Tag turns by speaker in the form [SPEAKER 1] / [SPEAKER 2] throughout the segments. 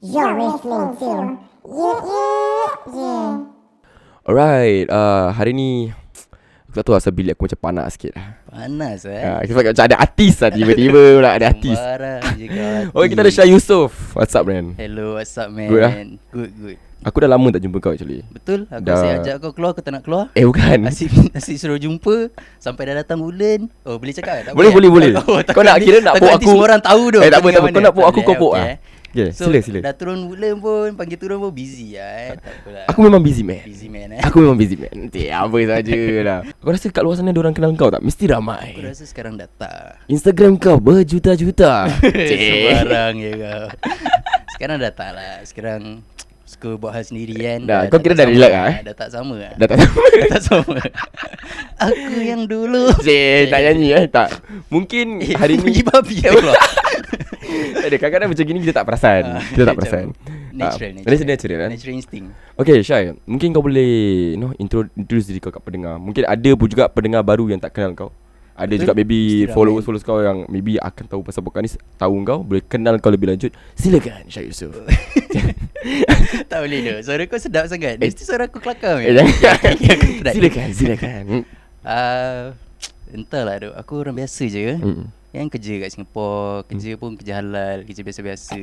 [SPEAKER 1] You're listening to Yeah Yeah Yeah
[SPEAKER 2] Alright, uh, hari ni aku tak tahu asal bilik aku macam panas sikit.
[SPEAKER 3] Panas eh.
[SPEAKER 2] Ah, uh, sebab macam ada artis lah tiba-tiba pula ada artis.
[SPEAKER 3] Barang je kau.
[SPEAKER 2] Okay, kita ada Syah Yusof. What's up, man?
[SPEAKER 3] Hello, what's up man?
[SPEAKER 2] Good, ah?
[SPEAKER 3] good, good.
[SPEAKER 2] Aku dah lama tak jumpa kau actually.
[SPEAKER 3] Betul? Aku
[SPEAKER 2] Dah.
[SPEAKER 3] asyik ajak kau keluar, kau tak nak keluar.
[SPEAKER 2] Eh, bukan.
[SPEAKER 3] Asyik, asyik suruh jumpa Sampai dah datang bulan Oh boleh cakap tak
[SPEAKER 2] Boleh,
[SPEAKER 3] boleh eh? Oh,
[SPEAKER 2] boleh, boleh.
[SPEAKER 3] Tak tahu,
[SPEAKER 2] Kau
[SPEAKER 3] takut
[SPEAKER 2] nak
[SPEAKER 3] nanti-
[SPEAKER 2] kira nak
[SPEAKER 3] takut
[SPEAKER 2] bawa
[SPEAKER 3] nanti
[SPEAKER 2] aku-
[SPEAKER 3] semua orang tahu dah
[SPEAKER 2] Eh, tak apa,
[SPEAKER 3] kau
[SPEAKER 2] tak apa.
[SPEAKER 3] tinggal
[SPEAKER 2] Kau
[SPEAKER 3] mana.
[SPEAKER 2] nak bawa aku,
[SPEAKER 3] Boleh,
[SPEAKER 2] kau bawa
[SPEAKER 3] okey,
[SPEAKER 2] ah.
[SPEAKER 3] eh.
[SPEAKER 2] Okay,
[SPEAKER 3] So,
[SPEAKER 2] sila, sila.
[SPEAKER 3] Dah turun bulan pun Panggil turun pun busy lah eh. Tak apalah
[SPEAKER 2] Aku memang busy, man.
[SPEAKER 3] Busy man eh
[SPEAKER 2] Aku memang busy, man. Nanti apa saja lah. Kau rasa kat luar sana orang kenal kau tak? Mesti
[SPEAKER 3] Aku
[SPEAKER 2] ramai.
[SPEAKER 3] rasa sekarang dah tak
[SPEAKER 2] Instagram kau berjuta-juta. Cik.
[SPEAKER 3] Sebarang je kau Sekarang dah tak lah Sekarang Suka buat hal sendiri kan
[SPEAKER 2] Dah, kau
[SPEAKER 3] tak
[SPEAKER 2] kira dah
[SPEAKER 3] sama
[SPEAKER 2] relax lah, eh?
[SPEAKER 3] Dah tak sama lah
[SPEAKER 2] Dah tak sama.
[SPEAKER 3] Dah tak sama Aku yang dulu
[SPEAKER 2] Cik, tak nyanyi eh, tak. Mungkin
[SPEAKER 3] Eh,
[SPEAKER 2] hari ni
[SPEAKER 3] Bunyi babi ya Allah
[SPEAKER 2] Tak ada kadang-kadang macam gini kita tak perasan. Kan, Kita tak
[SPEAKER 3] Ah, Macam
[SPEAKER 2] perasan.
[SPEAKER 3] Natural
[SPEAKER 2] Ah,
[SPEAKER 3] Natural
[SPEAKER 2] Natural kan.
[SPEAKER 3] Natural instinct
[SPEAKER 2] Okay Syai, mungkin kau boleh you know, intro, introduce diri kau kat pendengar. Mungkin ada pun juga pendengar baru yang tak kenal kau. Ada
[SPEAKER 3] Betul.
[SPEAKER 2] juga maybe
[SPEAKER 3] Mesti ramai.
[SPEAKER 2] followers followers kau yang maybe akan tahu pasal podcast ni, tahu kau, boleh kenal kau lebih lanjut. Silakan Syai Yusof.
[SPEAKER 3] Tak boleh dah Suara kau sedap sangat
[SPEAKER 2] Eh.
[SPEAKER 3] Mesti suara aku kelakar
[SPEAKER 2] Eh,
[SPEAKER 3] man.
[SPEAKER 2] jangan.
[SPEAKER 3] Okay, okay, aku try.
[SPEAKER 2] silakan, silakan. Mm.
[SPEAKER 3] Ah, Entahlah duk Aku orang biasa je
[SPEAKER 2] Mm.
[SPEAKER 3] Kan kerja kat Singapura Kerja pun kerja halal Kerja biasa-biasa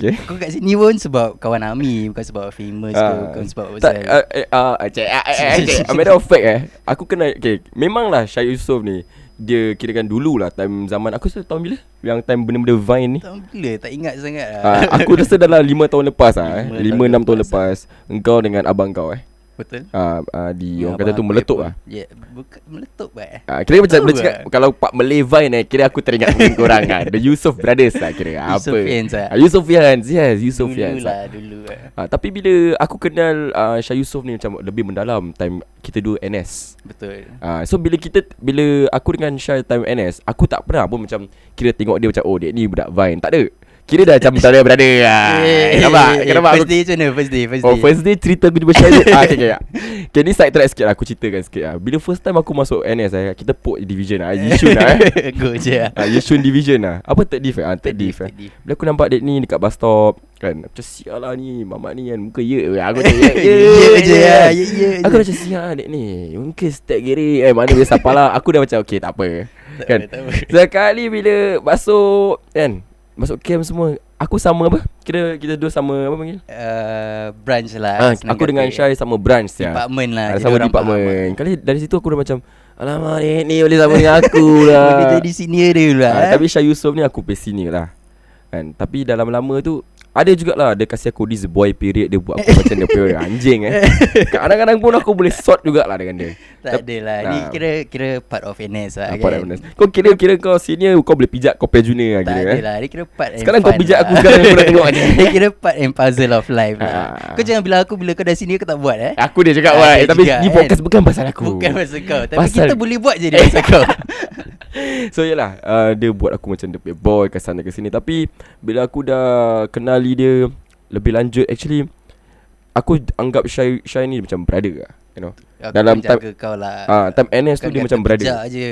[SPEAKER 2] Okay.
[SPEAKER 3] Aku kat sini pun sebab kawan Ami Bukan sebab famous ke Bukan sebab
[SPEAKER 2] Ah. tak,
[SPEAKER 3] pasal
[SPEAKER 2] uh, eh, ah, cik, ah, eh, eh, cik, a matter of fact eh Aku kenal okay, Memanglah Syai Yusof ni Dia kirakan dulu lah Time zaman Aku rasa tahun bila Yang time benda-benda Vine ni
[SPEAKER 3] Tak bila tak ingat sangat lah
[SPEAKER 2] Ah, aku rasa dalam 5 tahun lepas ah,
[SPEAKER 3] Lima
[SPEAKER 2] 5 6
[SPEAKER 3] tahun
[SPEAKER 2] tahun lepas
[SPEAKER 3] lepas
[SPEAKER 2] engkau dengan abang kau eh.
[SPEAKER 3] Betul
[SPEAKER 2] Ah, ah, di orang
[SPEAKER 3] Dengan
[SPEAKER 2] kata
[SPEAKER 3] abang
[SPEAKER 2] tu meletup
[SPEAKER 3] Apple.
[SPEAKER 2] ah.
[SPEAKER 3] Ya bukan meletup lah
[SPEAKER 2] Ah, kira macam
[SPEAKER 3] Tahu
[SPEAKER 2] boleh cakap
[SPEAKER 3] ke?
[SPEAKER 2] kalau Pak Melevine eh kira aku teringat dengan korang ah. The Yusof Brothers lah kira. Apa?
[SPEAKER 3] Yusofians ah.
[SPEAKER 2] Ah, Yusofians. Yes, Yusofians.
[SPEAKER 3] Dulu lah dulu lah
[SPEAKER 2] Ah, tapi bila aku kenal ah, Syah Yusof ni macam lebih mendalam time kita dua NS.
[SPEAKER 3] Betul
[SPEAKER 2] Ah, so bila kita bila aku dengan Syah time NS, aku tak pernah pun macam kira tengok dia macam oh dia ni budak Vine. Tak ada. Kira dah macam brother-brother lah. Nampak? Kenapa aku
[SPEAKER 3] Eh, First day macam mana First day first
[SPEAKER 2] Oh
[SPEAKER 3] day.
[SPEAKER 2] first day cerita aku jumpa Syahid ah, okay, okay, okay. okay ni side track sikit lah Aku ceritakan sikit lah Bila first time aku masuk NS eh, Kita port division lah Yishun lah eh
[SPEAKER 3] Go je lah
[SPEAKER 2] ah, Yishun division lah Apa third diff eh ah, Third
[SPEAKER 3] Third diff,
[SPEAKER 2] diff eh
[SPEAKER 3] third diff.
[SPEAKER 2] Bila aku nampak dek ni Dekat bus stop Kan Macam sial lah ni Mamat ni kan Muka ye Aku macam ye kan.
[SPEAKER 3] Ye je lah, ye je
[SPEAKER 2] Aku
[SPEAKER 3] je.
[SPEAKER 2] dah macam sial lah dek ni Muka step geri Eh mana boleh sapal lah Aku dah macam okay tak apa
[SPEAKER 3] Tak
[SPEAKER 2] Kan
[SPEAKER 3] boleh, tak boleh.
[SPEAKER 2] Sekali bila Masuk Kan Masuk camp semua Aku sama apa Kira kita dua sama Apa panggil
[SPEAKER 3] Ah, Branch lah
[SPEAKER 2] Ah,
[SPEAKER 3] senang
[SPEAKER 2] aku dengan
[SPEAKER 3] kata.
[SPEAKER 2] Syai sama branch ya.
[SPEAKER 3] Department lah,
[SPEAKER 2] Ah,
[SPEAKER 3] jadi
[SPEAKER 2] sama
[SPEAKER 3] orang lah.
[SPEAKER 2] department. Kali dari situ aku dah macam alamak ni, ni boleh sama dengan aku lah.
[SPEAKER 3] Boleh jadi senior dia pula
[SPEAKER 2] Ah,
[SPEAKER 3] eh.
[SPEAKER 2] tapi Syai Yusof ni aku best senior lah. Kan? Tapi dalam lama tu ada jugalah dia kasi aku this boy period dia buat aku macam dia period anjing eh. Kadang-kadang pun aku boleh sort jugalah dengan dia.
[SPEAKER 3] Tak
[SPEAKER 2] Tap-
[SPEAKER 3] adalah Ni
[SPEAKER 2] Ah,
[SPEAKER 3] kira kira part of NS lah
[SPEAKER 2] ah,
[SPEAKER 3] kan
[SPEAKER 2] part of NS. Kau kira kira kau senior kau boleh pijak kau pay junior lah
[SPEAKER 3] Tak
[SPEAKER 2] kira. eh.
[SPEAKER 3] adalah Dia kira part and
[SPEAKER 2] Sekarang kau
[SPEAKER 3] fun
[SPEAKER 2] pijak
[SPEAKER 3] lah.
[SPEAKER 2] aku, sekarang aku nak tengok je.
[SPEAKER 3] Dia kira part and puzzle of life lah
[SPEAKER 2] Ah.
[SPEAKER 3] Kau jangan bilang aku Bila kau dah sini kau tak buat eh
[SPEAKER 2] Aku dia cakap
[SPEAKER 3] Ah,
[SPEAKER 2] wah
[SPEAKER 3] dia
[SPEAKER 2] eh, tapi
[SPEAKER 3] juga,
[SPEAKER 2] ni
[SPEAKER 3] kan?
[SPEAKER 2] podcast bukan pasal aku.
[SPEAKER 3] Bukan masa kau Tapi
[SPEAKER 2] Pasal-
[SPEAKER 3] kita boleh buat je Dia masa kau
[SPEAKER 2] So yelah uh, Dia buat aku macam Dia punya boy Ke sana ke sini Tapi Bila aku dah Kenali dia Lebih lanjut Actually Aku anggap Syai, Syai ni Macam brother lah You know
[SPEAKER 3] Aku
[SPEAKER 2] Dalam
[SPEAKER 3] jaga
[SPEAKER 2] time-
[SPEAKER 3] kau lah
[SPEAKER 2] Ah, time NS tu
[SPEAKER 3] Bukan
[SPEAKER 2] dia
[SPEAKER 3] kata
[SPEAKER 2] macam brother.
[SPEAKER 3] pijak je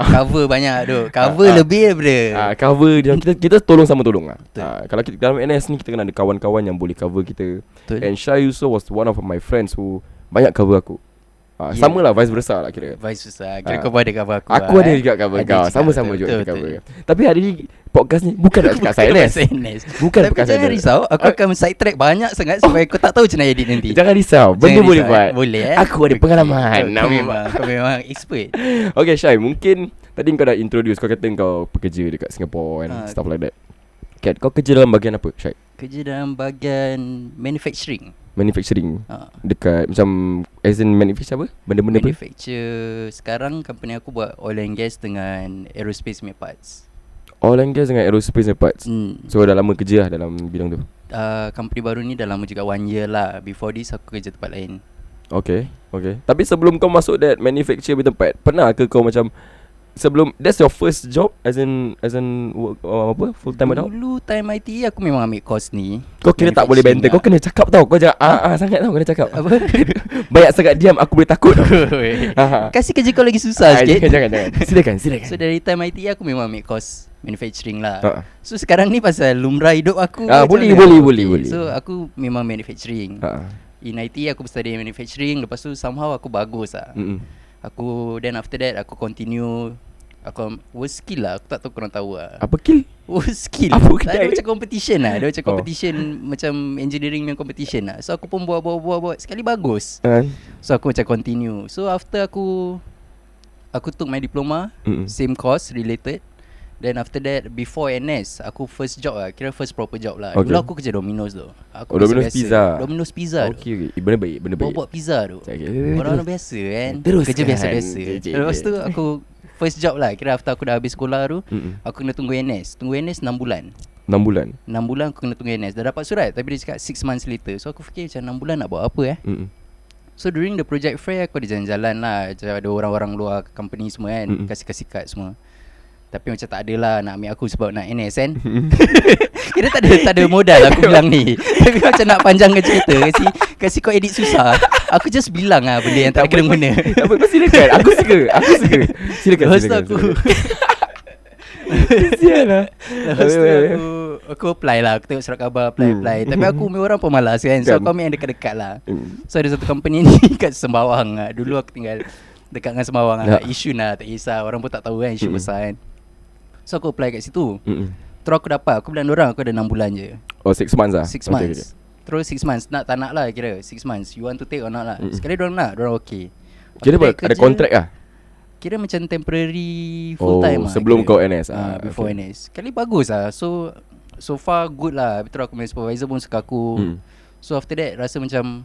[SPEAKER 3] Cover banyak tu Cover
[SPEAKER 2] Ah, ah.
[SPEAKER 3] lebih daripada
[SPEAKER 2] Ah, cover dia, kita, kita tolong sama tolong lah ah, Kalau kita dalam NS ni Kita kena ada kawan-kawan Yang boleh cover kita
[SPEAKER 3] Betul.
[SPEAKER 2] And Syai Yusof was one of my friends Who Banyak cover aku ah,
[SPEAKER 3] Yeah.
[SPEAKER 2] Sama lah vice versa lah kira
[SPEAKER 3] Vice susah Kira
[SPEAKER 2] Ah.
[SPEAKER 3] kau pun ada cover aku
[SPEAKER 2] Aku
[SPEAKER 3] lah,
[SPEAKER 2] ada
[SPEAKER 3] eh.
[SPEAKER 2] juga cover
[SPEAKER 3] Ada
[SPEAKER 2] kau Sama-sama
[SPEAKER 3] betul,
[SPEAKER 2] juga kita
[SPEAKER 3] betul,
[SPEAKER 2] cover
[SPEAKER 3] betul.
[SPEAKER 2] Tapi hari ni Podcast ni Bukan nak cakap pasal
[SPEAKER 3] Bukan
[SPEAKER 2] NS
[SPEAKER 3] pasal NS
[SPEAKER 2] Bukan
[SPEAKER 3] Tapi
[SPEAKER 2] pasal
[SPEAKER 3] jangan
[SPEAKER 2] NS.
[SPEAKER 3] risau Aku akan side track banyak sangat Supaya kau tak tahu macam mana edit nanti
[SPEAKER 2] Jangan risau Benda
[SPEAKER 3] Jangan
[SPEAKER 2] boleh
[SPEAKER 3] risau,
[SPEAKER 2] buat
[SPEAKER 3] eh. Boleh eh
[SPEAKER 2] Aku ada pengalaman
[SPEAKER 3] Kau memang Kau memang expert
[SPEAKER 2] Okay Syai Mungkin Tadi kau dah introduce Kau kata kau pekerja Dekat Singapore And
[SPEAKER 3] Ah.
[SPEAKER 2] stuff like that Kat kau kerja dalam bahagian apa Syai?
[SPEAKER 3] Kerja dalam bahagian manufacturing
[SPEAKER 2] Manufacturing
[SPEAKER 3] ha.
[SPEAKER 2] Dekat macam As in manufacture apa? Benda-benda apa?
[SPEAKER 3] Manufacture Sekarang company aku buat oil and gas dengan aerospace punya parts
[SPEAKER 2] Oil and gas dengan aerospace punya parts
[SPEAKER 3] hmm.
[SPEAKER 2] So dah lama kerja lah dalam bidang tu
[SPEAKER 3] uh, Company baru ni dah lama juga one year lah Before this aku kerja tempat lain
[SPEAKER 2] Okay Okay Tapi sebelum kau masuk that manufacture punya tempat Pernah ke kau macam sebelum that's your first job as in as in work, uh, apa full time adult?
[SPEAKER 3] Dulu time IT aku memang ambil course ni
[SPEAKER 2] Kau kira tak boleh banter.
[SPEAKER 3] Manufacturing
[SPEAKER 2] Kau kena cakap tau. Kau jangan ah, ah sangat tau kena cakap.
[SPEAKER 3] lah. Apa?
[SPEAKER 2] Banyak sangat diam aku boleh takut. Ah, ah.
[SPEAKER 3] Kasih kerja kau lagi
[SPEAKER 2] Ah,
[SPEAKER 3] susah sikit
[SPEAKER 2] Jangan jangan. jangan. Silakan silakan.
[SPEAKER 3] So dari time IT aku memang ambil course manufacturing lah
[SPEAKER 2] Ah.
[SPEAKER 3] So sekarang ni pasal lumrah hidup aku
[SPEAKER 2] Ah,
[SPEAKER 3] macam
[SPEAKER 2] boleh,
[SPEAKER 3] mana?
[SPEAKER 2] boleh,
[SPEAKER 3] Okay,
[SPEAKER 2] boleh, boleh.
[SPEAKER 3] So aku memang manufacturing
[SPEAKER 2] Ha.
[SPEAKER 3] In IT aku study manufacturing Lepas tu somehow aku bagus lah
[SPEAKER 2] Mm.
[SPEAKER 3] Aku then after that aku continue Aku world skill lah Aku tak tahu korang tahu lah
[SPEAKER 2] Apa kill?
[SPEAKER 3] World skill
[SPEAKER 2] Apa
[SPEAKER 3] tak,
[SPEAKER 2] kedai?
[SPEAKER 3] Dia macam competition lah Dia macam
[SPEAKER 2] Oh.
[SPEAKER 3] competition Macam engineering yang competition lah So aku pun buat buat buat buat Sekali bagus
[SPEAKER 2] Ah.
[SPEAKER 3] So aku macam continue So after aku Aku took my diploma
[SPEAKER 2] Mm.
[SPEAKER 3] Same course related Then after that Before NS Aku first job lah Kira first proper job lah
[SPEAKER 2] Okay.
[SPEAKER 3] okay. Dulu aku kerja Domino's tu
[SPEAKER 2] Oh,
[SPEAKER 3] aku
[SPEAKER 2] Domino's
[SPEAKER 3] biasa-
[SPEAKER 2] Pizza.
[SPEAKER 3] Domino's Pizza
[SPEAKER 2] Okay,
[SPEAKER 3] okay.
[SPEAKER 2] okay. Eh, Benda baik, benda
[SPEAKER 3] tu
[SPEAKER 2] baik.
[SPEAKER 3] Buat-buat pizza tu
[SPEAKER 2] Okay, okay,
[SPEAKER 3] Orang-orang
[SPEAKER 2] terus.
[SPEAKER 3] biasa kan
[SPEAKER 2] Teruskan.
[SPEAKER 3] Kerja biasa-biasa
[SPEAKER 2] Jejak.
[SPEAKER 3] Lepas tu aku First job lah Kira after aku dah habis sekolah tu
[SPEAKER 2] Mm-mm.
[SPEAKER 3] Aku kena tunggu NS Tunggu NS 6 bulan
[SPEAKER 2] 6 bulan.
[SPEAKER 3] 6 bulan aku kena tunggu NS Dah dapat surat Tapi dia cakap 6 months later So aku fikir macam 6 bulan nak buat apa eh
[SPEAKER 2] Mm.
[SPEAKER 3] So during the project fair Aku ada jalan-jalan lah Macam ada orang-orang luar company semua kan
[SPEAKER 2] Mm-mm.
[SPEAKER 3] Kasih-kasih kad semua Tapi macam tak ada lah Nak ambil aku sebab nak NS kan Kira tak ada, tak ada modal aku bilang ni Tapi macam nak panjangkan cerita Kasi, kasi kau edit susah Aku just bilang lah Benda yang tak
[SPEAKER 2] Tak
[SPEAKER 3] kena mengena
[SPEAKER 2] Tak apa, kau silakan. Aku suka. Aku suka. Silakan.
[SPEAKER 3] Lepas tu
[SPEAKER 2] silakan,
[SPEAKER 3] aku
[SPEAKER 2] silakan. Kesian lah.
[SPEAKER 3] Lepas
[SPEAKER 2] Wait,
[SPEAKER 3] tu
[SPEAKER 2] wait,
[SPEAKER 3] aku Aku apply lah Aku tengok surat khabar Apply-apply
[SPEAKER 2] Hmm.
[SPEAKER 3] Tapi aku memang orang pemalas kan So
[SPEAKER 2] Kan.
[SPEAKER 3] aku ambil yang dekat-dekat lah
[SPEAKER 2] wait. Mm.
[SPEAKER 3] So ada satu company ni Kat Sembawang lah. Dulu aku tinggal Dekat dengan Sembawang lah
[SPEAKER 2] Ya.
[SPEAKER 3] Isu lah Tak kisah Orang pun tak tahu kan Isu
[SPEAKER 2] Mm-mm.
[SPEAKER 3] besar kan So aku apply kat situ
[SPEAKER 2] Mm-mm.
[SPEAKER 3] Terus aku dapat Aku bilang orang Aku ada 6 bulan je
[SPEAKER 2] Oh, 6 months lah.
[SPEAKER 3] 6 months Terus 6 months Nak tak nak lah kira 6 months You want to take or not lah
[SPEAKER 2] Mm-mm.
[SPEAKER 3] Sekali orang nak Orang okay
[SPEAKER 2] Kira
[SPEAKER 3] Aku
[SPEAKER 2] apa?
[SPEAKER 3] apply
[SPEAKER 2] Ada
[SPEAKER 3] kerja,
[SPEAKER 2] kontrak lah.
[SPEAKER 3] Kira macam temporary
[SPEAKER 2] Oh,
[SPEAKER 3] Full time lah
[SPEAKER 2] sebelum
[SPEAKER 3] kira.
[SPEAKER 2] kau NS. Ah,
[SPEAKER 3] Ah, Before
[SPEAKER 2] okay.
[SPEAKER 3] NS Sekali bagus lah So So far good lah Betul aku punya supervisor pun suka aku
[SPEAKER 2] Mm.
[SPEAKER 3] So after that Rasa macam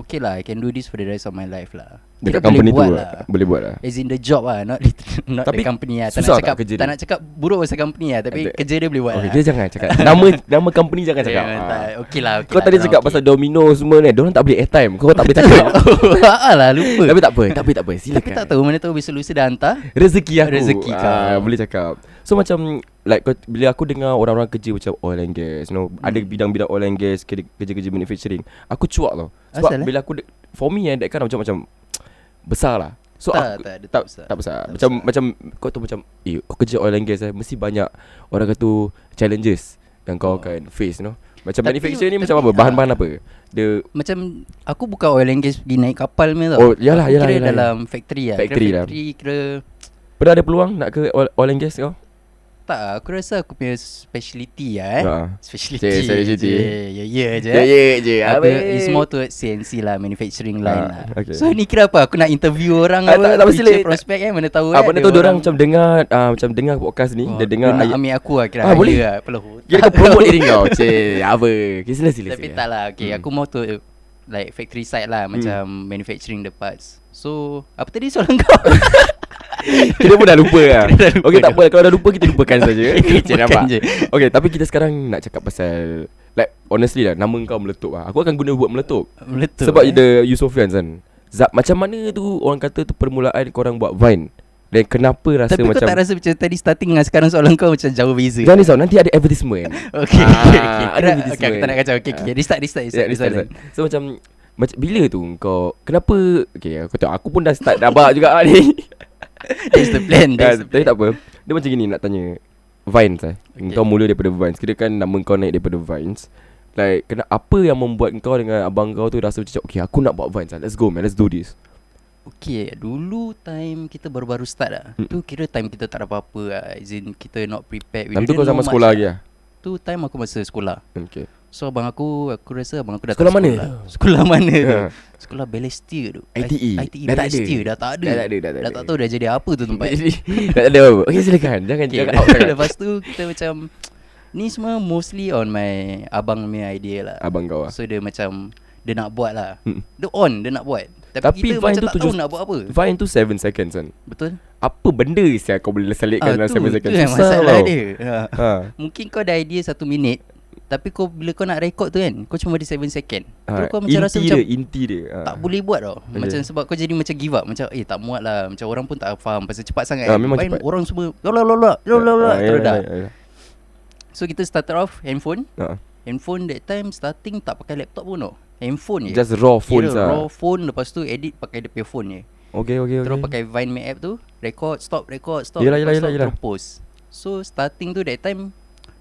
[SPEAKER 3] Okay lah I can do this for the rest of my life lah
[SPEAKER 2] Dekat
[SPEAKER 3] Kira boleh
[SPEAKER 2] company tu
[SPEAKER 3] buat
[SPEAKER 2] lah. Boleh buat lah.
[SPEAKER 3] As in the job lah Not, lit- not
[SPEAKER 2] Tapi
[SPEAKER 3] the company lah
[SPEAKER 2] susah
[SPEAKER 3] Tak nak
[SPEAKER 2] tak
[SPEAKER 3] cakap
[SPEAKER 2] kerja
[SPEAKER 3] Tak
[SPEAKER 2] dia?
[SPEAKER 3] nak cakap buruk pasal company lah Tapi
[SPEAKER 2] Ada-
[SPEAKER 3] kerja dia boleh buat
[SPEAKER 2] Okay,
[SPEAKER 3] lah
[SPEAKER 2] dia jangan cakap. Nama nama company jangan
[SPEAKER 3] Ya,
[SPEAKER 2] cakap.
[SPEAKER 3] tak,
[SPEAKER 2] Ah.
[SPEAKER 3] Okay lah okay
[SPEAKER 2] Kau
[SPEAKER 3] lah,
[SPEAKER 2] tadi
[SPEAKER 3] korang
[SPEAKER 2] cakap
[SPEAKER 3] okay.
[SPEAKER 2] pasal domino semua ni. Diorang tak boleh airtime. Kau tak boleh cakap.
[SPEAKER 3] Alah Ah, lah, lupa
[SPEAKER 2] Tapi tak apa, tapi tak apa. Silakan.
[SPEAKER 3] Tapi tak tahu mana tahu besok lusa dah hantar
[SPEAKER 2] Rezeki aku
[SPEAKER 3] Rezeki
[SPEAKER 2] Ah,
[SPEAKER 3] kau.
[SPEAKER 2] Boleh cakap So macam Like kau- bila aku dengar Orang-orang kerja macam Oil and gas you know,
[SPEAKER 3] Hmm.
[SPEAKER 2] Ada bidang-bidang oil and gas kerja- Kerja-kerja manufacturing Aku cuak tau Sebab
[SPEAKER 3] Asal, eh?
[SPEAKER 2] bila aku de- For me eh That kind of job macam Besar lah So aku,
[SPEAKER 3] Tak, tak, dia tak besar.
[SPEAKER 2] tak besar
[SPEAKER 3] Tak
[SPEAKER 2] Macam
[SPEAKER 3] besar.
[SPEAKER 2] macam Kau tu macam Eh kau kerja oil and gas eh Mesti banyak Orang kata Challenges Yang kau
[SPEAKER 3] Oh.
[SPEAKER 2] akan face you know Macam
[SPEAKER 3] Tapi-
[SPEAKER 2] manufacturing ni
[SPEAKER 3] tapi-
[SPEAKER 2] macam apa
[SPEAKER 3] ah.
[SPEAKER 2] Bahan-bahan apa Dia
[SPEAKER 3] Macam Aku bukan oil and gas Pergi naik kapal punya
[SPEAKER 2] Oh,
[SPEAKER 3] tau
[SPEAKER 2] yalah,
[SPEAKER 3] Aku
[SPEAKER 2] yalah,
[SPEAKER 3] Kira
[SPEAKER 2] yalah,
[SPEAKER 3] dalam factory lah
[SPEAKER 2] Factory
[SPEAKER 3] kira
[SPEAKER 2] lah.
[SPEAKER 3] Factory kira
[SPEAKER 2] Pernah ada peluang Nak ke oil, oil and gas kau
[SPEAKER 3] Tak lah, aku rasa aku punya speciality lah eh
[SPEAKER 2] Ah.
[SPEAKER 3] Speciality
[SPEAKER 2] Cik, speciality.
[SPEAKER 3] Ya ya je eh.
[SPEAKER 2] Ya je
[SPEAKER 3] Apa It's more towards CNC lah Manufacturing line
[SPEAKER 2] Ah,
[SPEAKER 3] lah
[SPEAKER 2] okay.
[SPEAKER 3] So ni kira apa Aku nak interview orang
[SPEAKER 2] Ah, tak-
[SPEAKER 3] apa,
[SPEAKER 2] tak mesti
[SPEAKER 3] Future
[SPEAKER 2] lah.
[SPEAKER 3] prospect kan Mana tahu
[SPEAKER 2] Ah, benda tu orang macam dengar ah, macam dengar podcast ni,
[SPEAKER 3] Oh,
[SPEAKER 2] dia dengar
[SPEAKER 3] nak
[SPEAKER 2] ayat.
[SPEAKER 3] ambil aku lah kira
[SPEAKER 2] Ah,
[SPEAKER 3] ah,
[SPEAKER 2] boleh.
[SPEAKER 3] lah Peluh
[SPEAKER 2] Kira kau promote diri kau. Cik, apa? Okay, sila sila.
[SPEAKER 3] Tapi
[SPEAKER 2] sila.
[SPEAKER 3] tak lah Okay
[SPEAKER 2] Hmm.
[SPEAKER 3] aku more to Like factory side lah Macam manufacturing the parts So Apa tadi soalan kau
[SPEAKER 2] Kita pun dah lupa lah.
[SPEAKER 3] Kita dah lupa
[SPEAKER 2] okay, tak
[SPEAKER 3] dah.
[SPEAKER 2] apa. Kalau dah lupa kita lupakan saja. Cik
[SPEAKER 3] Lupakan
[SPEAKER 2] nampak.
[SPEAKER 3] je.
[SPEAKER 2] Okay, tapi kita sekarang nak cakap pasal like honestly lah nama kau meletup lah. Aku akan guna word meletup.
[SPEAKER 3] Meletup
[SPEAKER 2] Sebab
[SPEAKER 3] eh.
[SPEAKER 2] the Yusofian kan. Zap, macam mana tu orang kata tu permulaan korang buat Vine. Dan kenapa rasa
[SPEAKER 3] Tapi kau
[SPEAKER 2] macam
[SPEAKER 3] tak rasa macam tadi starting dengan sekarang soalan kau macam jauh beza
[SPEAKER 2] Jangan risau nanti ada advertisement. Ah,
[SPEAKER 3] Okay, okay,
[SPEAKER 2] ada
[SPEAKER 3] okay. Kira- okay, aku
[SPEAKER 2] advertisement.
[SPEAKER 3] tak nak kacau Okay, okay.
[SPEAKER 2] Ah.
[SPEAKER 3] Restart, restart, restart,
[SPEAKER 2] Start, start,
[SPEAKER 3] soalan.
[SPEAKER 2] start. So macam macam bila tu kau kenapa okay aku tahu aku pun dah start dabak juga lah ni.
[SPEAKER 3] That's the plan
[SPEAKER 2] Kan,
[SPEAKER 3] That's the
[SPEAKER 2] tapi
[SPEAKER 3] plan
[SPEAKER 2] tak apa. Dia macam gini nak tanya Vines eh. Okay.
[SPEAKER 3] Okay.
[SPEAKER 2] Kau mula daripada Vines. Kira kan nama kau naik daripada Vines. Like kena apa yang membuat kau dengan abang kau tu rasa macam okay aku nak buat Vines lah. Let's go man. Let's do this.
[SPEAKER 3] Okay, dulu time kita baru-baru start lah
[SPEAKER 2] Mm.
[SPEAKER 3] Tu kira time kita tak ada apa-apa lah As in kita not prepared We
[SPEAKER 2] Time tu
[SPEAKER 3] didn't
[SPEAKER 2] kau sama
[SPEAKER 3] know much
[SPEAKER 2] sekolah
[SPEAKER 3] lah.
[SPEAKER 2] lagi lah.
[SPEAKER 3] Tu time aku masa sekolah
[SPEAKER 2] Okay.
[SPEAKER 3] So abang aku, aku rasa abang aku dah
[SPEAKER 2] Sekolah
[SPEAKER 3] tak
[SPEAKER 2] mana?
[SPEAKER 3] Sekolah mana tu?
[SPEAKER 2] Ha.
[SPEAKER 3] Sekolah Balestier tu
[SPEAKER 2] ITE.
[SPEAKER 3] I-
[SPEAKER 2] Dah tak
[SPEAKER 3] ITE
[SPEAKER 2] ada.
[SPEAKER 3] Balestier dah tak ada
[SPEAKER 2] Dah tak ada, dah tak
[SPEAKER 3] Dah
[SPEAKER 2] ada. Kan,
[SPEAKER 3] tak tahu dah jadi apa tu tempat
[SPEAKER 2] tak ada apa-apa. Okay silakan. Jangan okay.
[SPEAKER 3] okay,
[SPEAKER 2] jangan out kan, sangat.
[SPEAKER 3] Lepas tu kita macam Ni semua mostly on my abang punya idea lah
[SPEAKER 2] Abang kau lah.
[SPEAKER 3] So dia macam Dia nak buat lah
[SPEAKER 2] Mm.
[SPEAKER 3] Dia on Dia nak buat Tapi,
[SPEAKER 2] Tapi
[SPEAKER 3] kita
[SPEAKER 2] Vine tu
[SPEAKER 3] macam tak tahu
[SPEAKER 2] tujuh-
[SPEAKER 3] nak buat apa
[SPEAKER 2] Vine tu 7 seconds kan.
[SPEAKER 3] Betul?
[SPEAKER 2] Apa benda siapa kan kau boleh selitkan dalam 7
[SPEAKER 3] Ah, tu,
[SPEAKER 2] seconds.
[SPEAKER 3] tu yang
[SPEAKER 2] Susah
[SPEAKER 3] masalah
[SPEAKER 2] tau.
[SPEAKER 3] dia ha.
[SPEAKER 2] Ha.
[SPEAKER 3] Mungkin kau ada idea satu minit Tapi kau bila kau nak record tu kan Kau cuma ada 7 second Tu
[SPEAKER 2] Ha,
[SPEAKER 3] kau macam
[SPEAKER 2] inti
[SPEAKER 3] rasa
[SPEAKER 2] dia,
[SPEAKER 3] macam
[SPEAKER 2] inti dia. Ha.
[SPEAKER 3] tak boleh buat tau okay. Macam
[SPEAKER 2] Okay.
[SPEAKER 3] sebab kau jadi macam give up Macam eh tak muat lah Macam orang pun tak faham Pasal cepat sangat
[SPEAKER 2] Ah,
[SPEAKER 3] kan.
[SPEAKER 2] memang
[SPEAKER 3] Main
[SPEAKER 2] cepat.
[SPEAKER 3] Orang semua Lolak lolak Lolak lolak
[SPEAKER 2] Ah,
[SPEAKER 3] Terus
[SPEAKER 2] ya,
[SPEAKER 3] dah
[SPEAKER 2] ya, ya.
[SPEAKER 3] So kita started off handphone
[SPEAKER 2] Ha.
[SPEAKER 3] Handphone that time starting tak pakai laptop pun tau Handphone je
[SPEAKER 2] Just raw phones
[SPEAKER 3] Kira
[SPEAKER 2] lah.
[SPEAKER 3] raw phone Lepas tu edit pakai dia punya phone je
[SPEAKER 2] Okay, okay, okay.
[SPEAKER 3] Terus pakai Vine Map app tu Record stop record stop
[SPEAKER 2] Yelah,
[SPEAKER 3] record,
[SPEAKER 2] yelah,
[SPEAKER 3] stop,
[SPEAKER 2] yelah,
[SPEAKER 3] Terus post So starting tu that time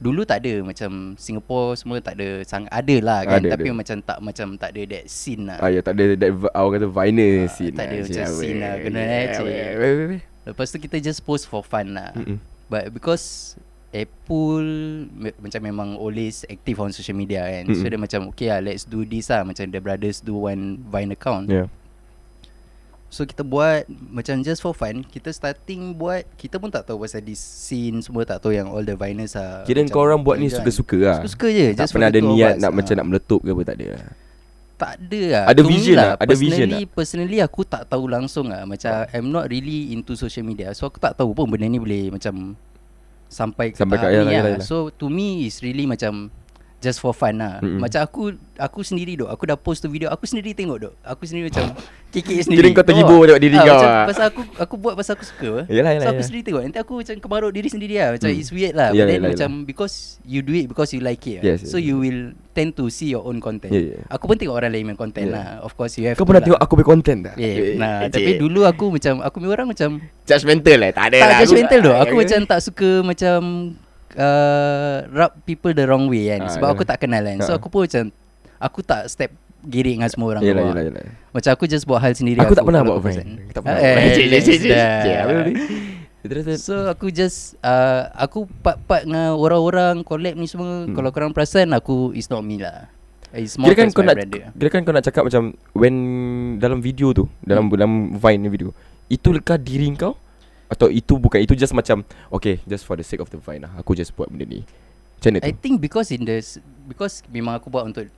[SPEAKER 3] Dulu tak ada macam Singapore semua tak ada sang Ada lah kan
[SPEAKER 2] Ada,
[SPEAKER 3] ada, Tapi
[SPEAKER 2] ada.
[SPEAKER 3] ada. macam tak macam tak ada that scene lah
[SPEAKER 2] Ah, ya, tak ada that, vi- orang kata vinyl
[SPEAKER 3] Ah,
[SPEAKER 2] scene.
[SPEAKER 3] tak ada
[SPEAKER 2] lah,
[SPEAKER 3] macam
[SPEAKER 2] cik. Ah,
[SPEAKER 3] scene lah, kena
[SPEAKER 2] Yeah,
[SPEAKER 3] eh, cik.
[SPEAKER 2] weh, weh, weh, weh.
[SPEAKER 3] Lepas tu kita just post for fun lah
[SPEAKER 2] ya, Mm-mm.
[SPEAKER 3] But because Apple me- macam memang always active on social media kan So
[SPEAKER 2] Mm-mm.
[SPEAKER 3] dia macam okay lah let's do this lah Macam the brothers do one Vine account
[SPEAKER 2] Yeah.
[SPEAKER 3] So kita buat macam just for fun Kita starting buat Kita pun tak tahu pasal this scene Semua tak tahu yang all the viners lah
[SPEAKER 2] Kira
[SPEAKER 3] macam
[SPEAKER 2] kau orang buat ni
[SPEAKER 3] join.
[SPEAKER 2] suka-suka lah.
[SPEAKER 3] Suka-suka je
[SPEAKER 2] Tak
[SPEAKER 3] just for
[SPEAKER 2] pernah
[SPEAKER 3] the
[SPEAKER 2] ada
[SPEAKER 3] two of
[SPEAKER 2] niat
[SPEAKER 3] us.
[SPEAKER 2] nak
[SPEAKER 3] Ah.
[SPEAKER 2] macam nak meletup ke apa tak ada. lah.
[SPEAKER 3] Tak ada lah
[SPEAKER 2] Ada
[SPEAKER 3] To me
[SPEAKER 2] vision lah, Ah. ada vision
[SPEAKER 3] Personally, personally aku tak tahu langsung lah Macam I'm not really into social media So aku tak tahu pun benda ni boleh macam Sampai ke
[SPEAKER 2] Sampai
[SPEAKER 3] sampai
[SPEAKER 2] kat-
[SPEAKER 3] tahap
[SPEAKER 2] yalah,
[SPEAKER 3] ni
[SPEAKER 2] yalah,
[SPEAKER 3] lah
[SPEAKER 2] yalah.
[SPEAKER 3] So to me is really macam Just for fun lah
[SPEAKER 2] Mm-mm.
[SPEAKER 3] mm-hmm. Macam aku Aku sendiri dok Aku dah post tu video Aku sendiri tengok dok Aku sendiri macam
[SPEAKER 2] Kira
[SPEAKER 3] Kikik sendiri
[SPEAKER 2] kau terhibur tengok
[SPEAKER 3] faham tak?
[SPEAKER 2] diri
[SPEAKER 3] Ah,
[SPEAKER 2] kau
[SPEAKER 3] macam
[SPEAKER 2] ah.
[SPEAKER 3] Pasal aku Aku buat pasal aku suka apa.
[SPEAKER 2] Yalah, yalah,
[SPEAKER 3] So aku
[SPEAKER 2] yalah.
[SPEAKER 3] sendiri tengok Nanti aku macam kemaruk diri sendiri lah Macam
[SPEAKER 2] Mm.
[SPEAKER 3] it's weird lah
[SPEAKER 2] Yalah,
[SPEAKER 3] But then
[SPEAKER 2] yalah,
[SPEAKER 3] macam Because you do it Because you like it lah.
[SPEAKER 2] Yes, yes,
[SPEAKER 3] So
[SPEAKER 2] yes.
[SPEAKER 3] you will Tend to see your own content
[SPEAKER 2] Yeah, yeah.
[SPEAKER 3] Aku pun tengok orang lain main content
[SPEAKER 2] Yeah.
[SPEAKER 3] yeah. lah Of course you
[SPEAKER 2] Ya.
[SPEAKER 3] have
[SPEAKER 2] Kau
[SPEAKER 3] to
[SPEAKER 2] pernah
[SPEAKER 3] lah.
[SPEAKER 2] tengok Eh, aku punya content tak?
[SPEAKER 3] Yeah, nah, tapi dulu aku macam Aku punya orang macam
[SPEAKER 2] judgemental lah. Tak ada
[SPEAKER 3] Tak
[SPEAKER 2] lah.
[SPEAKER 3] judgmental
[SPEAKER 2] Aku-
[SPEAKER 3] tu Aku macam tak suka macam uh, Rub people the wrong way kan
[SPEAKER 2] Ah,
[SPEAKER 3] Sebab
[SPEAKER 2] yalah.
[SPEAKER 3] aku tak kenal kan
[SPEAKER 2] Ah.
[SPEAKER 3] So aku pun macam Aku tak step Girik dengan semua orang
[SPEAKER 2] Yelah,
[SPEAKER 3] luar.
[SPEAKER 2] yelah, yelah.
[SPEAKER 3] Macam aku just buat hal sendiri
[SPEAKER 2] Aku tak pernah buat
[SPEAKER 3] kalau aku
[SPEAKER 2] Vine.
[SPEAKER 3] perasan.
[SPEAKER 2] Tak pernah.
[SPEAKER 3] Ah,
[SPEAKER 2] Cik,
[SPEAKER 3] eh,
[SPEAKER 2] cik, cik, cik.
[SPEAKER 3] dah.
[SPEAKER 2] Cik, apa ni? Terus, terus.
[SPEAKER 3] So aku just uh, Aku part-part dengan orang-orang Collab ni semua Kalau korang perasan Aku It's not me lah It's
[SPEAKER 2] Hmm.
[SPEAKER 3] more
[SPEAKER 2] Kira kan
[SPEAKER 3] towards
[SPEAKER 2] kau
[SPEAKER 3] my
[SPEAKER 2] nak
[SPEAKER 3] brother
[SPEAKER 2] Kira kan kau nak cakap macam When Dalam video tu Dalam
[SPEAKER 3] Hmm.
[SPEAKER 2] dalam Vine ni video Itulkah diri kau Atau itu bukan Itu just macam Okay just for the sake of the Vine lah Aku just buat benda ni Macam mana tu
[SPEAKER 3] I think because in the s- because memang aku buat untuk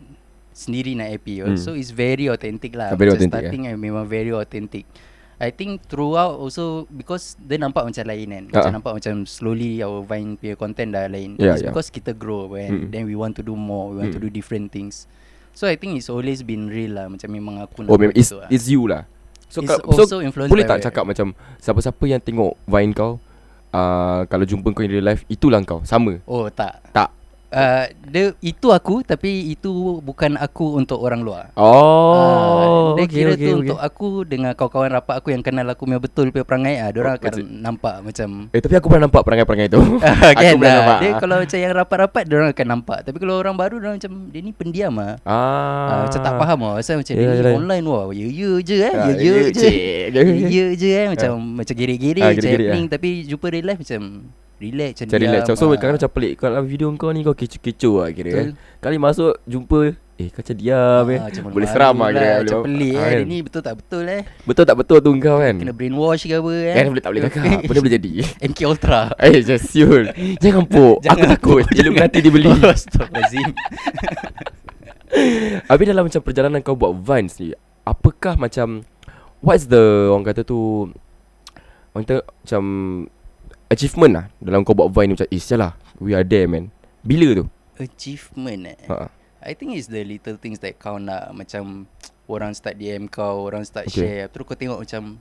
[SPEAKER 3] sendiri nak happy
[SPEAKER 2] Hmm.
[SPEAKER 3] mm. so it's very authentic
[SPEAKER 2] Ah,
[SPEAKER 3] lah.
[SPEAKER 2] very
[SPEAKER 3] Macam
[SPEAKER 2] authentic,
[SPEAKER 3] starting eh. memang very authentic. I think throughout also because dia nampak macam lain kan. Macam
[SPEAKER 2] Ah, Ya, ah.
[SPEAKER 3] nampak macam slowly our Vine punya content dah lain.
[SPEAKER 2] Yeah,
[SPEAKER 3] it's
[SPEAKER 2] yeah.
[SPEAKER 3] because kita grow
[SPEAKER 2] Mm.
[SPEAKER 3] kan. Then we want to do more, we want mm. to
[SPEAKER 2] Mm.
[SPEAKER 3] do different things. So I think it's always been real lah Macam memang aku
[SPEAKER 2] Oh memang it's,
[SPEAKER 3] gitu lah.
[SPEAKER 2] it's you lah So,
[SPEAKER 3] It's
[SPEAKER 2] kau,
[SPEAKER 3] also
[SPEAKER 2] so
[SPEAKER 3] influenced
[SPEAKER 2] boleh tak
[SPEAKER 3] by my-
[SPEAKER 2] cakap macam Siapa-siapa yang tengok Vine kau uh, Kalau jumpa kau in real life Itulah kau Sama
[SPEAKER 3] Oh tak
[SPEAKER 2] Tak
[SPEAKER 3] uh, dia, Itu aku Tapi itu bukan aku untuk orang luar
[SPEAKER 2] Oh
[SPEAKER 3] Ah, dia
[SPEAKER 2] okay,
[SPEAKER 3] kira
[SPEAKER 2] okay,
[SPEAKER 3] tu
[SPEAKER 2] okay.
[SPEAKER 3] untuk aku dengan kawan-kawan rapat aku yang kenal aku punya betul punya perangai ah, dia orang
[SPEAKER 2] Oh,
[SPEAKER 3] akan
[SPEAKER 2] macam-
[SPEAKER 3] nampak macam
[SPEAKER 2] Eh tapi aku pernah nampak perangai-perangai tu
[SPEAKER 3] kan
[SPEAKER 2] Aku pernah
[SPEAKER 3] ah,
[SPEAKER 2] nampak
[SPEAKER 3] dia
[SPEAKER 2] ah.
[SPEAKER 3] kalau macam yang rapat-rapat dia orang akan nampak. Tapi kalau orang baru dia orang macam dia ni pendiam ah.
[SPEAKER 2] Ah,
[SPEAKER 3] Ah, macam tak faham ah. Pasal macam
[SPEAKER 2] Yelah,
[SPEAKER 3] dia ni
[SPEAKER 2] yelah.
[SPEAKER 3] online wah. Ya ya je eh.
[SPEAKER 2] Ah,
[SPEAKER 3] Ya ya
[SPEAKER 2] ya,
[SPEAKER 3] je.
[SPEAKER 2] cik.
[SPEAKER 3] Ya ya je eh macam macam geri-geri
[SPEAKER 2] Ah,
[SPEAKER 3] macam
[SPEAKER 2] gerik-gerik,
[SPEAKER 3] happening tapi jumpa real life macam relax macam
[SPEAKER 2] Macam relax macam So
[SPEAKER 3] ah.
[SPEAKER 2] kadang-kadang macam pelik Kalau dalam video kau ni Kau kecoh-kecoh lah kira
[SPEAKER 3] Betul.
[SPEAKER 2] kan Kali masuk Jumpa Eh kau macam diam eh
[SPEAKER 3] Ah, macam
[SPEAKER 2] Boleh
[SPEAKER 3] malu-malu
[SPEAKER 2] seram lah kira kan,
[SPEAKER 3] Macam
[SPEAKER 2] boleh-
[SPEAKER 3] pelik
[SPEAKER 2] ah,
[SPEAKER 3] eh. Dia
[SPEAKER 2] kan.
[SPEAKER 3] ni betul tak betul eh.
[SPEAKER 2] Betul tak betul tu kau kan
[SPEAKER 3] Kena brainwash ke apa eh.
[SPEAKER 2] Kan boleh tak boleh kakak Benda boleh jadi
[SPEAKER 3] MK Ultra.
[SPEAKER 2] Eh just siul Jangan pok Aku
[SPEAKER 3] Jangan
[SPEAKER 2] takut
[SPEAKER 3] pok,
[SPEAKER 2] Illuminati
[SPEAKER 3] jangan.
[SPEAKER 2] dibeli
[SPEAKER 3] Astagfirullahalazim.
[SPEAKER 2] Habis dalam macam perjalanan kau buat Vines ni Apakah macam What's the Orang kata tu Orang kata macam Achievement lah Dalam kau buat Vine ni macam Eh sial lah We are there man Bila tu
[SPEAKER 3] Achievement eh.
[SPEAKER 2] Ha.
[SPEAKER 3] I think it's the little things that count lah Macam orang start DM kau Orang start
[SPEAKER 2] Okay.
[SPEAKER 3] okay. share Terus kau tengok macam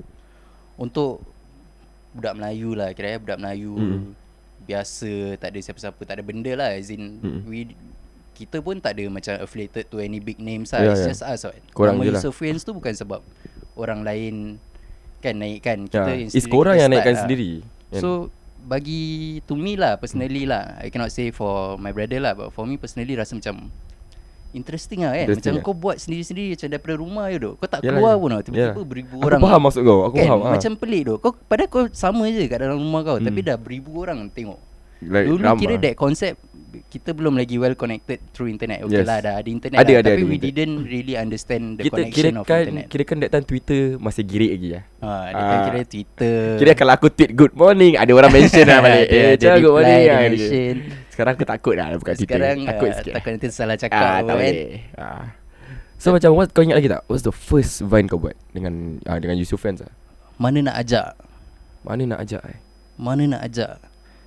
[SPEAKER 3] Untuk budak Melayu lah Kira budak Melayu
[SPEAKER 2] Mm.
[SPEAKER 3] Biasa tak ada siapa-siapa Tak ada benda lah As in
[SPEAKER 2] Mm.
[SPEAKER 3] we, Kita pun tak ada macam affiliated to any big names lah
[SPEAKER 2] Yeah,
[SPEAKER 3] yeah, It's
[SPEAKER 2] yeah.
[SPEAKER 3] yeah. just us what
[SPEAKER 2] Korang je
[SPEAKER 3] Nama
[SPEAKER 2] lah.
[SPEAKER 3] Yusof Friends tu bukan sebab Orang lain kan naikkan Kita
[SPEAKER 2] Ha.
[SPEAKER 3] yang
[SPEAKER 2] It's
[SPEAKER 3] sendiri
[SPEAKER 2] korang
[SPEAKER 3] kita
[SPEAKER 2] yang
[SPEAKER 3] start
[SPEAKER 2] naikkan
[SPEAKER 3] lah.
[SPEAKER 2] sendiri kan? Hmm.
[SPEAKER 3] So bagi to me lah personally lah I cannot say for my brother lah but for me personally rasa macam interesting lah kan
[SPEAKER 2] Interesting
[SPEAKER 3] macam
[SPEAKER 2] eh.
[SPEAKER 3] kau buat sendiri-sendiri macam daripada rumah je duk kau tak
[SPEAKER 2] Yalah,
[SPEAKER 3] keluar
[SPEAKER 2] yalah.
[SPEAKER 3] pun tau tiba-tiba
[SPEAKER 2] Yalah.
[SPEAKER 3] beribu
[SPEAKER 2] Aku
[SPEAKER 3] orang
[SPEAKER 2] faham maksud kau Aku
[SPEAKER 3] kan
[SPEAKER 2] faham ha.
[SPEAKER 3] macam pelik duk kau padahal kau sama je kat dalam rumah kau tapi dah beribu orang tengok
[SPEAKER 2] like,
[SPEAKER 3] Dulu
[SPEAKER 2] Hmm. ramai.
[SPEAKER 3] kira that concept kita belum lagi well connected through internet. Okay
[SPEAKER 2] Yes.
[SPEAKER 3] yes. lah dah ada
[SPEAKER 2] Ada,
[SPEAKER 3] internet lah.
[SPEAKER 2] ada,
[SPEAKER 3] tapi
[SPEAKER 2] ada
[SPEAKER 3] we
[SPEAKER 2] internet.
[SPEAKER 3] didn't really understand the
[SPEAKER 2] kita
[SPEAKER 3] connection
[SPEAKER 2] kira
[SPEAKER 3] of
[SPEAKER 2] kan
[SPEAKER 3] internet.
[SPEAKER 2] kira kan that time Twitter masih girik lagi ya.
[SPEAKER 3] Ha, dia kan
[SPEAKER 2] Ah.
[SPEAKER 3] kira Twitter.
[SPEAKER 2] Kira kalau aku tweet good morning ada orang mention lah balik.
[SPEAKER 3] Ada-
[SPEAKER 2] eh,
[SPEAKER 3] ada
[SPEAKER 2] cakap good
[SPEAKER 3] reply,
[SPEAKER 2] morning.
[SPEAKER 3] ada
[SPEAKER 2] ah, dia.
[SPEAKER 3] mention.
[SPEAKER 2] Sekarang aku takut dah buka Twitter.
[SPEAKER 3] Sekarang
[SPEAKER 2] takut
[SPEAKER 3] ah,
[SPEAKER 2] sikit.
[SPEAKER 3] takut nanti salah
[SPEAKER 2] ah,
[SPEAKER 3] cakap
[SPEAKER 2] tak
[SPEAKER 3] apa kan.
[SPEAKER 2] boleh. Ah. So macam what kau ingat lagi tak? What's the first vine kau buat dengan ah, dengan Yusuf fans ah?
[SPEAKER 3] Mana nak ajak
[SPEAKER 2] Mana nak ajak eh?
[SPEAKER 3] Mana nak ajak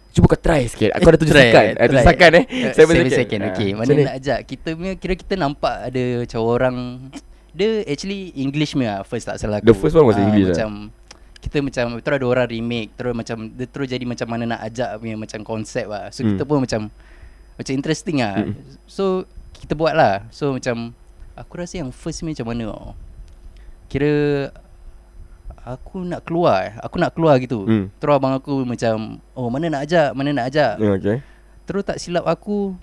[SPEAKER 2] Cuba kau try sikit Eh, Aku ada tujuh
[SPEAKER 3] Eh, Try,
[SPEAKER 2] second Ada tujuh
[SPEAKER 3] try.
[SPEAKER 2] second eh
[SPEAKER 3] Eh,
[SPEAKER 2] Seven
[SPEAKER 3] seven
[SPEAKER 2] second.
[SPEAKER 3] second
[SPEAKER 2] Ah,
[SPEAKER 3] Okay
[SPEAKER 2] macam
[SPEAKER 3] Mana
[SPEAKER 2] ni?
[SPEAKER 3] nak ajak Kita punya Kira kita nampak Ada macam orang Dia actually English punya lah First tak salah aku
[SPEAKER 2] The first one was
[SPEAKER 3] Ah,
[SPEAKER 2] English lah.
[SPEAKER 3] Macam Kita macam Terus ada orang remake Terus macam Dia terus jadi macam Mana nak ajak punya Macam konsep lah So
[SPEAKER 2] Hmm.
[SPEAKER 3] kita pun macam Macam interesting lah
[SPEAKER 2] Mm.
[SPEAKER 3] So Kita buat lah So macam Aku rasa yang first ni macam mana tau Kira Aku nak keluar eh. Aku nak keluar gitu
[SPEAKER 2] Hmm.
[SPEAKER 3] Terus abang aku macam Oh mana nak ajak Mana nak ajak
[SPEAKER 2] Ya, Okay
[SPEAKER 3] Terus tak silap aku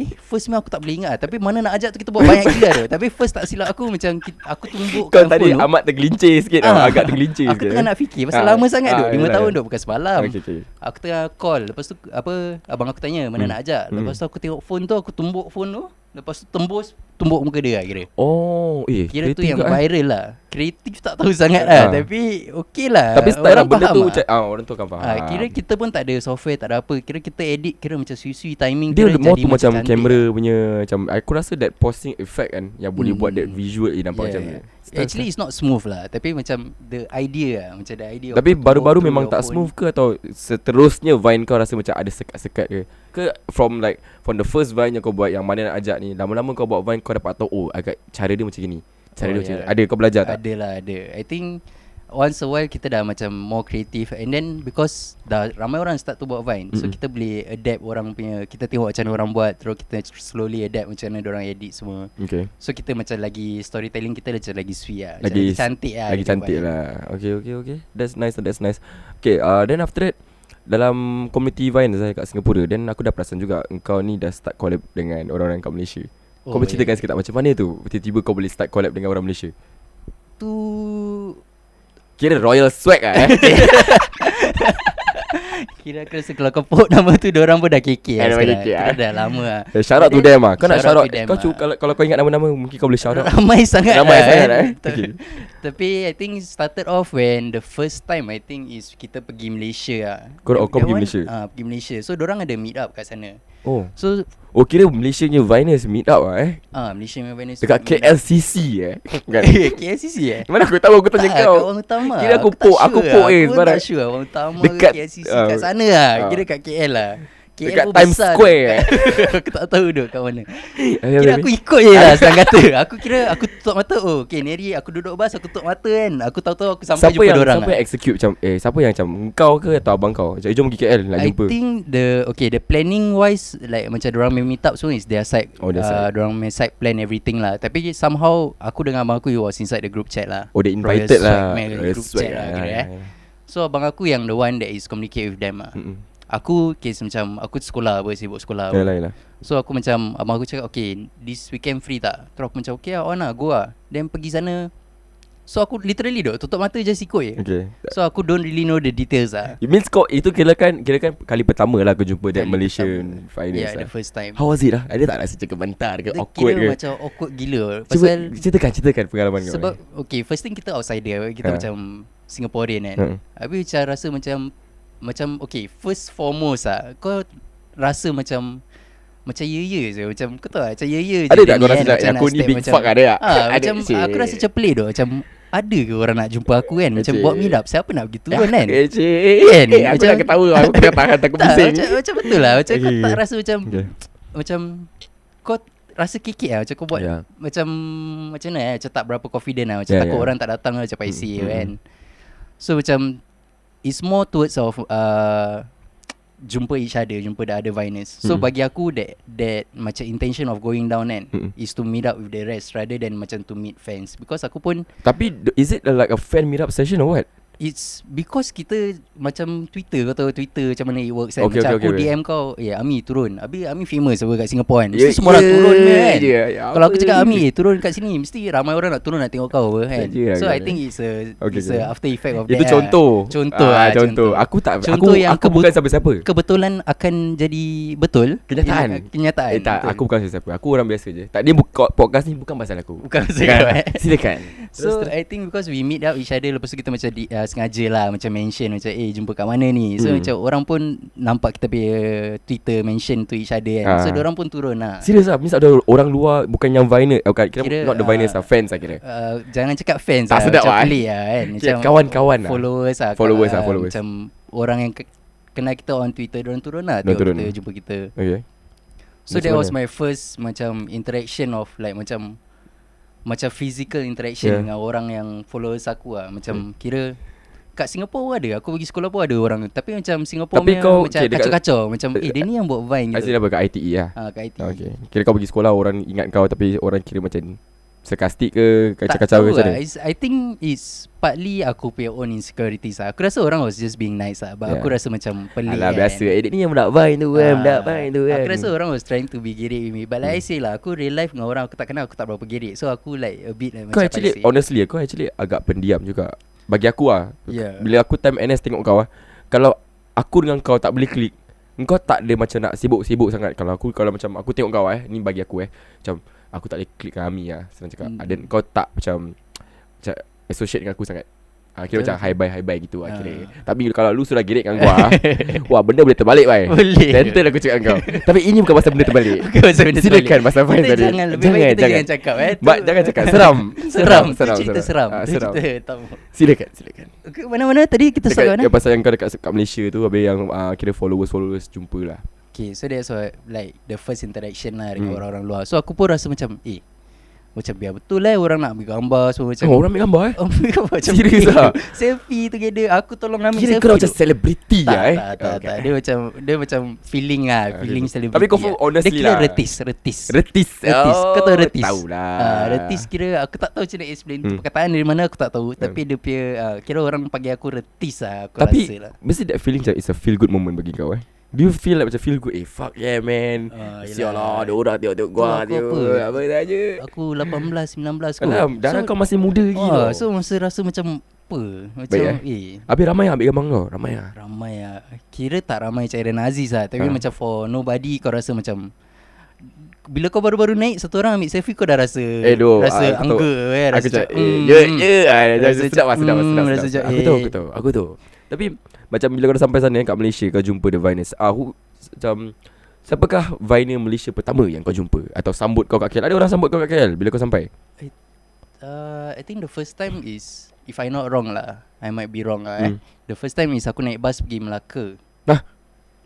[SPEAKER 3] Eh first ni aku tak boleh ingat lah. Tapi mana nak ajak tu kita buat banyak gila tu Tapi first tak silap aku macam ki- Aku tumbuk
[SPEAKER 2] Kau tadi amat tergelincir sikit tau
[SPEAKER 3] Ah,
[SPEAKER 2] Agak tergelincir
[SPEAKER 3] Aku
[SPEAKER 2] sikit
[SPEAKER 3] tengah
[SPEAKER 2] eh.
[SPEAKER 3] nak fikir Pasal
[SPEAKER 2] Ah,
[SPEAKER 3] lama sangat
[SPEAKER 2] ah,
[SPEAKER 3] duk 5
[SPEAKER 2] yelah.
[SPEAKER 3] tahun duk bukan semalam
[SPEAKER 2] Okay, okay.
[SPEAKER 3] Aku tengah call Lepas tu apa Abang aku tanya mana
[SPEAKER 2] Hmm.
[SPEAKER 3] nak ajak Lepas tu aku tengok phone tu Aku tumbuk phone tu Lepas tu tembus Tumbuk muka dia lah kira
[SPEAKER 2] Oh eh,
[SPEAKER 3] Kira tu
[SPEAKER 2] kreatif
[SPEAKER 3] yang
[SPEAKER 2] juga, eh.
[SPEAKER 3] viral lah Kreatif tak tahu sangat lah
[SPEAKER 2] Ah.
[SPEAKER 3] Tapi okey lah
[SPEAKER 2] Tapi style lah
[SPEAKER 3] Orang
[SPEAKER 2] benda
[SPEAKER 3] faham
[SPEAKER 2] tu
[SPEAKER 3] lah.
[SPEAKER 2] macam ah, Orang tu akan faham
[SPEAKER 3] Ah, kira kita pun tak ada software, tak ada apa. Kira kita edit kira macam sui-sui timing
[SPEAKER 2] Dia
[SPEAKER 3] kira
[SPEAKER 2] more tu macam
[SPEAKER 3] cantik. lah.
[SPEAKER 2] kamera punya Macam aku rasa that posting effect kan Yang boleh
[SPEAKER 3] Hmm.
[SPEAKER 2] buat that visual eh, Nampak macam ni Style-
[SPEAKER 3] ya. Actually it's not smooth lah Tapi macam the idea lah Macam the idea of
[SPEAKER 2] Tapi
[SPEAKER 3] to
[SPEAKER 2] baru-baru
[SPEAKER 3] walk
[SPEAKER 2] memang
[SPEAKER 3] through
[SPEAKER 2] tak
[SPEAKER 3] your
[SPEAKER 2] smooth ke Atau seterusnya Vine kau rasa macam ada sekat-sekat ke Ke from like From the first Vine yang kau buat Yang mana nak ajak ni Lama-lama kau buat Vine Kau dapat tahu Oh agak cara dia macam gini Cara dia
[SPEAKER 3] Oh,
[SPEAKER 2] macam
[SPEAKER 3] yeah.
[SPEAKER 2] ni Ada kau belajar tak?
[SPEAKER 3] Ada lah ada I think Once a while kita dah macam more creative And then because dah ramai orang start to buat Vine So
[SPEAKER 2] Mm-mm.
[SPEAKER 3] kita boleh adapt orang punya Kita tengok macam mana orang buat Terus kita slowly adapt macam mana orang edit semua
[SPEAKER 2] Okay
[SPEAKER 3] So kita macam lagi storytelling kita macam lagi sweet lah macam
[SPEAKER 2] Lagi
[SPEAKER 3] lagi cantik lah
[SPEAKER 2] Lagi
[SPEAKER 3] kita
[SPEAKER 2] cantik
[SPEAKER 3] buat.
[SPEAKER 2] lah Okay okay okay That's nice That's nice Okay uh, then after that Dalam community Vine saya kat Singapura Then aku dah perasan juga Engkau ni dah start collab Dengan orang-orang kat Malaysia oh, Kau
[SPEAKER 3] Oh,
[SPEAKER 2] boleh ceritakan
[SPEAKER 3] yeah.
[SPEAKER 2] yeah. sikit tak Macam mana tu Tiba-tiba kau boleh start collab Dengan orang Malaysia
[SPEAKER 3] Tu
[SPEAKER 2] Kira royal swag lah eh
[SPEAKER 3] Kira aku rasa kalau kau put nama tu Diorang pun dah
[SPEAKER 2] Eh,
[SPEAKER 3] kekek lah
[SPEAKER 2] dah
[SPEAKER 3] sekarang
[SPEAKER 2] kekek
[SPEAKER 3] Kira
[SPEAKER 2] lah.
[SPEAKER 3] Dah lama lah
[SPEAKER 2] Eh, Shout out to them lah Kau nak shout
[SPEAKER 3] Shout
[SPEAKER 2] out
[SPEAKER 3] out to them
[SPEAKER 2] kau cu-
[SPEAKER 3] lah.
[SPEAKER 2] kalau, kalau kau ingat nama-nama Mungkin kau boleh shout out
[SPEAKER 3] Ramai sangat
[SPEAKER 2] Ramai
[SPEAKER 3] lah,
[SPEAKER 2] sangat lah, eh.
[SPEAKER 3] Ta-
[SPEAKER 2] Okay.
[SPEAKER 3] Tapi I think started off when the first time I think is kita pergi Malaysia lah.
[SPEAKER 2] Kau- oh, kau
[SPEAKER 3] That
[SPEAKER 2] pergi
[SPEAKER 3] one,
[SPEAKER 2] Malaysia?
[SPEAKER 3] Ah, pergi Malaysia. So orang ada meet up kat sana.
[SPEAKER 2] Oh
[SPEAKER 3] So
[SPEAKER 2] Oh kira Malaysia punya Viners meet up lah eh
[SPEAKER 3] ah Malaysia punya Venice.
[SPEAKER 2] Dekat KLCC eh Kan
[SPEAKER 3] KLCC eh?
[SPEAKER 2] Mana aku tahu aku tanya
[SPEAKER 3] Tak,
[SPEAKER 2] kau
[SPEAKER 3] kat Orang Utama
[SPEAKER 2] Kira aku
[SPEAKER 3] tak
[SPEAKER 2] poke, aku
[SPEAKER 3] sure
[SPEAKER 2] poke
[SPEAKER 3] lah.
[SPEAKER 2] je
[SPEAKER 3] Aku pun
[SPEAKER 2] sebarang.
[SPEAKER 3] tak sure Orang Utama
[SPEAKER 2] Dekat,
[SPEAKER 3] dekat, KLCC kat
[SPEAKER 2] ah,
[SPEAKER 3] sana lah
[SPEAKER 2] ah.
[SPEAKER 3] Kira kat KL lah KL
[SPEAKER 2] Dekat
[SPEAKER 3] pun
[SPEAKER 2] Times
[SPEAKER 3] besar
[SPEAKER 2] Square, Ya,
[SPEAKER 3] dekat- Aku tak tahu duduk kat mana
[SPEAKER 2] Eh,
[SPEAKER 3] Kira aku
[SPEAKER 2] Habis-
[SPEAKER 3] ikut je lah Senang kata Aku kira aku tutup mata Oh okay ni hari aku duduk bas Aku tutup mata kan Aku tahu-tahu aku
[SPEAKER 2] Siapa
[SPEAKER 3] sampai jumpa
[SPEAKER 2] yang
[SPEAKER 3] dorang lah.
[SPEAKER 2] Siapa yang execute macam Eh siapa yang macam Kau ke atau abang kau Macam eh, jom pergi KL nak
[SPEAKER 3] I
[SPEAKER 2] jumpa
[SPEAKER 3] think the Okay the planning wise Like macam dorang main meet up So is their side
[SPEAKER 2] Oh, their
[SPEAKER 3] uh,
[SPEAKER 2] side.
[SPEAKER 3] Dorang main side plan everything lah Tapi somehow Aku dengan abang aku It was inside the group chat lah
[SPEAKER 2] Oh they
[SPEAKER 3] Royal
[SPEAKER 2] invited
[SPEAKER 3] Swag
[SPEAKER 2] lah
[SPEAKER 3] main
[SPEAKER 2] Royal
[SPEAKER 3] Group
[SPEAKER 2] swag
[SPEAKER 3] chat lah
[SPEAKER 2] lah,
[SPEAKER 3] kira
[SPEAKER 2] ya,
[SPEAKER 3] eh
[SPEAKER 2] ya, ya.
[SPEAKER 3] So abang aku yang the one That is communicate with them lah
[SPEAKER 2] Mm-mm.
[SPEAKER 3] Aku case macam Aku sekolah apa Sibuk sekolah apa.
[SPEAKER 2] Yalah yalah
[SPEAKER 3] So aku macam Abang aku cakap Okay This weekend free tak Terus aku macam Okay lah on lah Go lah Then pergi sana So aku literally duk Tutup mata just ikut je okay.
[SPEAKER 2] Okay
[SPEAKER 3] So aku don't really know the details lah
[SPEAKER 2] It means kau Itu kira kan Kira kan kali pertama lah Kau jumpa that
[SPEAKER 3] Kali
[SPEAKER 2] Malaysian
[SPEAKER 3] pertama.
[SPEAKER 2] Finance
[SPEAKER 3] Yeah
[SPEAKER 2] lah
[SPEAKER 3] the first time
[SPEAKER 2] How was it lah Ada tak rasa macam gementar ke
[SPEAKER 3] Dia
[SPEAKER 2] Awkward
[SPEAKER 3] kira
[SPEAKER 2] ke
[SPEAKER 3] macam awkward gila
[SPEAKER 2] Cuba
[SPEAKER 3] Pasal
[SPEAKER 2] ceritakan ceritakan pengalaman kau. eh.
[SPEAKER 3] Sebab Okay first thing kita outsider
[SPEAKER 2] Ha.
[SPEAKER 3] Kita macam Singaporean kan
[SPEAKER 2] Ha.
[SPEAKER 3] Habis macam rasa macam Macam okay First foremost lah Kau rasa macam Macam ye-ye je Macam kau tahu lah Macam ye-ye je
[SPEAKER 2] Ada
[SPEAKER 3] dia
[SPEAKER 2] tak kau
[SPEAKER 3] ni
[SPEAKER 2] rasa
[SPEAKER 3] kan,
[SPEAKER 2] macam,
[SPEAKER 3] nak
[SPEAKER 2] aku ni
[SPEAKER 3] step
[SPEAKER 2] big fuck ada tak?
[SPEAKER 3] ha, Macam aku rasa macam pelik tu Macam ada ke orang nak jumpa aku kan Macam
[SPEAKER 2] Cik.
[SPEAKER 3] buat meet up Siapa nak pergi turun kan
[SPEAKER 2] Eh cik,
[SPEAKER 3] Kan?
[SPEAKER 2] eh, aku
[SPEAKER 3] Macam-
[SPEAKER 2] nak ketawa aku kena tahan aku
[SPEAKER 3] tak,
[SPEAKER 2] bising.
[SPEAKER 3] macam, macam betul lah Macam kau
[SPEAKER 2] Okay,
[SPEAKER 3] tak
[SPEAKER 2] okay.
[SPEAKER 3] rasa macam
[SPEAKER 2] Okay.
[SPEAKER 3] Macam Kau rasa kikik lah Macam kau buat
[SPEAKER 2] Ya.
[SPEAKER 3] Macam Macam mana eh Macam tak berapa confident lah Macam
[SPEAKER 2] Ya,
[SPEAKER 3] takut
[SPEAKER 2] ya.
[SPEAKER 3] orang tak datang lah Macam paisi
[SPEAKER 2] mm,
[SPEAKER 3] mm, kan So macam It's more towards of uh, Jumpa each other Jumpa the other viners So
[SPEAKER 2] Mm.
[SPEAKER 3] bagi aku That that Macam intention of going down kan
[SPEAKER 2] Mm.
[SPEAKER 3] Is to meet up with the rest Rather than macam to meet fans Because aku pun
[SPEAKER 2] Tapi d- is it a- like a fan meet up session or what?
[SPEAKER 3] It's because kita macam Twitter kau tahu Twitter macam mana it works kan.
[SPEAKER 2] Okay,
[SPEAKER 3] macam
[SPEAKER 2] okay, okay,
[SPEAKER 3] aku
[SPEAKER 2] okay.
[SPEAKER 3] DM kau, "Eh, Ami turun." Abi Ami famous apa kat Singapore kan. Mesti
[SPEAKER 2] Ya,
[SPEAKER 3] yeah, semua orang
[SPEAKER 2] ya,
[SPEAKER 3] turun dia kan.
[SPEAKER 2] ya, ya,
[SPEAKER 3] Kalau aku
[SPEAKER 2] apa
[SPEAKER 3] cakap
[SPEAKER 2] ni?
[SPEAKER 3] Ami eh, turun kat sini mesti ramai orang nak turun nak tengok kau apa kan.
[SPEAKER 2] Ya, ya, ya,
[SPEAKER 3] so I
[SPEAKER 2] ya.
[SPEAKER 3] think it's a
[SPEAKER 2] Okay,
[SPEAKER 3] okay, it's
[SPEAKER 2] okay.
[SPEAKER 3] a after effect of
[SPEAKER 2] Itu
[SPEAKER 3] that.
[SPEAKER 2] contoh.
[SPEAKER 3] Lah. Contoh
[SPEAKER 2] Ah,
[SPEAKER 3] lah,
[SPEAKER 2] contoh. Aku tak aku
[SPEAKER 3] Contoh yang
[SPEAKER 2] aku
[SPEAKER 3] kebut-
[SPEAKER 2] bukan siapa-siapa.
[SPEAKER 3] Kebetulan akan jadi betul
[SPEAKER 2] Kenyataan.
[SPEAKER 3] Eh, Kenyataan
[SPEAKER 2] Eh tak,
[SPEAKER 3] betul.
[SPEAKER 2] aku bukan siapa-siapa. Aku orang biasa je. Tak dia buka podcast ni bukan pasal aku.
[SPEAKER 3] Bukan pasal kau,
[SPEAKER 2] Kan?
[SPEAKER 3] eh.
[SPEAKER 2] Silakan.
[SPEAKER 3] So I think because we meet up each other Lepas tu kita macam di, uh, sengaja lah Macam mention macam Eh jumpa kat mana ni
[SPEAKER 2] Hmm.
[SPEAKER 3] So hmm. macam orang pun Nampak kita punya Twitter mention to each other
[SPEAKER 2] Ah.
[SPEAKER 3] kan So orang pun turun lah
[SPEAKER 2] Serius lah, means ada orang luar bukan yang Viner. Oh, kira, kira
[SPEAKER 3] Kira,
[SPEAKER 2] not the
[SPEAKER 3] ah,
[SPEAKER 2] Viners lah, fans lah kira.
[SPEAKER 3] uh, Jangan cakap fans
[SPEAKER 2] Tak
[SPEAKER 3] lah
[SPEAKER 2] sedap lah,
[SPEAKER 3] Macam
[SPEAKER 2] eh.
[SPEAKER 3] pelik lah kan
[SPEAKER 2] Kira kawan-kawan lah.
[SPEAKER 3] Followers lah
[SPEAKER 2] Followers lah,
[SPEAKER 3] Ah,
[SPEAKER 2] followers.
[SPEAKER 3] Macam orang yang ke- kenal kita on Twitter Diorang turun lah
[SPEAKER 2] Dorang
[SPEAKER 3] Tengok
[SPEAKER 2] turun. lah.
[SPEAKER 3] kita Jumpa kita
[SPEAKER 2] Okay Macam
[SPEAKER 3] So that was
[SPEAKER 2] mana?
[SPEAKER 3] my first Macam interaction of Like macam Macam physical interaction
[SPEAKER 2] Yeah. Hmm.
[SPEAKER 3] yeah. Dengan orang yang Followers aku lah Macam kira Kat Singapore pun ada Aku pergi sekolah pun ada orang tu. Tapi macam Singapore
[SPEAKER 2] Tapi
[SPEAKER 3] punya
[SPEAKER 2] kau-
[SPEAKER 3] Macam
[SPEAKER 2] okay, dekat-
[SPEAKER 3] kacau-kacau Macam eh dia ni yang buat Vine gitu
[SPEAKER 2] Asyik apa kat ITE lah
[SPEAKER 3] ha, Kat IT
[SPEAKER 2] Okay Kira kau pergi sekolah Orang ingat kau Tapi orang kira macam Sarkastik ke Kacau-kacau ke macam
[SPEAKER 3] lah.
[SPEAKER 2] mana
[SPEAKER 3] It's, I think it's partly aku punya own insecurities lah. Aku rasa orang was just being nice lah.
[SPEAKER 2] Yeah.
[SPEAKER 3] But yeah. aku rasa macam pelik
[SPEAKER 2] Alah
[SPEAKER 3] kan.
[SPEAKER 2] biasa Edit ni yang budak vine tu kan
[SPEAKER 3] Ah,
[SPEAKER 2] Budak vine tu kan
[SPEAKER 3] Aku rasa orang was trying to be gerik with me But like hmm. I say lah Aku real life dengan orang Aku tak kenal Aku tak berapa gerik So aku like a bit like
[SPEAKER 2] Kau
[SPEAKER 3] macam
[SPEAKER 2] actually
[SPEAKER 3] paiseh.
[SPEAKER 2] Honestly Kau actually agak pendiam juga Bagi aku lah
[SPEAKER 3] Yeah.
[SPEAKER 2] Bila aku time NS tengok kau lah Kalau Aku dengan kau tak boleh klik Kau tak ada macam nak sibuk-sibuk sangat Kalau aku Kalau macam Aku tengok kau lah, eh Ni bagi aku eh Macam Aku tak boleh klik dengan Ami lah Senang cakap
[SPEAKER 3] Hmm.
[SPEAKER 2] hmm. Then kau tak macam Macam Associate dengan aku sangat Ah, kira
[SPEAKER 3] Betul.
[SPEAKER 2] macam hi bye hi bye gitu lah kira.
[SPEAKER 3] Ah.
[SPEAKER 2] Tapi kalau lu sudah gerik dengan gua ah, Wah benda boleh terbalik bye
[SPEAKER 3] Boleh.
[SPEAKER 2] Tentu aku cakap dengan kau Tapi ini bukan pasal benda terbalik
[SPEAKER 3] Bukan pasal benda
[SPEAKER 2] Silakan
[SPEAKER 3] terbalik.
[SPEAKER 2] pasal Faiz
[SPEAKER 3] Kita
[SPEAKER 2] tadi
[SPEAKER 3] Jangan Lebih jangan, baik kita jangan, cakap eh Tu-
[SPEAKER 2] Mak jangan cakap Seram
[SPEAKER 3] Seram seram, cerita seram,
[SPEAKER 2] Ah,
[SPEAKER 3] Tu
[SPEAKER 2] seram.
[SPEAKER 3] cerita tak mau.
[SPEAKER 2] Silakan silakan
[SPEAKER 3] Ke Mana-mana tadi kita eh? start kat
[SPEAKER 2] Dekat,
[SPEAKER 3] mana
[SPEAKER 2] yang pasal yang kau dekat, kat Malaysia tu Habis yang uh, kira followers-followers jumpa lah
[SPEAKER 3] Okay so that's what Like the first interaction lah Dengan
[SPEAKER 2] Hmm.
[SPEAKER 3] orang-orang luar So aku pun rasa macam Eh Macam biar betul lah Orang nak ambil gambar Semua macam
[SPEAKER 2] Oh orang ambil gambar eh
[SPEAKER 3] Oh my god macam
[SPEAKER 2] Serius
[SPEAKER 3] eh,
[SPEAKER 2] ah?
[SPEAKER 3] Selfie together Aku tolong ambil
[SPEAKER 2] Kira
[SPEAKER 3] selfie
[SPEAKER 2] kau macam
[SPEAKER 3] tu.
[SPEAKER 2] selebriti
[SPEAKER 3] tak,
[SPEAKER 2] lah eh
[SPEAKER 3] tak, tak,
[SPEAKER 2] Okay.
[SPEAKER 3] tak, Dia macam Dia macam feeling lah
[SPEAKER 2] Ah,
[SPEAKER 3] Feeling
[SPEAKER 2] okay. Tapi
[SPEAKER 3] celebrity
[SPEAKER 2] kau feel
[SPEAKER 3] lah.
[SPEAKER 2] honestly
[SPEAKER 3] Dia kira
[SPEAKER 2] lah.
[SPEAKER 3] retis Retis
[SPEAKER 2] Retis Oh,
[SPEAKER 3] Retis Kau tahu retis
[SPEAKER 2] Tahulah
[SPEAKER 3] Ah, Retis kira Aku tak tahu macam nak explain tu
[SPEAKER 2] Hmm.
[SPEAKER 3] Perkataan dari mana aku tak tahu
[SPEAKER 2] Hmm.
[SPEAKER 3] Tapi dia punya ah, Kira orang panggil aku retis lah Aku
[SPEAKER 2] Tapi
[SPEAKER 3] rasa lah
[SPEAKER 2] Mesti that feeling macam It's a feel good moment bagi kau eh Do you feel like macam feel good Eh fuck yeah man
[SPEAKER 3] Ah,
[SPEAKER 2] Sial
[SPEAKER 3] yelah.
[SPEAKER 2] lah Ada orang tengok-tengok gua
[SPEAKER 3] Tu aku
[SPEAKER 2] tengok
[SPEAKER 3] apa?
[SPEAKER 2] Apa saja
[SPEAKER 3] Aku 18, 19 kot
[SPEAKER 2] Alam Darah kau masih muda lagi
[SPEAKER 3] oh,
[SPEAKER 2] tau.
[SPEAKER 3] So masa rasa macam Apa Macam
[SPEAKER 2] Baik,
[SPEAKER 3] eh
[SPEAKER 2] Habis ramai yang ambil gambar kau Ramai lah
[SPEAKER 3] Ramai lah Kira tak ramai cairan Aziz lah Tapi
[SPEAKER 2] Ha.
[SPEAKER 3] macam for nobody Kau rasa macam Bila kau baru-baru naik Satu orang ambil selfie Kau dah rasa
[SPEAKER 2] Eh doh
[SPEAKER 3] Rasa angga eh,
[SPEAKER 2] Aku
[SPEAKER 3] Rasa
[SPEAKER 2] cakap
[SPEAKER 3] macam,
[SPEAKER 2] eh,
[SPEAKER 3] mm,
[SPEAKER 2] Ya
[SPEAKER 3] mm.
[SPEAKER 2] ya ah, dah-
[SPEAKER 3] Rasa
[SPEAKER 2] dah- Sedap lah
[SPEAKER 3] macam,
[SPEAKER 2] sedap lah
[SPEAKER 3] mm,
[SPEAKER 2] sedap,
[SPEAKER 3] rasa
[SPEAKER 2] sedap
[SPEAKER 3] macam,
[SPEAKER 2] Aku tahu
[SPEAKER 3] eh.
[SPEAKER 2] aku tahu Aku tahu Tapi Macam bila kau dah sampai sana eh, Kat Malaysia Kau jumpa The Viners ah, who, Macam Siapakah Viner Malaysia pertama Yang kau jumpa Atau sambut kau kat KL Ada orang sambut kau kat KL Bila kau sampai
[SPEAKER 3] uh, I think the first time is If I not wrong lah I might be wrong lah eh
[SPEAKER 2] Hmm.
[SPEAKER 3] The first time is Aku naik bus pergi Melaka
[SPEAKER 2] Hah?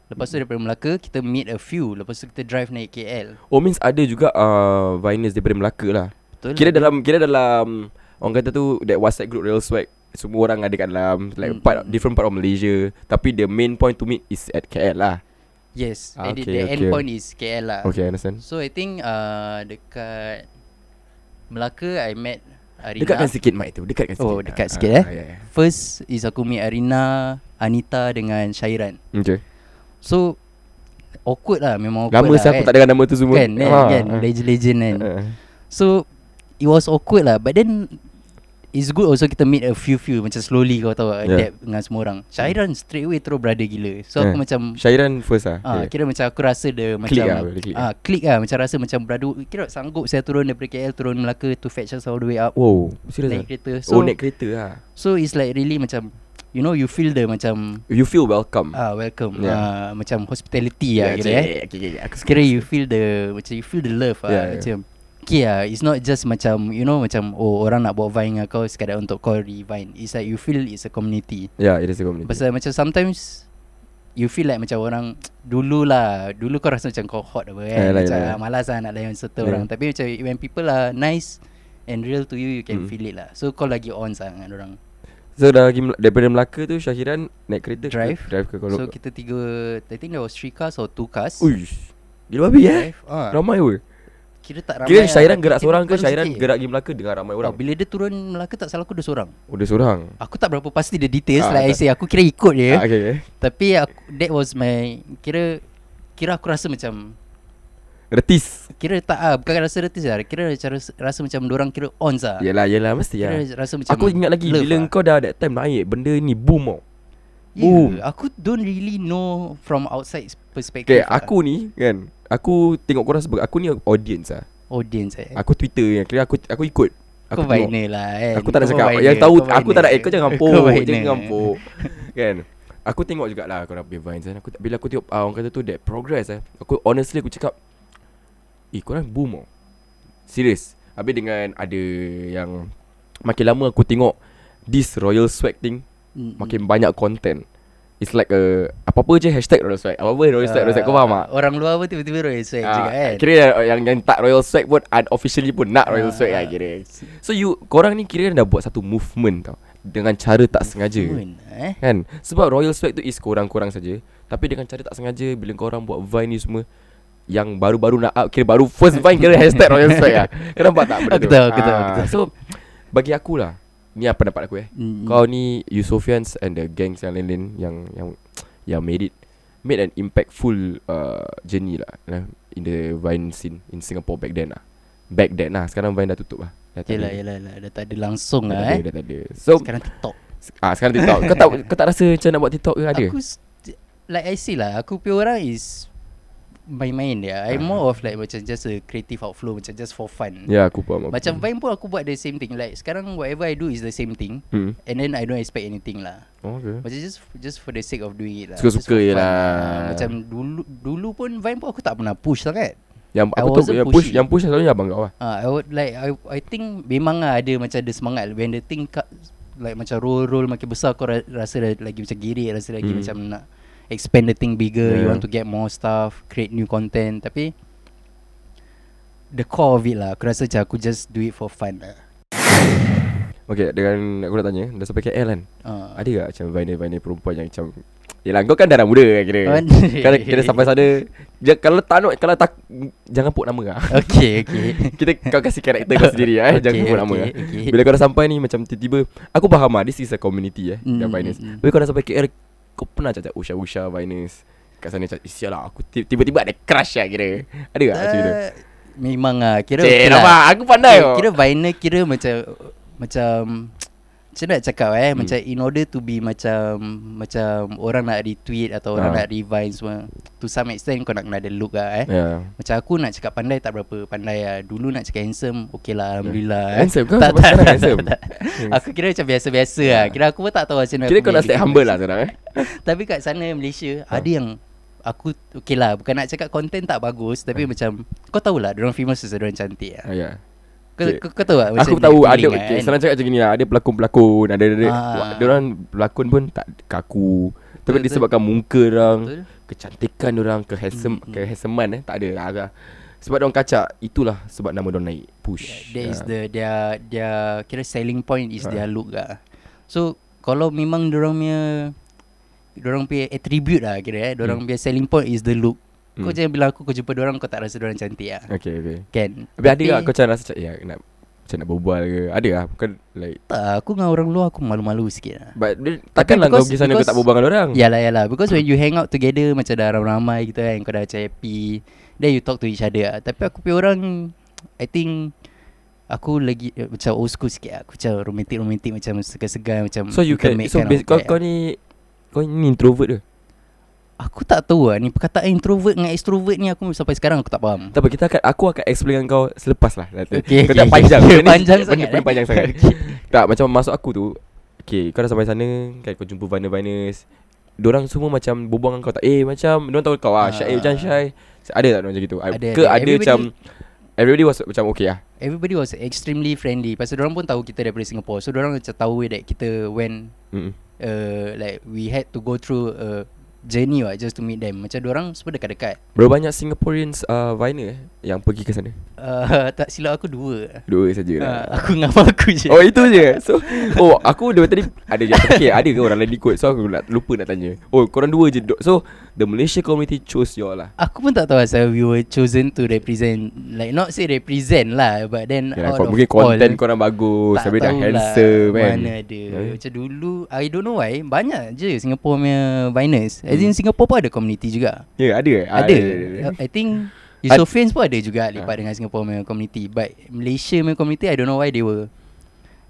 [SPEAKER 3] Lepas tu daripada Melaka Kita meet a few Lepas tu kita drive naik KL
[SPEAKER 2] Oh means ada juga uh, Viners daripada Melaka lah
[SPEAKER 3] Betul
[SPEAKER 2] Kira dalam Kira dalam Orang kata tu That WhatsApp group Real Swag Semua orang ada kat dalam Like
[SPEAKER 3] Mm,
[SPEAKER 2] part
[SPEAKER 3] mm.
[SPEAKER 2] Different part of Malaysia Tapi the main point to meet Is at KL lah
[SPEAKER 3] Yes
[SPEAKER 2] Ah,
[SPEAKER 3] ah, okay,
[SPEAKER 2] okay,
[SPEAKER 3] The
[SPEAKER 2] okay. Oh,
[SPEAKER 3] end point is KL lah
[SPEAKER 2] Okay I understand
[SPEAKER 3] So I think uh, dekat Melaka I met Arina.
[SPEAKER 2] Dekatkan sikit mic tu Dekatkan sikit
[SPEAKER 3] lah. Oh, dekat
[SPEAKER 2] Ah,
[SPEAKER 3] sikit,
[SPEAKER 2] ah,
[SPEAKER 3] eh.
[SPEAKER 2] ya, ya.
[SPEAKER 3] First is aku meet Arina, Anita dengan Syairan.
[SPEAKER 2] Okay
[SPEAKER 3] So awkward lah memang awkward
[SPEAKER 2] Lama
[SPEAKER 3] lah.
[SPEAKER 2] saya aku tak dengar nama tu semua
[SPEAKER 3] Kan, kan,
[SPEAKER 2] Ah,
[SPEAKER 3] kan
[SPEAKER 2] ah.
[SPEAKER 3] legend-legend kan.
[SPEAKER 2] Ah, ah.
[SPEAKER 3] So it was awkward lah but then It's good also kita meet a few-few Macam slowly kau tahu
[SPEAKER 2] Yeah.
[SPEAKER 3] yeah. Adapt dengan semua orang Syairan straight away terus brother gila So aku
[SPEAKER 2] Eh,
[SPEAKER 3] macam
[SPEAKER 2] Syairan first lah
[SPEAKER 3] Ah,
[SPEAKER 2] Okay.
[SPEAKER 3] kira macam aku rasa
[SPEAKER 2] Click
[SPEAKER 3] dia macam
[SPEAKER 2] lah, boleh click
[SPEAKER 3] ah, klik lah macam rasa macam beradu kira sanggup saya turun daripada KL turun Melaka to fetch us all the way up
[SPEAKER 2] Wow Serius
[SPEAKER 3] naik
[SPEAKER 2] lah
[SPEAKER 3] kereta.
[SPEAKER 2] Oh
[SPEAKER 3] So
[SPEAKER 2] naik kereta lah
[SPEAKER 3] so it's like really macam you know you feel the macam
[SPEAKER 2] You feel welcome
[SPEAKER 3] ah welcome
[SPEAKER 2] Hmm. Yeah.
[SPEAKER 3] ah macam hospitality lah kira
[SPEAKER 2] okay,
[SPEAKER 3] eh.
[SPEAKER 2] okay, okay, okay, aku suka.
[SPEAKER 3] Kira you feel the macam you feel the love
[SPEAKER 2] Yeah, yeah.
[SPEAKER 3] ah macam Okay lah, it's not just macam you know macam oh orang nak buat vine dengan kau sekadar untuk kau revine. It's like you feel it's a community.
[SPEAKER 2] Yeah it is a community
[SPEAKER 3] Pasal macam sometimes You feel like macam orang Dulu lah Dulu kau rasa macam kau hot apa kan
[SPEAKER 2] Eh, like,
[SPEAKER 3] Macam
[SPEAKER 2] like.
[SPEAKER 3] ah, malas lah nak layan serta
[SPEAKER 2] Yeah.
[SPEAKER 3] orang Tapi macam when people are nice And real to you You can
[SPEAKER 2] Mm.
[SPEAKER 3] feel it lah So kau lagi on sangat dengan orang
[SPEAKER 2] So dah lagi Mel- daripada Melaka tu Syahiran naik kereta ke-
[SPEAKER 3] Drive.
[SPEAKER 2] Drive ke
[SPEAKER 3] So
[SPEAKER 2] Kuala
[SPEAKER 3] kita tiga I think there was three cars or two cars
[SPEAKER 2] Uish Gila babi eh
[SPEAKER 3] Drive ah.
[SPEAKER 2] Ramai weh
[SPEAKER 3] Kira tak ramai
[SPEAKER 2] Kira
[SPEAKER 3] lah.
[SPEAKER 2] Syairan gerak
[SPEAKER 3] Kira
[SPEAKER 2] seorang ke
[SPEAKER 3] orang
[SPEAKER 2] Syairan
[SPEAKER 3] sikit.
[SPEAKER 2] gerak pergi Melaka Dengan ramai
[SPEAKER 3] oh,
[SPEAKER 2] orang
[SPEAKER 3] Bila dia turun Melaka tak salah aku dia seorang
[SPEAKER 2] Oh dia seorang
[SPEAKER 3] Aku tak berapa pasti the details
[SPEAKER 2] Ah,
[SPEAKER 3] Like I
[SPEAKER 2] tak-
[SPEAKER 3] say Aku kira ikut je
[SPEAKER 2] Ah, Okay okay.
[SPEAKER 3] Tapi aku, that was my Kira Kira aku rasa macam
[SPEAKER 2] Retis
[SPEAKER 3] Kira tak ah bukan rasa retis lah. Kira rasa, rasa macam orang kira on lah.
[SPEAKER 2] Yelah yelah mesti
[SPEAKER 3] Kira
[SPEAKER 2] lah
[SPEAKER 3] rasa macam
[SPEAKER 2] Aku ingat lagi
[SPEAKER 3] love
[SPEAKER 2] Bila
[SPEAKER 3] lah.
[SPEAKER 2] kau dah that time naik Benda ni boom tau boom.
[SPEAKER 3] yeah, aku don't really know from outside
[SPEAKER 2] Okay
[SPEAKER 3] perspective. lah.
[SPEAKER 2] aku ni kan Aku tengok korang sebagai Aku ni audience lah
[SPEAKER 3] lah. audience eh.
[SPEAKER 2] Aku Twitter yang Kira aku aku ikut Aku
[SPEAKER 3] Aku kau
[SPEAKER 2] tengok.
[SPEAKER 3] viner lah kan.
[SPEAKER 2] Aku tak nak
[SPEAKER 3] Kau
[SPEAKER 2] cakap
[SPEAKER 3] viner,
[SPEAKER 2] Yang tahu
[SPEAKER 3] kau
[SPEAKER 2] Aku tak nak eh, Kau jangan
[SPEAKER 3] viner.
[SPEAKER 2] ampuk
[SPEAKER 3] Kau viner.
[SPEAKER 2] Jangan ampuk Kan Aku tengok jugalah Korang punya Vines kan aku, Bila aku tengok ah, Orang kata tu That progress eh Aku honestly aku cakap Eh korang boom oh. Serius Habis dengan ada Yang Makin lama aku tengok This royal swag thing
[SPEAKER 3] Mm, mm.
[SPEAKER 2] Makin banyak content It's like a Apa Apa-apa je hashtag Royal Swag Apa-apa Royal Swag Royal Swag Kau faham tak?
[SPEAKER 3] Orang luar pun tiba-tiba royal swag uh, Ah, juga kan.
[SPEAKER 2] Ah, Kira yang, yang tak Royal Swag pun Unofficially pun nak Royal
[SPEAKER 3] Ah,
[SPEAKER 2] Swag lah kira So you Korang ni kira kan dah buat satu movement tau Dengan cara tak sengaja
[SPEAKER 3] Pun, eh.
[SPEAKER 2] Kan Sebab Royal Swag tu is korang-korang saja Tapi dengan cara tak sengaja Bila korang buat Vine ni semua Yang baru-baru nak up Kira baru first Vine Kira hashtag Royal Swag lah Kau nampak tak benda
[SPEAKER 3] Aku
[SPEAKER 2] tu
[SPEAKER 3] tahu, aku tahu,
[SPEAKER 2] Ah,
[SPEAKER 3] aku tahu.
[SPEAKER 2] So Bagi akulah Ni apa pendapat aku eh
[SPEAKER 3] Mm.
[SPEAKER 2] Kau ni Yusofians and the gangs yang lain-lain Yang yang yang made it Made an impactful uh, journey lah eh, In the Vine scene In Singapore back then lah Back then lah Sekarang Vine dah tutup lah Dah tak
[SPEAKER 3] Yelah,
[SPEAKER 2] ada.
[SPEAKER 3] yelah, yelah. Dah tak ada langsung
[SPEAKER 2] Dah
[SPEAKER 3] lah
[SPEAKER 2] tak ada,
[SPEAKER 3] eh.
[SPEAKER 2] dah tak ada So
[SPEAKER 3] Sekarang TikTok.
[SPEAKER 2] ah, Sekarang TikTok Kau tak, kau tak rasa macam nak buat TikTok ke ada?
[SPEAKER 3] Aku s- like I say lah, aku punya orang is main-main dia. I'm
[SPEAKER 2] Ah.
[SPEAKER 3] more of like macam just a creative outflow macam just for fun.
[SPEAKER 2] Ya aku faham aku
[SPEAKER 3] Macam
[SPEAKER 2] faham.
[SPEAKER 3] Vine pun aku buat the same thing. Like sekarang whatever I do is the same thing
[SPEAKER 2] hmm.
[SPEAKER 3] and then I don't expect anything lah.
[SPEAKER 2] Oh, okay.
[SPEAKER 3] Macam just just for the sake of doing it lah.
[SPEAKER 2] Suka-suka
[SPEAKER 3] Just for
[SPEAKER 2] je
[SPEAKER 3] fun Ah,
[SPEAKER 2] lah.
[SPEAKER 3] Macam dulu dulu pun Vine pun aku tak pernah push sangat.
[SPEAKER 2] Yang
[SPEAKER 3] I
[SPEAKER 2] aku tu
[SPEAKER 3] wasn't
[SPEAKER 2] yang push
[SPEAKER 3] pushy.
[SPEAKER 2] yang push selalunya abang kau lah.
[SPEAKER 3] Ah, I would like I I think memang lah ada macam ada semangat when the thing cut, like macam roll roll makin besar kau ra- rasa dah lagi macam girik rasa lagi
[SPEAKER 2] Hmm.
[SPEAKER 3] macam nak expand the thing bigger yeah. you
[SPEAKER 2] Yeah.
[SPEAKER 3] want to get more stuff create new content tapi the core of it lah aku rasa macam aku just do it for fun lah.
[SPEAKER 2] Okay dengan aku nak tanya dah sampai KL kan.
[SPEAKER 3] Ah.
[SPEAKER 2] Ada tak macam vinyl-vinyl perempuan yang macam Yelah kau kan darah muda kan kira
[SPEAKER 3] Kan?
[SPEAKER 2] Kira, kira sampai sana ja, Kalau tak nak Kalau tak Jangan put nama lah
[SPEAKER 3] Okay okay.
[SPEAKER 2] Kita kau kasih karakter kau sendiri lah eh. Jangan
[SPEAKER 3] Okay,
[SPEAKER 2] put nama
[SPEAKER 3] okay,
[SPEAKER 2] lah
[SPEAKER 3] okay.
[SPEAKER 2] Bila kau dah sampai ni Macam tiba-tiba Aku faham lah This is a community eh mm, Yang
[SPEAKER 3] Mm,
[SPEAKER 2] Binance
[SPEAKER 3] mm, mm.
[SPEAKER 2] Bila kau dah sampai KL Kau pernah "Oh, cakap Usha-usha Binance Kat sana cakap Sial lah aku ti- tiba-tiba ada crush lah kira Ada tak macam tu
[SPEAKER 3] Uh, memang lah kira
[SPEAKER 2] Cik
[SPEAKER 3] okay lah.
[SPEAKER 2] nampak Aku pandai
[SPEAKER 3] Kira-
[SPEAKER 2] kau
[SPEAKER 3] Kira vinyl kira macam Macam Macam nak cakap
[SPEAKER 2] Hmm.
[SPEAKER 3] eh hmm. Macam in order to be macam Macam orang nak retweet Atau orang
[SPEAKER 2] Ah.
[SPEAKER 3] nak revine semua To some extent kau nak kena ada look lah eh
[SPEAKER 2] yeah.
[SPEAKER 3] Macam aku nak cakap pandai tak berapa pandai lah Dulu nak cakap handsome Okay lah Alhamdulillah eh.
[SPEAKER 2] Handsome kau
[SPEAKER 3] Tak,
[SPEAKER 2] sampai
[SPEAKER 3] tak,
[SPEAKER 2] sekarang
[SPEAKER 3] tak,
[SPEAKER 2] handsome
[SPEAKER 3] tak. Aku kira macam biasa-biasa lah Kira aku pun tak tahu macam mana
[SPEAKER 2] Kira
[SPEAKER 3] aku
[SPEAKER 2] kau
[SPEAKER 3] punya
[SPEAKER 2] nak stay
[SPEAKER 3] diri
[SPEAKER 2] humble Ah.
[SPEAKER 3] macam-
[SPEAKER 2] lah sekarang eh
[SPEAKER 3] tapi kat sana Malaysia ha. ada yang aku okey lah bukan nak cakap konten tak bagus tapi ha. macam kau tahulah dia orang famous sebab dia orang cantik ah.
[SPEAKER 2] Ah, Ya
[SPEAKER 3] Kau,
[SPEAKER 2] Cik,
[SPEAKER 3] kau, kau tahu tak
[SPEAKER 2] Aku
[SPEAKER 3] macam kan?
[SPEAKER 2] tahu
[SPEAKER 3] dia
[SPEAKER 2] ada
[SPEAKER 3] feeling
[SPEAKER 2] okay, Senang cakap macam ni lah Ada pelakon-pelakon Ada ada
[SPEAKER 3] Ah.
[SPEAKER 2] Dia orang pelakon pun tak kaku Tapi
[SPEAKER 3] Betul,
[SPEAKER 2] disebabkan muka orang
[SPEAKER 3] Betul.
[SPEAKER 2] Kecantikan orang Kehandsome
[SPEAKER 3] Mm, mm.
[SPEAKER 2] Kehandsomean eh Tak ada lah agak. Sebab dia orang kacak Itulah sebab nama dia orang naik Push
[SPEAKER 3] That is
[SPEAKER 2] Ah.
[SPEAKER 3] the their their kira selling point is
[SPEAKER 2] Ha.
[SPEAKER 3] their look lah. So kalau memang dia orang punya dia orang punya attribute lah kira eh. Dia orang
[SPEAKER 2] Hmm.
[SPEAKER 3] punya selling point is the look. Kau
[SPEAKER 2] Hmm.
[SPEAKER 3] jangan bilang aku kau jumpa dia orang kau tak rasa dia orang cantik ah.
[SPEAKER 2] Okay okay
[SPEAKER 3] Kan?
[SPEAKER 2] Tapi ada lah kau macam rasa macam Ya nak Macam nak berbual ke Ada lah Bukan like
[SPEAKER 3] tak, aku dengan orang luar aku malu-malu sikit lah.
[SPEAKER 2] But dia, takkanlah kau
[SPEAKER 3] because-
[SPEAKER 2] pergi sana Kau
[SPEAKER 3] because-
[SPEAKER 2] tak berbual dengan orang
[SPEAKER 3] Yalah yalah Because when you hang out together Macam dah ramai-ramai gitu kan Kau dah macam happy Then you talk to each other lah. Tapi aku punya orang I think Aku lagi eh, Macam old school sikit lah. Aku macam romantic-romantic Macam segan-segan Macam
[SPEAKER 2] So you can
[SPEAKER 3] intimate
[SPEAKER 2] So
[SPEAKER 3] kind of
[SPEAKER 2] bas- kau,
[SPEAKER 3] vibe
[SPEAKER 2] kau
[SPEAKER 3] lah.
[SPEAKER 2] ni Kau ni introvert ke
[SPEAKER 3] Aku tak tahu lah Ni perkataan introvert dengan extrovert ni Aku sampai sekarang aku tak faham
[SPEAKER 2] Tak apa kita akan Aku akan explain dengan kau Selepas lah nanti.
[SPEAKER 3] Okey,
[SPEAKER 2] Kau
[SPEAKER 3] okey,
[SPEAKER 2] tak panjang
[SPEAKER 3] okey.
[SPEAKER 2] Benda ni-
[SPEAKER 3] Panjang
[SPEAKER 2] benda-
[SPEAKER 3] sangat,
[SPEAKER 2] Benda
[SPEAKER 3] eh.
[SPEAKER 2] panjang sangat Tak macam masuk aku tu Okay kau dah sampai sana Kan kau jumpa Vanas-Vanas Diorang semua macam Berbual dengan kau tak Eh macam Diorang tahu kau lah Syai eh,
[SPEAKER 3] Ah.
[SPEAKER 2] macam Syai Ada tak diorang macam gitu
[SPEAKER 3] Ada,
[SPEAKER 2] Ke
[SPEAKER 3] ada.
[SPEAKER 2] ada macam Everybody was macam okay lah
[SPEAKER 3] Everybody was extremely friendly Pasal orang pun tahu kita daripada Singapore So orang macam tahu that kita When
[SPEAKER 2] Mm-mm.
[SPEAKER 3] uh, Like we had to go through a Journey lah Just to meet them Macam orang semua dekat-dekat
[SPEAKER 2] Berapa banyak Singaporeans uh, Viner eh, Yang pergi ke sana
[SPEAKER 3] Uh, tak silap aku dua
[SPEAKER 2] Dua saja lah
[SPEAKER 3] uh, Aku dengan abang aku je
[SPEAKER 2] Oh itu je So Oh aku daripada tadi Ada je Okay ada ke orang lain ikut So aku nak, lupa nak tanya Oh korang dua je dok. So The Malaysia community chose you all lah
[SPEAKER 3] Aku pun tak tahu asal we were chosen to represent Like not say represent lah But then
[SPEAKER 2] Yalah,
[SPEAKER 3] out
[SPEAKER 2] kau,
[SPEAKER 3] of
[SPEAKER 2] mungkin
[SPEAKER 3] all
[SPEAKER 2] content korang bagus
[SPEAKER 3] tak
[SPEAKER 2] Habis dah
[SPEAKER 3] tahulah
[SPEAKER 2] handsome kan
[SPEAKER 3] Mana ada
[SPEAKER 2] Eh.
[SPEAKER 3] Macam dulu I don't know why Banyak je Singapore punya Binance As
[SPEAKER 2] Hmm.
[SPEAKER 3] in Singapore pun ada community juga
[SPEAKER 2] Ya ada eh? Ah,
[SPEAKER 3] Ada
[SPEAKER 2] ada.
[SPEAKER 3] I think Yusofians pun ada juga Lipat dengan Singapore punya community But Malaysia punya community I don't know why they were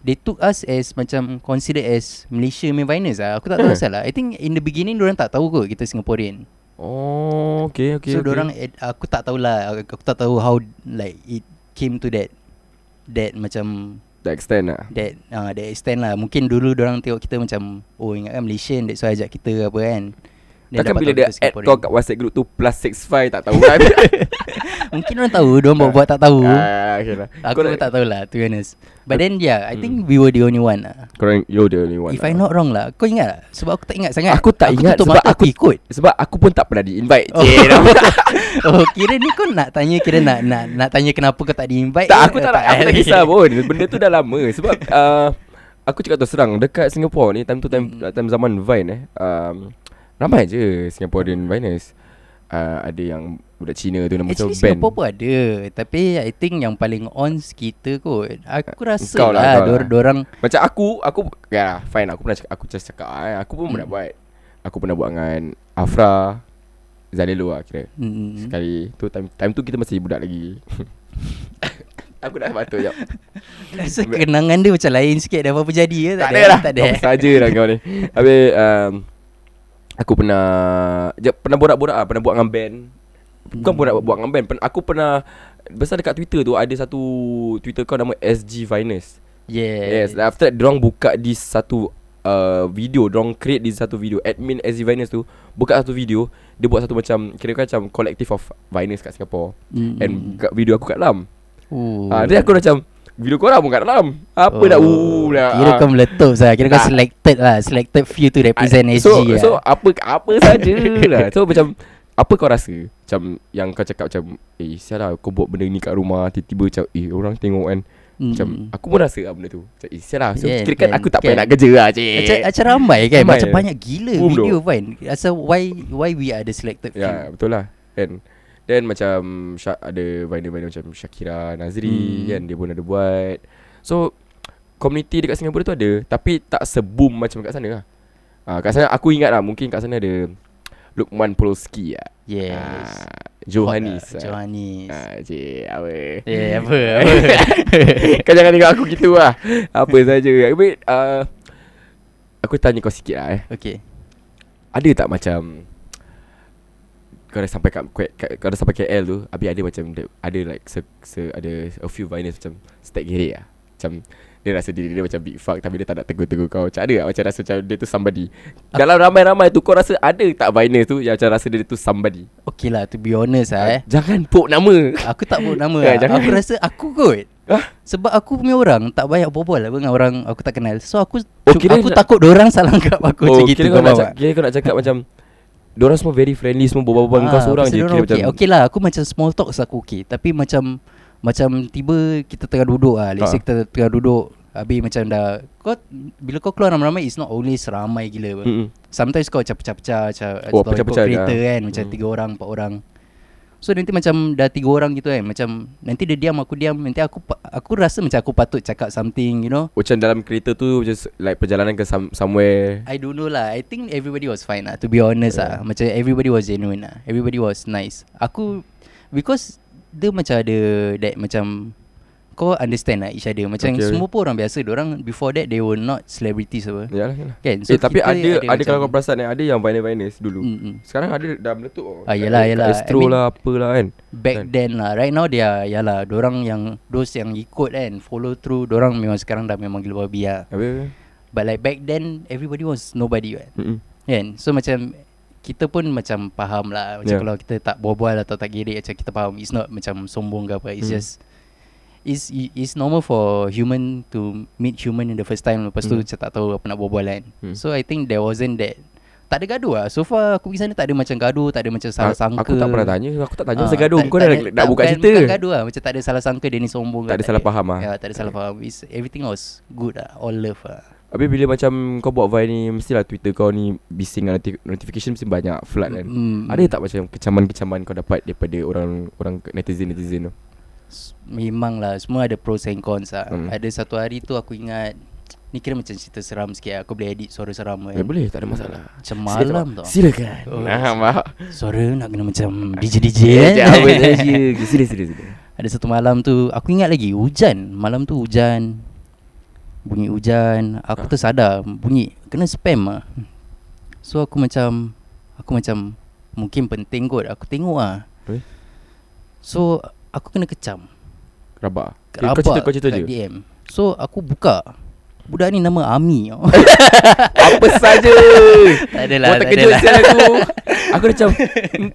[SPEAKER 3] They took us as Macam considered as Malaysia punya Binance lah Aku tak tahu
[SPEAKER 2] Eh.
[SPEAKER 3] asal lah I think in the beginning Diorang tak tahu kot Kita Singaporean
[SPEAKER 2] Oh okay okay
[SPEAKER 3] So
[SPEAKER 2] okay.
[SPEAKER 3] dorang ad- aku tak tahulah aku, aku tak tahu how like it came to that that macam
[SPEAKER 2] Tak extend lah
[SPEAKER 3] that uh, that extent lah. Mungkin dulu dorang tengok kita macam oh ingatkan Malaysian that's why ajak kita apa kan. Then
[SPEAKER 2] Takkan
[SPEAKER 3] dapat
[SPEAKER 2] bila
[SPEAKER 3] tahu
[SPEAKER 2] dia
[SPEAKER 3] kita
[SPEAKER 2] add
[SPEAKER 3] Singaporean.
[SPEAKER 2] kau kat WhatsApp group tu Plus 65 tak tahu kan
[SPEAKER 3] Mungkin orang tahu Diorang buat-buat tak tahu
[SPEAKER 2] Ah, okay lah.
[SPEAKER 3] Aku
[SPEAKER 2] Korang-
[SPEAKER 3] pun tak tahulah To be honest But then yeah I think we were the only one lah
[SPEAKER 2] Korang You're the Hmm. only one
[SPEAKER 3] If I not wrong lah Kau ingat tak? Sebab aku tak ingat sangat
[SPEAKER 2] Aku tak ingat
[SPEAKER 3] tutup
[SPEAKER 2] sebab
[SPEAKER 3] mata
[SPEAKER 2] aku- Eh,
[SPEAKER 3] ikut
[SPEAKER 2] Sebab aku pun tak pernah di-invite
[SPEAKER 3] Oh.
[SPEAKER 2] Cik, dah-
[SPEAKER 3] Oh kira ni kau nak tanya Kira nak nak, nak tanya kenapa kau tak di-invite
[SPEAKER 2] Tak Eh, aku
[SPEAKER 3] ke?
[SPEAKER 2] tak nak Aku tak
[SPEAKER 3] payah.
[SPEAKER 2] kisah pun Benda tu dah lama Sebab uh, Aku cakap terus terang Dekat Singapore ni Time tu time, time zaman Vine eh um, Ramai je Singaporean Viners uh, Ada yang Budak Cina tu Nama tu
[SPEAKER 3] Actually
[SPEAKER 2] band
[SPEAKER 3] Singapore pun ada Tapi I think yang paling on kita kot Aku rasa
[SPEAKER 2] Kau lah,
[SPEAKER 3] lah,
[SPEAKER 2] kau
[SPEAKER 3] dor-
[SPEAKER 2] lah.
[SPEAKER 3] Dorang
[SPEAKER 2] Macam aku Aku ya, Fine aku pernah cakap, Aku just cakap eh. Aku pun pernah buat Aku pernah buat dengan Afra Zalelo lah kira
[SPEAKER 3] hmm,
[SPEAKER 2] Sekali tu time, time tu kita masih budak lagi Aku nak batuk jap
[SPEAKER 3] Rasa kenangan dia macam lain sikit Dah apa-apa jadi ke
[SPEAKER 2] Tak ada lah
[SPEAKER 3] Tak ada eh?
[SPEAKER 2] Saja lah kau ni Habis um, Aku pernah je, Pernah borak-borak lah Pernah buat dengan band Bukan borak buat dengan band Pern, Aku pernah Besar dekat Twitter tu Ada satu Twitter kau nama SG Finest
[SPEAKER 3] Yes,
[SPEAKER 2] Yes After that Diorang buka di satu uh, Video Diorang create di satu video Admin SG Finest tu Buka satu video Dia buat satu macam Kira kira macam Collective of Finest kat Singapore
[SPEAKER 3] Mm.
[SPEAKER 2] And kat video aku kat dalam
[SPEAKER 3] Ooh.
[SPEAKER 2] Ah, Dia aku macam Video korang pun kat dalam Apa dah uh, dah,
[SPEAKER 3] Oh. Kira
[SPEAKER 2] ah.
[SPEAKER 3] kau meletup lah Kira kau
[SPEAKER 2] Tak.
[SPEAKER 3] selected lah Selected few to represent
[SPEAKER 2] Ah,
[SPEAKER 3] SG
[SPEAKER 2] so,
[SPEAKER 3] lah
[SPEAKER 2] So apa apa saja lah. So macam apa kau rasa? Macam yang kau cakap macam eh sial lah kau buat benda ni kat rumah tiba-tiba macam eh orang tengok kan.
[SPEAKER 3] Mm.
[SPEAKER 2] Macam aku pun rasa lah benda tu. Macam eh sial lah. So yeah,
[SPEAKER 3] Yeah,
[SPEAKER 2] kira kan
[SPEAKER 3] kan,
[SPEAKER 2] aku tak
[SPEAKER 3] kan.
[SPEAKER 2] payah nak kerja lah cik.
[SPEAKER 3] Macam, macam ramai kan
[SPEAKER 2] Ramai
[SPEAKER 3] Macam
[SPEAKER 2] lah.
[SPEAKER 3] banyak gila
[SPEAKER 2] Boom
[SPEAKER 3] video kan Asal why why we are the selected
[SPEAKER 2] ya
[SPEAKER 3] few
[SPEAKER 2] betul lah. Kan. Then macam Syak, ada viner-viner macam Shakira Nazri
[SPEAKER 3] Hmm.
[SPEAKER 2] kan dia pun ada buat. So community dekat Singapura tu ada tapi tak seboom macam kat sana lah. Ah kat sana aku ingat lah mungkin kat sana ada Lukman Polski lah.
[SPEAKER 3] Yes
[SPEAKER 2] Ah, Johannes.
[SPEAKER 3] Hot lah, Johannes
[SPEAKER 2] Ah, Hmm. cik, apa.
[SPEAKER 3] Eh apa, apa?
[SPEAKER 2] kau jangan tengok aku gitu lah. Apa saja. Wait, uh, aku tanya kau sikit lah eh.
[SPEAKER 3] Okay
[SPEAKER 2] Ada tak macam kau dah sampai kat, kat, kat kau dah sampai KL tu, habis ada macam dia- ada like se, se, ada a few viners macam stack gerik lah. Macam dia rasa diri dia macam big fuck tapi dia tak nak tegur-tegur kau. Macam ada tak? macam rasa macam dia tu somebody. Dalam ramai-ramai tu kau rasa ada tak viners tu yang macam rasa dia tu somebody.
[SPEAKER 3] Okay lah to be honest lah eh
[SPEAKER 2] Jangan pok nama.
[SPEAKER 3] Aku tak buat nama
[SPEAKER 2] Ya,
[SPEAKER 3] lah.
[SPEAKER 2] jangan.
[SPEAKER 3] Aku rasa aku kot
[SPEAKER 2] Hah?
[SPEAKER 3] Sebab aku punya orang Tak banyak berbual lah dengan orang Aku tak kenal So aku
[SPEAKER 2] Oh,
[SPEAKER 3] cu-
[SPEAKER 2] kira
[SPEAKER 3] Aku
[SPEAKER 2] nak-
[SPEAKER 3] takut orang salah anggap aku Macam
[SPEAKER 2] Oh,
[SPEAKER 3] gitu
[SPEAKER 2] kira
[SPEAKER 3] kau
[SPEAKER 2] kau nak
[SPEAKER 3] faham
[SPEAKER 2] cakap,
[SPEAKER 3] tak?
[SPEAKER 2] kira kau nak cakap macam Diorang semua very friendly Semua berbual-bual dengan kau
[SPEAKER 3] Ah,
[SPEAKER 2] seorang
[SPEAKER 3] pasal
[SPEAKER 2] je
[SPEAKER 3] dorang
[SPEAKER 2] Kira
[SPEAKER 3] okay.
[SPEAKER 2] macam
[SPEAKER 3] okay lah aku macam small talk aku okay Tapi macam Macam tiba kita tengah duduk lah Let's
[SPEAKER 2] Ah.
[SPEAKER 3] say kita tengah duduk Habis macam dah Kau Bila kau keluar ramai-ramai It's not always ramai gila
[SPEAKER 2] Mm-mm.
[SPEAKER 3] Sometimes kau macam pecah-pecah Macam
[SPEAKER 2] Hmm. Oh,
[SPEAKER 3] oh,
[SPEAKER 2] pecah-pecah
[SPEAKER 3] pecah-pecah kereta
[SPEAKER 2] je, ah.
[SPEAKER 3] kan Macam tiga orang, empat orang So nanti macam dah tiga orang gitu kan Macam nanti dia diam, aku diam Nanti aku pa- aku rasa macam aku patut cakap something You know
[SPEAKER 2] Macam dalam kereta tu Just like perjalanan ke some, somewhere
[SPEAKER 3] I don't know lah I think everybody was fine lah To be honest lah Macam everybody was genuine lah Everybody was nice Aku Because Dia macam ada That macam Kau understand lah each other Macam
[SPEAKER 2] Okay.
[SPEAKER 3] okay. semua pun orang biasa Orang before that They were not celebrities apa
[SPEAKER 2] Yalah, yalah.
[SPEAKER 3] Kan,
[SPEAKER 2] so
[SPEAKER 3] so
[SPEAKER 2] Eh tapi
[SPEAKER 3] kita
[SPEAKER 2] ada
[SPEAKER 3] ada
[SPEAKER 2] Ada kalau kau
[SPEAKER 3] macam-
[SPEAKER 2] perasan eh, Ada yang viner-viners dulu
[SPEAKER 3] Mm, mm.
[SPEAKER 2] Sekarang ada dah meletup oh.
[SPEAKER 3] Ah, yelah,
[SPEAKER 2] Kat
[SPEAKER 3] yelah.
[SPEAKER 2] Astro
[SPEAKER 3] I mean-
[SPEAKER 2] lah apalah kan
[SPEAKER 3] Back then lah Right now they are Yalah Diorang yang Those yang ikut kan Follow through Diorang memang sekarang Dah memang gila babi lah
[SPEAKER 2] Habis
[SPEAKER 3] But like back then Everybody was nobody kan
[SPEAKER 2] Mm-mm.
[SPEAKER 3] Kan So macam Kita pun macam faham lah Macam
[SPEAKER 2] Yeah.
[SPEAKER 3] yeah. kalau kita tak berbual Atau tak gerik Macam kita faham It's not macam sombong ke apa
[SPEAKER 2] Mm.
[SPEAKER 3] It's mm. just It's i- it's normal for human to meet human in the first time Lepas tu
[SPEAKER 2] Mm.
[SPEAKER 3] macam tak tahu apa nak berbual kan
[SPEAKER 2] Mm.
[SPEAKER 3] So I think there wasn't that Tak ada gaduh lah So far aku pergi sana tak ada macam gaduh Tak ada macam
[SPEAKER 2] Ah,
[SPEAKER 3] salah sangka
[SPEAKER 2] Aku tak pernah tanya Aku tak tanya
[SPEAKER 3] Ah,
[SPEAKER 2] pasal gaduh
[SPEAKER 3] tak-
[SPEAKER 2] Kau
[SPEAKER 3] tak
[SPEAKER 2] dah
[SPEAKER 3] ada-
[SPEAKER 2] nak
[SPEAKER 3] tak-
[SPEAKER 2] buka
[SPEAKER 3] bukan-
[SPEAKER 2] cerita
[SPEAKER 3] Bukan gaduh lah Macam tak ada salah sangka dia ni sombong ke
[SPEAKER 2] Tak ada salah faham lah
[SPEAKER 3] Ya tak ada salah faham It's, Everything was good lah All love lah
[SPEAKER 2] Habis bila macam Kau buat vine ni Mestilah Twitter kau ni Bising dengan noti- notification Mesti banyak flood kan
[SPEAKER 3] Mm.
[SPEAKER 2] Ada tak macam kecaman-kecaman kau dapat daripada orang orang netizen-netizen tu?
[SPEAKER 3] S- Memanglah lah, Semua ada pros and cons lah
[SPEAKER 2] Hmm.
[SPEAKER 3] hmm. Ada satu hari tu aku ingat Ni kira macam cerita seram sikit lah. Aku boleh edit suara seram kan
[SPEAKER 2] Eh, boleh, tak ada masalah.
[SPEAKER 3] Macam
[SPEAKER 2] Silakan,
[SPEAKER 3] malam
[SPEAKER 2] Mak.
[SPEAKER 3] tau
[SPEAKER 2] Silakan.
[SPEAKER 3] Oh,
[SPEAKER 2] Nah, mak.
[SPEAKER 3] Suara nak kena macam DJ-DJ kan
[SPEAKER 2] Ya, apa saja. Sila, sila, sila.
[SPEAKER 3] Ada satu malam tu Aku ingat lagi Hujan Malam tu hujan Bunyi hujan Aku
[SPEAKER 2] Ah.
[SPEAKER 3] tersadar Bunyi Kena spam lah So aku macam Aku macam Mungkin penting kot Aku tengok lah
[SPEAKER 2] Eh?
[SPEAKER 3] So Aku kena kecam
[SPEAKER 2] Rabak. Eh,
[SPEAKER 3] Rabak
[SPEAKER 2] Kau cerita, kau cerita
[SPEAKER 3] kat
[SPEAKER 2] je.
[SPEAKER 3] DM So aku buka Budak ni nama Ami tau.
[SPEAKER 2] Apa saja
[SPEAKER 3] Tak
[SPEAKER 2] Kau
[SPEAKER 3] adalah, tak lah.
[SPEAKER 2] terkejut
[SPEAKER 3] adalah.
[SPEAKER 2] sial aku Aku dah macam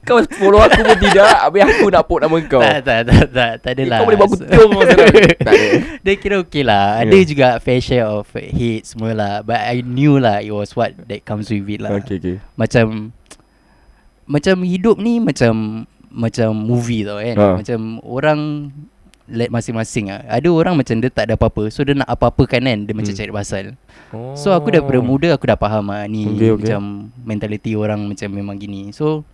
[SPEAKER 2] Kau follow aku pun tidak Habis aku nak put nama kau Eh,
[SPEAKER 3] Tak lah. tak tak tak tak adalah.
[SPEAKER 2] Kau boleh buat aku terung kau sekarang. Tak Ya. ada.
[SPEAKER 3] Dia kira okey lah. Ada
[SPEAKER 2] Yeah.
[SPEAKER 3] juga fair share of hate semua lah. But I knew lah it was what that comes with it lah.
[SPEAKER 2] Okay okay
[SPEAKER 3] Macam macam hidup ni macam macam movie tau kan.
[SPEAKER 2] Ha.
[SPEAKER 3] Macam orang let masing-masing lah. Ada orang macam dia tak ada apa-apa. So dia nak apa-apakan kan. Dia macam
[SPEAKER 2] Hmm.
[SPEAKER 3] cari pasal. So aku daripada muda aku dah faham lah ni
[SPEAKER 2] Okay, okay.
[SPEAKER 3] macam mentality orang macam memang gini. So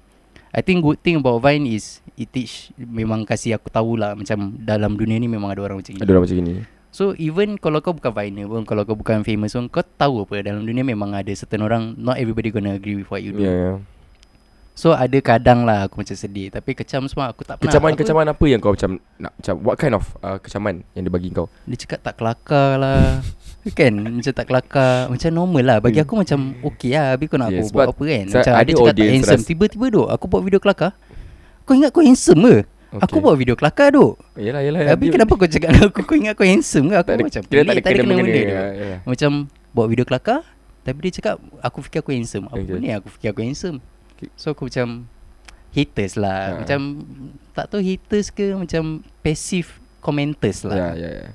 [SPEAKER 3] I think good thing about Vine is it teach memang kasih aku tahu lah macam dalam dunia ni memang ada orang macam
[SPEAKER 2] Ada
[SPEAKER 3] gini.
[SPEAKER 2] orang macam gini
[SPEAKER 3] So even kalau kau bukan Viner pun kalau kau bukan famous pun kau tahu apa dalam dunia memang ada certain orang not everybody gonna agree with what you do.
[SPEAKER 2] Ya ya
[SPEAKER 3] So ada kadang lah aku macam sedih tapi kecam semua aku tak pernah. Aku-
[SPEAKER 2] Kecaman-kecaman apa yang kau macam nak macam What kind of uh, kecaman yang dia bagi kau
[SPEAKER 3] Dia cakap tak kelakar lah Kan Macam tak kelakar Macam normal lah Bagi aku macam Okay lah Habis kau nak
[SPEAKER 2] Hmm. Yes,
[SPEAKER 3] yes, buat
[SPEAKER 2] but
[SPEAKER 3] apa kan
[SPEAKER 2] sa-
[SPEAKER 3] Macam
[SPEAKER 2] ada
[SPEAKER 3] ada cakap tak
[SPEAKER 2] audience
[SPEAKER 3] handsome
[SPEAKER 2] ras-
[SPEAKER 3] Tiba-tiba duk Aku buat video kelakar Kau ingat kau handsome ke okay. Aku buat video kelakar duk
[SPEAKER 2] Yelah yelah
[SPEAKER 3] Habis
[SPEAKER 2] Eh, dia-
[SPEAKER 3] kenapa kau cakap dengan aku Kau ingat kau handsome ke Aku
[SPEAKER 2] tak ada,
[SPEAKER 3] macam
[SPEAKER 2] kira
[SPEAKER 3] pelik
[SPEAKER 2] tak ada kena mengena
[SPEAKER 3] duk.
[SPEAKER 2] Ah, yelah.
[SPEAKER 3] Macam Buat video kelakar Tapi dia cakap Aku fikir aku handsome Apa
[SPEAKER 2] Okay.
[SPEAKER 3] okay. ni aku fikir aku handsome
[SPEAKER 2] Okay.
[SPEAKER 3] So aku macam Haters lah
[SPEAKER 2] Ha.
[SPEAKER 3] Macam Tak tahu haters ke Macam Passive Commenters lah
[SPEAKER 2] Ya ya ya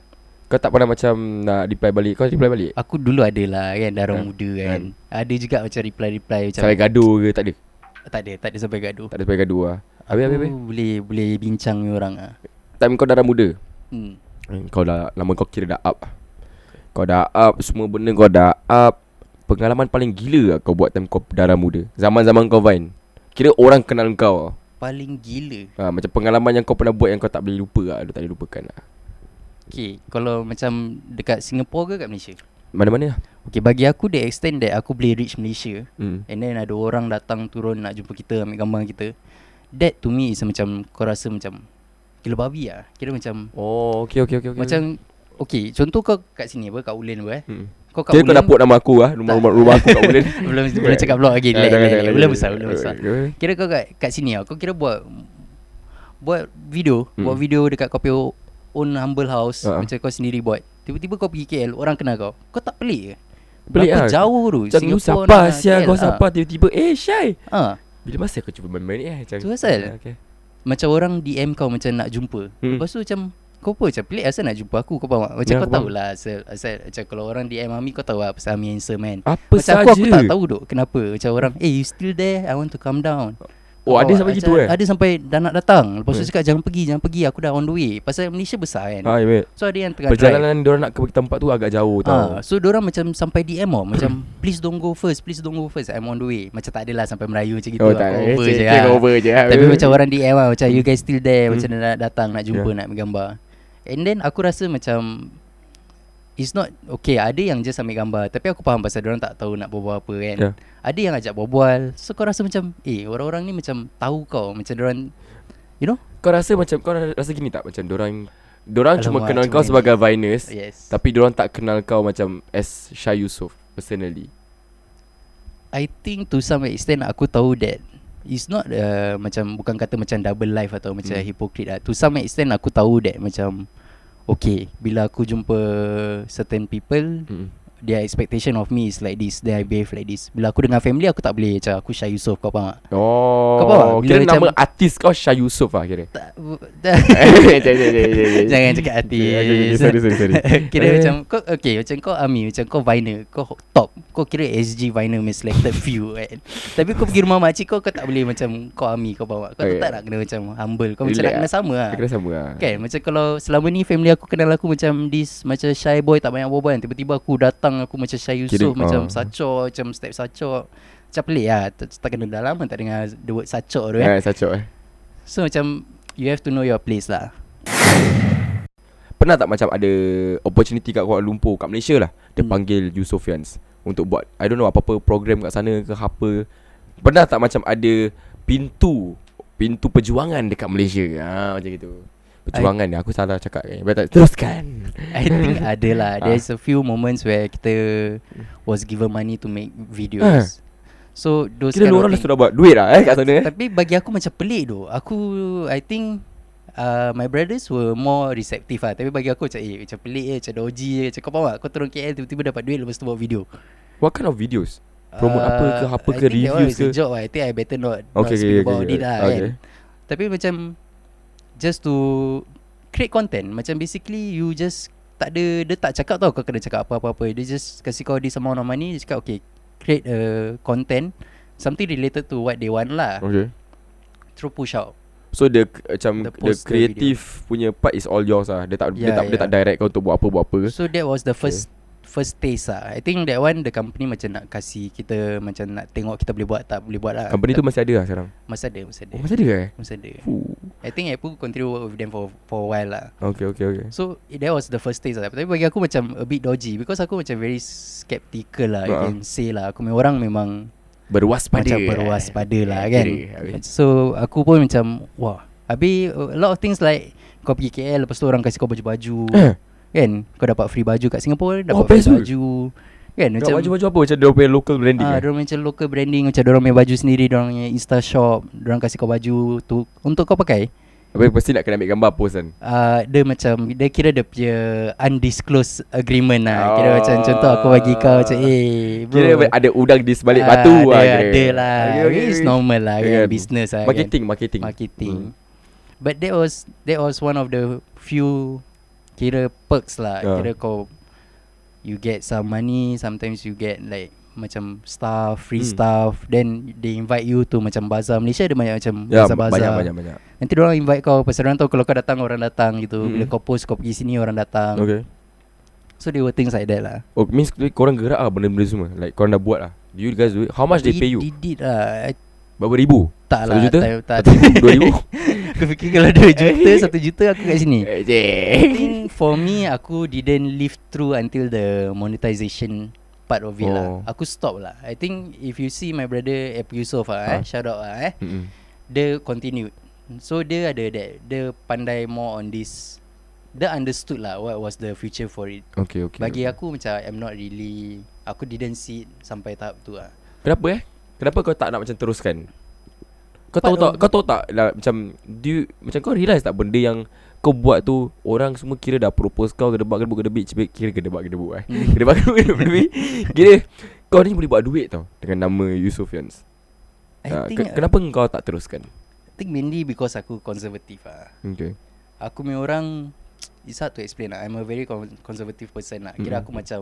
[SPEAKER 2] Kau tak pernah macam nak reply balik Kau reply balik
[SPEAKER 3] Aku dulu ada lah kan Darah
[SPEAKER 2] Kan?
[SPEAKER 3] muda kan Ada juga macam reply-reply macam "Ah,
[SPEAKER 2] Sampai gaduh ke tak ada
[SPEAKER 3] Tak ada Tak ada sampai gaduh
[SPEAKER 2] Tak ada sampai gaduh lah Habis habis habis
[SPEAKER 3] Aku Boleh boleh bincang dengan orang ah.
[SPEAKER 2] Time kau darah muda
[SPEAKER 3] Hmm.
[SPEAKER 2] Hmm, Kau dah Lama kau kira dah up Kau dah up Semua benda kau dah up Pengalaman paling gila lah Kau buat time kau darah muda Zaman-zaman kau Vine Kira orang kenal kau
[SPEAKER 3] Paling gila
[SPEAKER 2] ha, Macam pengalaman yang kau pernah buat Yang kau tak boleh lupa lah Dia tak boleh lupakan lah
[SPEAKER 3] Okay Kalau macam Dekat Singapura ke kat Malaysia
[SPEAKER 2] Mana-mana lah
[SPEAKER 3] Okay bagi aku The extent that aku boleh reach Malaysia
[SPEAKER 2] hmm.
[SPEAKER 3] And then ada orang datang turun Nak jumpa kita Ambil gambar kita That to me is macam Kau rasa macam Gila babi lah Kira macam
[SPEAKER 2] Oh okay okay okay, okay.
[SPEAKER 3] Macam Okay contoh kau kat sini apa Kat Ulen apa eh
[SPEAKER 2] hmm.
[SPEAKER 3] Kau Eh, kat
[SPEAKER 2] Kira kau
[SPEAKER 3] Ulen-
[SPEAKER 2] dah put nama aku lah Rumah,
[SPEAKER 3] Tak.
[SPEAKER 2] rumah, rumah aku kat Ulen
[SPEAKER 3] belum belum cakap blog lagi.
[SPEAKER 2] Ah, jangan,
[SPEAKER 3] Relax, relax,
[SPEAKER 2] jangan,
[SPEAKER 3] relax. eh, Belum
[SPEAKER 2] jangan.
[SPEAKER 3] besar, belum besar.
[SPEAKER 2] Okay.
[SPEAKER 3] Kira kau kat kat sini ah. Kau kira buat buat video,
[SPEAKER 2] Mm.
[SPEAKER 3] hmm. buat video dekat kau punya own humble house
[SPEAKER 2] Ah.
[SPEAKER 3] uh-huh. macam kau sendiri buat. Tiba-tiba kau pergi KL, orang kenal kau. Kau tak pelik ke?
[SPEAKER 2] Pelik
[SPEAKER 3] Berapa
[SPEAKER 2] lah.
[SPEAKER 3] jauh tu?
[SPEAKER 2] Macam you
[SPEAKER 3] Singapore
[SPEAKER 2] siapa
[SPEAKER 3] nak
[SPEAKER 2] Sia
[SPEAKER 3] KL,
[SPEAKER 2] kau
[SPEAKER 3] ah.
[SPEAKER 2] siapa Tiba-tiba Eh Syai
[SPEAKER 3] Ah.
[SPEAKER 2] Bila masa aku cuba main-main ni eh Macam
[SPEAKER 3] Tu pasal.
[SPEAKER 2] Ah, okay.
[SPEAKER 3] Macam orang DM kau macam nak jumpa.
[SPEAKER 2] Mm.
[SPEAKER 3] Hmm. Lepas tu macam kau pun macam pelik asal nak jumpa aku kau faham tak? Macam
[SPEAKER 2] Ya,
[SPEAKER 3] yeah,
[SPEAKER 2] aku
[SPEAKER 3] kau
[SPEAKER 2] faham.
[SPEAKER 3] tahulah asal, asal macam kalau orang DM Ami kau tahu lah pasal Ami handsome kan.
[SPEAKER 2] Apa
[SPEAKER 3] Macam
[SPEAKER 2] saja
[SPEAKER 3] aku aku tak tahu dok kenapa Macam orang Eh you still there I want to come down
[SPEAKER 2] Oh, ada
[SPEAKER 3] Nampak?
[SPEAKER 2] sampai
[SPEAKER 3] Macam
[SPEAKER 2] gitu, eh?
[SPEAKER 3] Ada sampai dah nak datang Lepas tu
[SPEAKER 2] Eh.
[SPEAKER 3] cakap jangan pergi Jangan pergi aku dah on the way Pasal Malaysia besar kan
[SPEAKER 2] Hai mate
[SPEAKER 3] So ada yang tengah drive
[SPEAKER 2] Ah, Perjalanan diorang nak ke tempat tu agak jauh
[SPEAKER 3] Ah,
[SPEAKER 2] tau
[SPEAKER 3] so diorang macam sampai DM oh, Macam please don't go first Please don't go first I'm on the way Macam tak adalah sampai merayu macam gitu
[SPEAKER 2] Oh tak
[SPEAKER 3] lah. Kau
[SPEAKER 2] eh,
[SPEAKER 3] over je
[SPEAKER 2] cik- cik
[SPEAKER 3] lah.
[SPEAKER 2] over je
[SPEAKER 3] Tapi macam orang Hmm. DM lah Macam you guys still there Macam dia nak datang Nak jumpa
[SPEAKER 2] Yeah.
[SPEAKER 3] nak ambil gambar And then aku rasa macam It's not Okay ada yang just ambil gambar Tapi aku faham pasal Diorang tak tahu nak berbual apa kan
[SPEAKER 2] Yeah.
[SPEAKER 3] Ada yang ajak berbual So kau rasa macam Eh orang-orang ni macam Tahu kau Macam diorang You know
[SPEAKER 2] Kau rasa macam Kau rasa gini tak Macam diorang Diorang cuma
[SPEAKER 3] Alamak,
[SPEAKER 2] kenal
[SPEAKER 3] cuma
[SPEAKER 2] kau
[SPEAKER 3] ini.
[SPEAKER 2] sebagai Viners
[SPEAKER 3] Yes
[SPEAKER 2] Tapi diorang tak kenal kau macam As Syai Yusof Personally
[SPEAKER 3] I think to some extent Aku tahu that It's not uh, Macam Bukan kata macam double life Atau macam
[SPEAKER 2] Hmm.
[SPEAKER 3] hmm. hypocrite lah To some extent aku tahu that Macam Okay Bila aku jumpa Certain people
[SPEAKER 2] Mm.
[SPEAKER 3] their expectation of me is like this then I behave like this bila aku dengan family aku tak boleh macam aku Syah Yusof kau faham tak?
[SPEAKER 2] Oh
[SPEAKER 3] Kau faham? Bila
[SPEAKER 2] Kira
[SPEAKER 3] macam-
[SPEAKER 2] nama artis kau Syai Yusof lah kira
[SPEAKER 3] tak tak-
[SPEAKER 2] Eh,
[SPEAKER 3] jangan cakap hati
[SPEAKER 2] Okay, okay, okay, sorry, sorry, sorry.
[SPEAKER 3] kira
[SPEAKER 2] Eh.
[SPEAKER 3] macam kau okay macam kau Ami macam kau Viner kau ho- top kau kira SG Viner punya selected few kan tapi kau pergi rumah makcik kau kau tak boleh macam kau Ami kau bawa kau
[SPEAKER 2] Okay.
[SPEAKER 3] tak nak kena macam humble kau macam
[SPEAKER 2] Relax lah.
[SPEAKER 3] nak Oh, ya. kena sama lah
[SPEAKER 2] Kira sama lah
[SPEAKER 3] Kan macam kalau selama ni family aku kenal aku macam this macam shy boy tak banyak berbual kan. tiba-tiba aku datang aku macam shy Yusof
[SPEAKER 2] Kira-
[SPEAKER 3] Kira, macam
[SPEAKER 2] ah.
[SPEAKER 3] uh. sacok macam step sacok macam pelik lah tak, tak kena dah lama tak dengar the word sacok tu eh
[SPEAKER 2] Eh, sacok eh
[SPEAKER 3] so macam you have to know your place lah
[SPEAKER 2] Pernah tak macam ada opportunity kat Kuala Lumpur kat Malaysia lah dia
[SPEAKER 3] Hmm.
[SPEAKER 2] panggil Yusofians untuk buat I don't know apa-apa program kat sana ke apa. Pernah tak macam ada pintu pintu perjuangan dekat Malaysia. Ha macam gitu. Perjuangan ni aku salah cakap kan. Betul tak? teruskan.
[SPEAKER 3] I think ada lah
[SPEAKER 2] Ah.
[SPEAKER 3] There's a few moments where kita was given money to make videos so those
[SPEAKER 2] Eh. Kira
[SPEAKER 3] kind of
[SPEAKER 2] orang lah eh? dah
[SPEAKER 3] thing-
[SPEAKER 2] sudah buat duit lah eh kat sana eh.
[SPEAKER 3] Tapi bagi aku macam pelik tu Aku I think uh, my brothers were more receptive lah. Tapi bagi aku macam, eh, macam pelik je, macam doji je. Macam kau faham tak? Kau turun KL tiba-tiba dapat duit lepas tu buat video.
[SPEAKER 2] What kind of videos? Promote uh, apa ke apa ke
[SPEAKER 3] I think that one
[SPEAKER 2] reviews
[SPEAKER 3] is
[SPEAKER 2] ke?
[SPEAKER 3] a job lah. I think I better not, okay, not
[SPEAKER 2] Okay, okay,
[SPEAKER 3] speak
[SPEAKER 2] okay,
[SPEAKER 3] about
[SPEAKER 2] okay,
[SPEAKER 3] it lah
[SPEAKER 2] okay.
[SPEAKER 3] kan. Tapi macam just to create content. Macam basically you just tak ada, dia tak cakap tau kau kena cakap apa-apa-apa. Dia just kasi kau this amount of money. Dia cakap okay create a content. Something related to what they want lah.
[SPEAKER 2] Okay.
[SPEAKER 3] Through push out.
[SPEAKER 2] So the k- macam
[SPEAKER 3] The
[SPEAKER 2] the,
[SPEAKER 3] post, the
[SPEAKER 2] creative punya part is all yours lah. Dia tak yeah, dia
[SPEAKER 3] Yeah,
[SPEAKER 2] tak yeah. dia
[SPEAKER 3] yeah.
[SPEAKER 2] tak direct kau untuk buat apa buat apa. ke?
[SPEAKER 3] So that was the first first taste lah. I think that one the company macam nak kasi kita macam nak tengok kita boleh buat tak boleh buat lah.
[SPEAKER 2] Company tu masih ada lah sekarang.
[SPEAKER 3] masih ada, masih ada.
[SPEAKER 2] Oh, masih ada eh?
[SPEAKER 3] Masih ada.
[SPEAKER 2] Fuh.
[SPEAKER 3] I think I pun continue work with them for for a while lah.
[SPEAKER 2] Okay, okay, okay.
[SPEAKER 3] So it- that was the first taste lah. Tapi bagi aku macam a bit dodgy because aku macam very skeptical lah. Uh-huh. I
[SPEAKER 2] Ha.
[SPEAKER 3] can say lah. Aku punya orang memang
[SPEAKER 2] Berwaspada.
[SPEAKER 3] macam berwaspada lah kan. So aku pun macam wah. Habis a lot of things like kau pergi KL lepas tu orang kasi kau baju-baju.
[SPEAKER 2] Eh,
[SPEAKER 3] Kan Kau dapat free baju kat Singapura Dapat
[SPEAKER 2] Oh,
[SPEAKER 3] free
[SPEAKER 2] best tu.
[SPEAKER 3] baju Kan
[SPEAKER 2] macam
[SPEAKER 3] macam
[SPEAKER 2] baju-baju apa macam dia punya local branding.
[SPEAKER 3] Ah,
[SPEAKER 2] eh?
[SPEAKER 3] dorang macam local branding Macam dorang punya baju sendiri Dorang punya insta shop Dorang kasih kau baju tu Untuk kau pakai
[SPEAKER 2] Habis pasti nak kena ambil gambar post kan.
[SPEAKER 3] uh, Dia macam Dia kira dia punya Undisclosed agreement lah Kira
[SPEAKER 2] Ah.
[SPEAKER 3] macam contoh aku bagi kau Macam eh bro
[SPEAKER 2] Kira ada udang di sebalik
[SPEAKER 3] ah,
[SPEAKER 2] batu
[SPEAKER 3] ada,
[SPEAKER 2] lah.
[SPEAKER 3] Ada,
[SPEAKER 2] kira.
[SPEAKER 3] lah
[SPEAKER 2] Okay, okay,
[SPEAKER 3] It's
[SPEAKER 2] okay.
[SPEAKER 3] normal lah
[SPEAKER 2] Okay,
[SPEAKER 3] kan
[SPEAKER 2] kan.
[SPEAKER 3] Business lah kan.
[SPEAKER 2] Marketing, marketing.
[SPEAKER 3] Marketing
[SPEAKER 2] Hmm.
[SPEAKER 3] But that was That was one of the Few Kira perks lah
[SPEAKER 2] Ah.
[SPEAKER 3] Kira kau You get some money Sometimes you get like Macam staff Free
[SPEAKER 2] Hmm.
[SPEAKER 3] staff Then They invite you to Macam bazar Malaysia ada banyak macam
[SPEAKER 2] Ya,
[SPEAKER 3] Bazar-bazar
[SPEAKER 2] banyak banyak banyak.
[SPEAKER 3] Nanti orang invite kau Pasal orang tahu Kalau kau datang Orang datang gitu
[SPEAKER 2] Hmm.
[SPEAKER 3] Bila kau post Kau pergi sini orang datang
[SPEAKER 2] Okay.
[SPEAKER 3] So there were things like that lah
[SPEAKER 2] Oh, means korang gerak lah benda-benda semua. Like korang dah buat lah. Do you guys do it? How much they pay you?
[SPEAKER 3] Did, did lah I-
[SPEAKER 2] Berapa ribu? Satu
[SPEAKER 3] Tak lah
[SPEAKER 2] juta?
[SPEAKER 3] Tak,
[SPEAKER 2] Satu ribu? Dua ribu?
[SPEAKER 3] Aku fikir kalau 2 juta 1 juta aku kat sini
[SPEAKER 2] Eh, je.
[SPEAKER 3] I think for me aku didn't live through until the monetization part of it
[SPEAKER 2] Oh.
[SPEAKER 3] lah. Aku stop lah. I think if you see my brother Abu Yusof ah,
[SPEAKER 2] Ah.
[SPEAKER 3] eh, shout out ah, eh,
[SPEAKER 2] Mm-mm.
[SPEAKER 3] dia continued. So dia ada that dia pandai more on this. Dia understood lah what was the future for it.
[SPEAKER 2] Okay, okay.
[SPEAKER 3] Bagi aku macam I'm not really aku didn't see it sampai tahap tu ah.
[SPEAKER 2] Kenapa eh? Kenapa kau tak nak macam teruskan? Kau tahu tak
[SPEAKER 3] Part of-
[SPEAKER 2] kau tahu tak lah, macam do you, macam kau realise tak benda yang kau buat tu orang semua kira dah propose kau gedebak gedebuk gedebik cibik kira gedebak gedebuk eh.
[SPEAKER 3] Hmm.
[SPEAKER 2] gedebak gedebuk gedebik. Kira kau ni boleh buat duit tau dengan nama Yusof Yans.
[SPEAKER 3] I
[SPEAKER 2] Uh,
[SPEAKER 3] think
[SPEAKER 2] ke- kenapa kau tak teruskan?
[SPEAKER 3] I think mainly because aku conservative ah.
[SPEAKER 2] Okay.
[SPEAKER 3] Aku punya orang It's hard to explain lah I'm a very con- conservative person lah Kira
[SPEAKER 2] Mm.
[SPEAKER 3] aku macam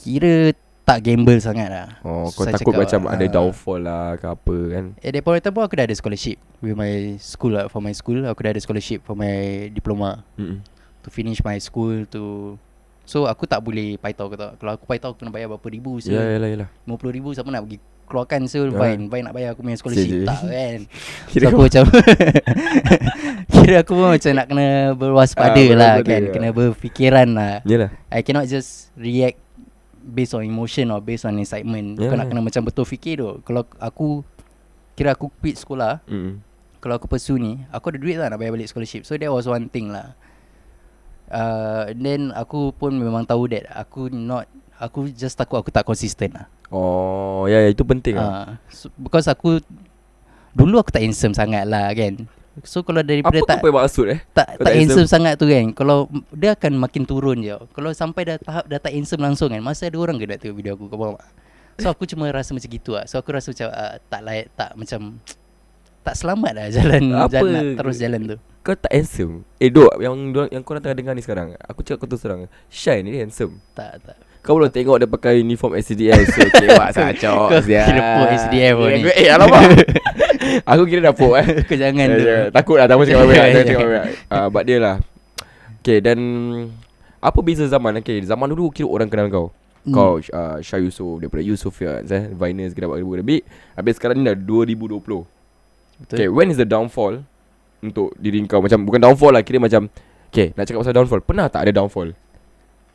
[SPEAKER 3] Kira tak gamble sangat lah
[SPEAKER 2] Oh, kau
[SPEAKER 3] Susah
[SPEAKER 2] takut
[SPEAKER 3] cakap
[SPEAKER 2] macam
[SPEAKER 3] lah.
[SPEAKER 2] ada
[SPEAKER 3] Ah.
[SPEAKER 2] downfall lah ke apa kan.
[SPEAKER 3] At that point of time pun aku dah ada scholarship With my school lah For my school Aku dah ada scholarship For my diploma
[SPEAKER 2] Mm-mm.
[SPEAKER 3] To finish my school To So aku tak boleh paitau kau tahu Kalau aku paitau aku kena bayar berapa ribu so
[SPEAKER 2] Ya,
[SPEAKER 3] yeah, yeah.
[SPEAKER 2] yalah yalah.
[SPEAKER 3] 50 ribu siapa nak pergi keluarkan so
[SPEAKER 2] Ah.
[SPEAKER 3] Vine Vine nak bayar aku punya scholarship
[SPEAKER 2] Sedih.
[SPEAKER 3] tak kan Kira
[SPEAKER 2] Kira
[SPEAKER 3] so, aku macam Kira aku pun macam nak kena berwaspada
[SPEAKER 2] Ah,
[SPEAKER 3] lah
[SPEAKER 2] berwaspada
[SPEAKER 3] kan
[SPEAKER 2] lah.
[SPEAKER 3] Kena berfikiran lah
[SPEAKER 2] Yalah.
[SPEAKER 3] I cannot just react based on emotion or based on excitement. Yeah. Kau
[SPEAKER 2] Yeah.
[SPEAKER 3] nak kena macam betul fikir tu. Kalau aku kira aku quit sekolah,
[SPEAKER 2] Mm.
[SPEAKER 3] kalau aku pursue ni, aku ada duit lah nak bayar balik scholarship. So that was one thing lah. Uh, and then aku pun memang tahu that aku not aku just takut aku tak konsisten lah.
[SPEAKER 2] Oh, ya ya itu penting ah.
[SPEAKER 3] Uh, so, because aku dulu aku tak handsome sangat lah kan. So kalau daripada
[SPEAKER 2] Apa
[SPEAKER 3] tak
[SPEAKER 2] kau punya maksud eh?
[SPEAKER 3] tak,
[SPEAKER 2] Kau tak
[SPEAKER 3] tak handsome sangat tu kan Kalau m- dia akan makin turun je Kalau sampai dah tahap dah tak handsome langsung kan Masa ada orang ke nak tengok video aku kau faham tak? So aku cuma rasa macam gitu lah So aku rasa macam uh, tak layak Tak macam Tak selamat lah jalan,
[SPEAKER 2] Apa?
[SPEAKER 3] jalan nak Terus jalan tu
[SPEAKER 2] Kau tak handsome Eh dok Yang dorang- yang korang tengah dengar ni sekarang Aku cakap kau terus terang Shine ni dia handsome
[SPEAKER 3] Tak tak
[SPEAKER 2] Kau belum tengok dia pakai uniform SDM So kewak sacok
[SPEAKER 3] Kau kira pun SDM pun ni.
[SPEAKER 2] Eh alamak Aku kira dah pok eh
[SPEAKER 3] Kau jangan
[SPEAKER 2] Eh,
[SPEAKER 3] tu
[SPEAKER 2] jangan. Takut lah Tak mahu cakap banyak Jangan cakap banyak Ah, But dia lah Okay dan Apa beza zaman Okay zaman dulu kira orang kenal kau
[SPEAKER 3] Hmm.
[SPEAKER 2] Kau uh, Syah Yusof Daripada Yusof Yaz eh Viners kira buat lebih Habis sekarang ni dah 2020
[SPEAKER 3] Betul.
[SPEAKER 2] Okay, when is the downfall untuk diri kau? Macam bukan downfall lah, kira macam Okay, nak cakap pasal downfall. Pernah tak ada downfall?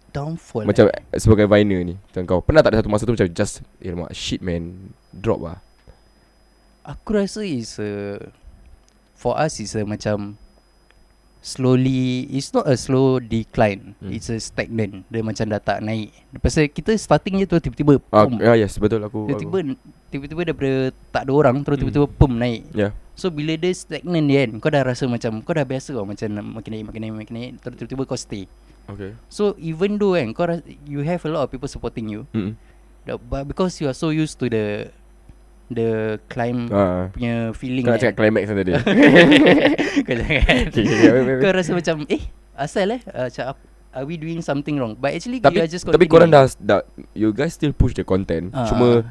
[SPEAKER 3] Downfall
[SPEAKER 2] Macam
[SPEAKER 3] eh.
[SPEAKER 2] eh, sebagai viner ni, macam kau. Pernah tak ada satu masa tu macam just, eh mak, shit man, drop lah.
[SPEAKER 3] Aku rasa is a, For us is a macam slowly it's not a slow decline
[SPEAKER 2] Hmm.
[SPEAKER 3] hmm. it's a stagnant dia macam dah tak naik pasal kita starting je tu tiba-tiba
[SPEAKER 2] Ah,
[SPEAKER 3] pum.
[SPEAKER 2] ya yes betul aku.
[SPEAKER 3] tiba-tiba
[SPEAKER 2] aku.
[SPEAKER 3] tiba-tiba daripada tak ada orang terus tiba-tiba pum naik
[SPEAKER 2] Ya.
[SPEAKER 3] so bila dia stagnant dia kan kau dah rasa macam kau dah biasa tau macam nak makin naik makin naik makin naik terus tiba-tiba kau stay
[SPEAKER 2] Okay.
[SPEAKER 3] so even though kan kau ras- you have a lot of people supporting you
[SPEAKER 2] Hmm.
[SPEAKER 3] the- but because you are so used to the the climb
[SPEAKER 2] Ah.
[SPEAKER 3] punya feeling
[SPEAKER 2] Kau nak
[SPEAKER 3] kan.
[SPEAKER 2] cakap climax kan tadi.
[SPEAKER 3] Kau jangan
[SPEAKER 2] Okay, okay, okay, wait, wait,
[SPEAKER 3] Kau rasa macam Eh asal eh uh, Macam ap- Are we doing something wrong But actually
[SPEAKER 2] tapi
[SPEAKER 3] you are just
[SPEAKER 2] tapi
[SPEAKER 3] continuing.
[SPEAKER 2] korang dah, dah you guys still push the content.
[SPEAKER 3] Ah.
[SPEAKER 2] Cuma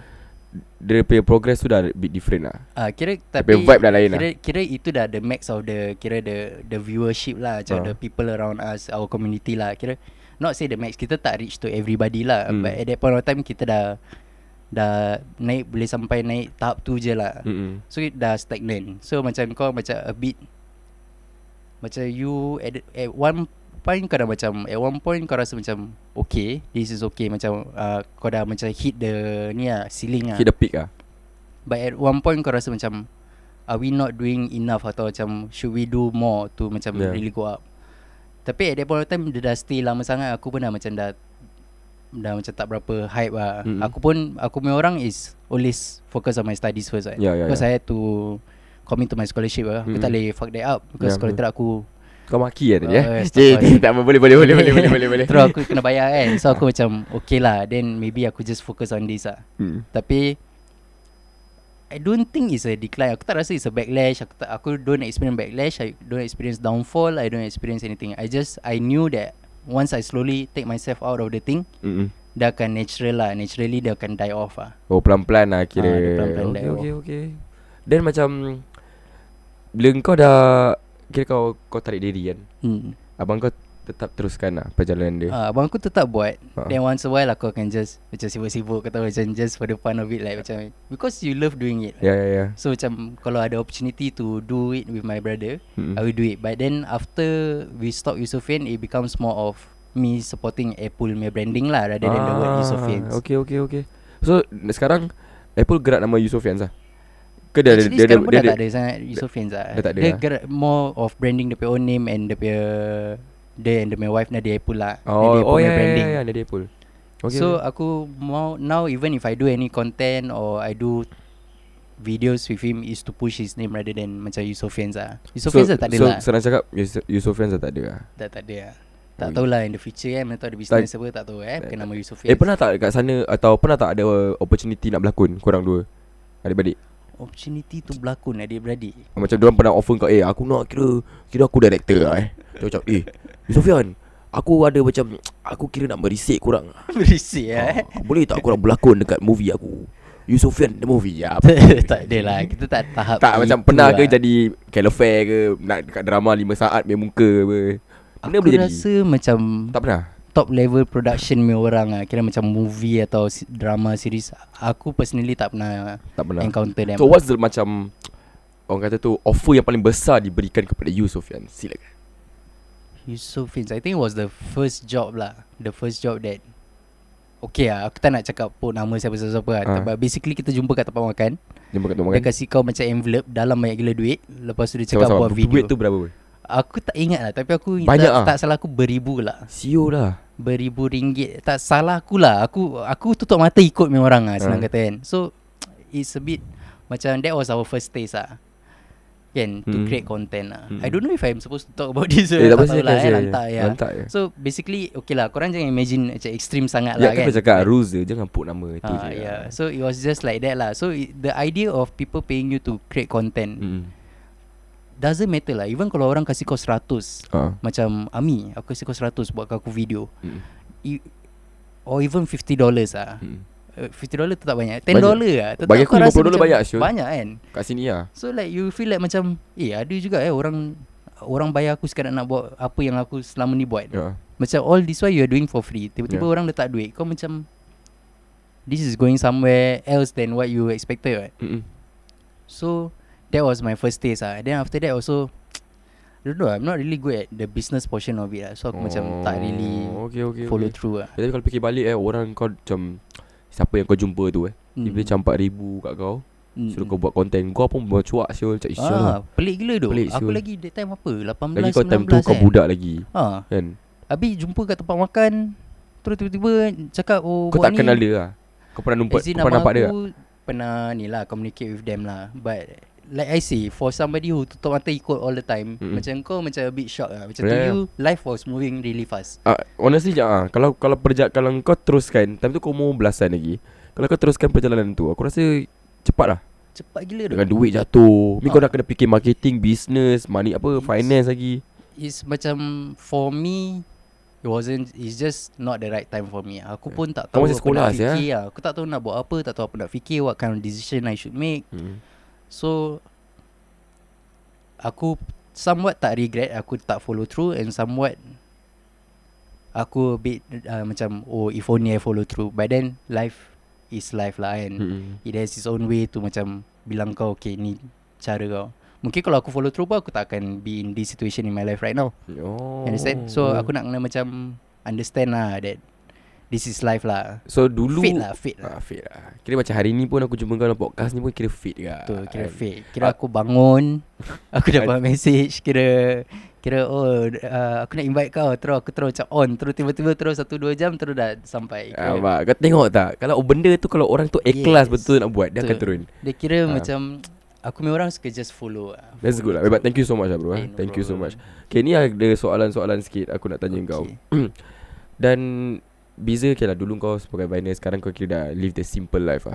[SPEAKER 2] dia punya progress tu dah a bit different lah.
[SPEAKER 3] Ah, kira
[SPEAKER 2] Tapi
[SPEAKER 3] tapi
[SPEAKER 2] vibe dah lain lah.
[SPEAKER 3] kira, Kira itu dah the max of the kira the the viewership lah, macam
[SPEAKER 2] Ah.
[SPEAKER 3] the people around us, our community lah. Kira not say the max kita tak reach to everybody lah,
[SPEAKER 2] Hmm.
[SPEAKER 3] but at that point of time kita dah dah naik boleh sampai naik tahap tu je lah.
[SPEAKER 2] Hmm.
[SPEAKER 3] So it dah stagnant. So macam kau macam a bit macam you at, the- at one point kau dah macam at one point kau rasa macam okay, this is okay macam uh, kau dah macam hit the ni lah ceiling lah.
[SPEAKER 2] Hit the peak ah.
[SPEAKER 3] But at one point kau rasa macam Are we not doing enough Atau macam Should we do more To macam
[SPEAKER 2] Yeah.
[SPEAKER 3] yeah. really go up Tapi at that point of time Dia dah stay lama sangat Aku pun dah macam dah Dah macam tak berapa hype lah
[SPEAKER 2] Mm-mm.
[SPEAKER 3] mm-hmm. Aku pun Aku punya orang is Always focus on my studies first right?
[SPEAKER 2] Yeah, yeah,
[SPEAKER 3] Because
[SPEAKER 2] yeah.
[SPEAKER 3] I had to Commit to my scholarship lah Aku
[SPEAKER 2] Mm-mm.
[SPEAKER 3] tak boleh fuck that up
[SPEAKER 2] Yeah,
[SPEAKER 3] Because yeah, kalau
[SPEAKER 2] betul.
[SPEAKER 3] tidak aku
[SPEAKER 2] Kau maki lah tadi eh.
[SPEAKER 3] Oh, yes,
[SPEAKER 2] Cik,
[SPEAKER 3] tak
[SPEAKER 2] cik,
[SPEAKER 3] apa.
[SPEAKER 2] tak apa boleh boleh boleh boleh boleh boleh boleh.
[SPEAKER 3] Terus aku kena bayar kan So aku macam Okay lah Then maybe aku just focus on this lah
[SPEAKER 2] Hmm.
[SPEAKER 3] Tapi I don't think it's a decline Aku tak rasa it's a backlash Aku tak, aku don't experience backlash I don't experience downfall I don't experience anything I just I knew that Once I slowly take myself out of the thing
[SPEAKER 2] Mm-mm.
[SPEAKER 3] Dia akan natural lah Naturally dia akan die off lah
[SPEAKER 2] Oh pelan-pelan lah kira.
[SPEAKER 3] Ah, dia pelan-pelan
[SPEAKER 2] okay,
[SPEAKER 3] dial.
[SPEAKER 2] okay, okay. Then macam bila kau dah kira kau kau tarik diri kan.
[SPEAKER 3] hmm.
[SPEAKER 2] Abang kau tetap teruskan lah perjalanan dia.
[SPEAKER 3] uh, Abang aku tetap buat
[SPEAKER 2] Ah.
[SPEAKER 3] Then once a while aku akan just Macam sibuk-sibuk Kata macam just for the fun of it Like macam Because you love doing it lah.
[SPEAKER 2] Ya ya ya.
[SPEAKER 3] So macam Kalau ada opportunity to do it With my brother
[SPEAKER 2] Mm-mm.
[SPEAKER 3] I will do it But then after we stop Yusofian It becomes more of me supporting Apple punya branding lah Rather than the word Yusofian
[SPEAKER 2] Ah, Okay okay okay. So sekarang Apple gerak nama Yusofian lah. Ke dia
[SPEAKER 3] Actually
[SPEAKER 2] dia dia,
[SPEAKER 3] sekarang pun
[SPEAKER 2] dia,
[SPEAKER 3] dah
[SPEAKER 2] dia,
[SPEAKER 3] tak ada sangat Yusofian lah
[SPEAKER 2] dah tak ada
[SPEAKER 3] Dia
[SPEAKER 2] lah.
[SPEAKER 3] gerak more of branding Dia punya own name and dia punya Dia and dia punya wife Nadia Apple lah
[SPEAKER 2] Oh
[SPEAKER 3] Nadia Apple
[SPEAKER 2] oh
[SPEAKER 3] punya
[SPEAKER 2] ya ya
[SPEAKER 3] branding
[SPEAKER 2] ya dia Apple. Okay.
[SPEAKER 3] So uh, aku mau Now even if I do any content Or I do Videos with him Is to push his name Rather than macam Yusofian lah Yusofian dah tak ada
[SPEAKER 2] so,
[SPEAKER 3] lah
[SPEAKER 2] Senang cakap Yus- Yusofian dah tak ada lah.
[SPEAKER 3] Dah tak ada lah Tak
[SPEAKER 2] Ui.
[SPEAKER 3] tahulah in the future kan Mana tahu ada business apa Tak tahu eh
[SPEAKER 2] Hmm. Tak-
[SPEAKER 3] Pakai nama Yusof
[SPEAKER 2] Eh pernah tak kat sana Atau pernah tak ada Opportunity nak berlakon Korang dua Adik-adik
[SPEAKER 3] Opportunity tu berlakon adik beradik
[SPEAKER 2] Ah, Macam diorang pernah offer kau Eh aku nak kira Kira aku director lah eh Dia macam eh Yusofian Aku ada macam Aku kira nak merisik korang
[SPEAKER 3] Berisik lah eh
[SPEAKER 2] Ah, Boleh tak korang berlakon dekat movie aku Yusofian the movie ya.
[SPEAKER 3] Tak ada lah Kita tak tahap
[SPEAKER 2] Tak macam
[SPEAKER 3] gitu
[SPEAKER 2] pernah ke
[SPEAKER 3] lah.
[SPEAKER 2] jadi Calafare ke Nak dekat drama 5 saat Main muka apa Benda
[SPEAKER 3] Aku
[SPEAKER 2] boleh jadi
[SPEAKER 3] rasa macam
[SPEAKER 2] Tak pernah
[SPEAKER 3] Top level production punya orang lah Kira macam movie atau si- drama series Aku personally tak pernah
[SPEAKER 2] Tak pernah
[SPEAKER 3] Encounter them
[SPEAKER 2] So what's the macam Orang kata tu Offer yang paling besar Diberikan kepada you Sofian Silakan
[SPEAKER 3] Yusof Fins I think it was the first job lah The first job that Okay lah Aku tak nak cakap pun nama siapa-siapa lah
[SPEAKER 2] Ah.
[SPEAKER 3] But basically kita jumpa kat tempat makan
[SPEAKER 2] Jumpa kat kan?
[SPEAKER 3] Dia
[SPEAKER 2] teman
[SPEAKER 3] kasi kau macam envelope Dalam banyak gila duit Lepas tu dia cakap buat video
[SPEAKER 2] Duit tu berapa boy?
[SPEAKER 3] Aku tak ingat lah Tapi aku
[SPEAKER 2] Banyak
[SPEAKER 3] tak,
[SPEAKER 2] ah.
[SPEAKER 3] tak salah aku beribu lah
[SPEAKER 2] Sio lah
[SPEAKER 3] Beribu ringgit Tak salah aku lah Aku aku tutup mata ikut memang orang lah Senang
[SPEAKER 2] Ah.
[SPEAKER 3] kata kan So It's a bit Macam that was our first taste lah Kan
[SPEAKER 2] Mm.
[SPEAKER 3] To create content lah
[SPEAKER 2] Mm.
[SPEAKER 3] I don't know if I'm supposed to talk about this
[SPEAKER 2] Eh, tak apa,
[SPEAKER 3] tahu
[SPEAKER 2] silakan,
[SPEAKER 3] lah eh
[SPEAKER 2] silakan.
[SPEAKER 3] Lantak ya
[SPEAKER 2] Lantak je.
[SPEAKER 3] So basically Okay lah korang jangan imagine Macam extreme sangat
[SPEAKER 2] Ya
[SPEAKER 3] lah
[SPEAKER 2] kan
[SPEAKER 3] kan
[SPEAKER 2] aku cakap Rules dia Jangan put nama Itu
[SPEAKER 3] Ah,
[SPEAKER 2] je lah.
[SPEAKER 3] yeah. So it was just like that lah So it, the idea of people paying you to create content
[SPEAKER 2] Mm.
[SPEAKER 3] Doesn't matter lah Even kalau orang kasih kau 100
[SPEAKER 2] Ah.
[SPEAKER 3] Macam Ami Aku kasi kau 100 Buat aku video
[SPEAKER 2] Mm.
[SPEAKER 3] I, Or even 50 dollars lah
[SPEAKER 2] Mm.
[SPEAKER 3] uh, 50 dollar tu tak banyak 10
[SPEAKER 2] Banyak.
[SPEAKER 3] dollar lah Tetap
[SPEAKER 2] Bagi aku
[SPEAKER 3] kau rasa
[SPEAKER 2] 50 dollar
[SPEAKER 3] macam
[SPEAKER 2] banyak, Syul.
[SPEAKER 3] Banyak kan
[SPEAKER 2] Kat sini lah
[SPEAKER 3] So like you feel like macam Eh ada juga eh orang Orang bayar aku sekarang nak buat Apa yang aku selama ni buat
[SPEAKER 2] Ya
[SPEAKER 3] Macam all this while you are doing for free Tiba-tiba
[SPEAKER 2] Yeah.
[SPEAKER 3] orang letak duit Kau macam This is going somewhere else than what you expected right?
[SPEAKER 2] Mm-mm.
[SPEAKER 3] So that was my first taste ah. Then after that also I don't know, I'm not really good at the business portion of it lah. So aku oh, macam tak really
[SPEAKER 2] okay, okay,
[SPEAKER 3] follow
[SPEAKER 2] okay.
[SPEAKER 3] through lah.
[SPEAKER 2] Eh,
[SPEAKER 3] Hmm.
[SPEAKER 2] Tapi kalau fikir balik eh Orang kau macam Siapa yang kau jumpa tu eh Tiba-tiba campak ribu kat kau
[SPEAKER 3] Mm,
[SPEAKER 2] Suruh
[SPEAKER 3] mm.
[SPEAKER 2] kau buat konten Kau pun bercuak Syul Cak Syul lah
[SPEAKER 3] Ah, pelik gila tu.
[SPEAKER 2] Pelik,
[SPEAKER 3] Aku
[SPEAKER 2] siul.
[SPEAKER 3] lagi that time apa? 18
[SPEAKER 2] Lagi kau time
[SPEAKER 3] 19
[SPEAKER 2] tu kau
[SPEAKER 3] eh.
[SPEAKER 2] budak lagi
[SPEAKER 3] Ha.
[SPEAKER 2] Kan
[SPEAKER 3] Habis jumpa kat tempat makan Terus tiba-tiba cakap oh
[SPEAKER 2] Kau
[SPEAKER 3] buat
[SPEAKER 2] tak
[SPEAKER 3] ni.
[SPEAKER 2] kenal dia lah Kau pernah nampak
[SPEAKER 3] As in
[SPEAKER 2] Kau pernah
[SPEAKER 3] abang
[SPEAKER 2] nampak dia lah. tak?
[SPEAKER 3] aku Pernah ni lah communicate with them lah But like I say For somebody who tutup mata ikut all the
[SPEAKER 2] Mm-mm.
[SPEAKER 3] time mm-hmm. Macam kau macam a bit shock lah Macam to
[SPEAKER 2] Yeah.
[SPEAKER 3] you Life was moving really fast
[SPEAKER 2] Ah, honestly ja, ah, kalau kalau perja kalau kau teruskan time tu kau umur belasan lagi. Kalau kau teruskan perjalanan tu aku rasa cepat lah
[SPEAKER 3] Cepat gila tu
[SPEAKER 2] Dengan duit jatuh Ni kau dah
[SPEAKER 3] Ah.
[SPEAKER 2] kena fikir marketing Business Money apa
[SPEAKER 3] Yes.
[SPEAKER 2] Finance lagi
[SPEAKER 3] It's macam For me It wasn't It's just not the right time for me Aku pun tak
[SPEAKER 2] Kau masih
[SPEAKER 3] tahu apa nak
[SPEAKER 2] sekolah eh? sia.
[SPEAKER 3] fikir lah. Aku tak tahu nak buat apa Tak tahu apa nak fikir What kind of decision I should make
[SPEAKER 2] hmm.
[SPEAKER 3] So Aku Somewhat tak regret Aku tak follow through And somewhat Aku a bit uh, Macam Oh if only I follow through But then Life Is life lah kan
[SPEAKER 2] Hmm.
[SPEAKER 3] It has its own way to macam Bilang kau Okay ni Cara kau Mungkin kalau aku follow through pun Aku tak akan be in this situation In my life right now
[SPEAKER 2] Oh.
[SPEAKER 3] You Understand So aku nak kena macam Understand lah that This is life lah
[SPEAKER 2] So dulu
[SPEAKER 3] Fate lah Fate lah
[SPEAKER 2] Ah, fit lah Kira macam hari ni pun Aku jumpa kau dalam podcast ni pun Kira fit juga
[SPEAKER 3] Betul kira
[SPEAKER 2] Kan?
[SPEAKER 3] fake Kira aku bangun Aku dapat message Kira Kira oh uh, Aku nak invite kau Terus aku terus macam on Terus tiba-tiba terus Satu dua jam Terus dah sampai
[SPEAKER 2] Ah,
[SPEAKER 3] kira,
[SPEAKER 2] Mak, kau tengok tak Kalau benda tu Kalau orang tu ikhlas
[SPEAKER 3] Yes.
[SPEAKER 2] betul nak buat Dia akan
[SPEAKER 3] Betul.
[SPEAKER 2] turun
[SPEAKER 3] Dia
[SPEAKER 2] Ah.
[SPEAKER 3] kira macam Aku punya orang suka just follow lah.
[SPEAKER 2] That's good lah But thank you so much lah bro
[SPEAKER 3] Eh,
[SPEAKER 2] eh.
[SPEAKER 3] no
[SPEAKER 2] Thank you so much
[SPEAKER 3] problem.
[SPEAKER 2] Okay ni ada soalan-soalan sikit Aku nak tanya okay.
[SPEAKER 3] Okay.
[SPEAKER 2] kau Dan Beza okay lah Dulu kau sebagai biner Sekarang kau kira dah Live the simple life lah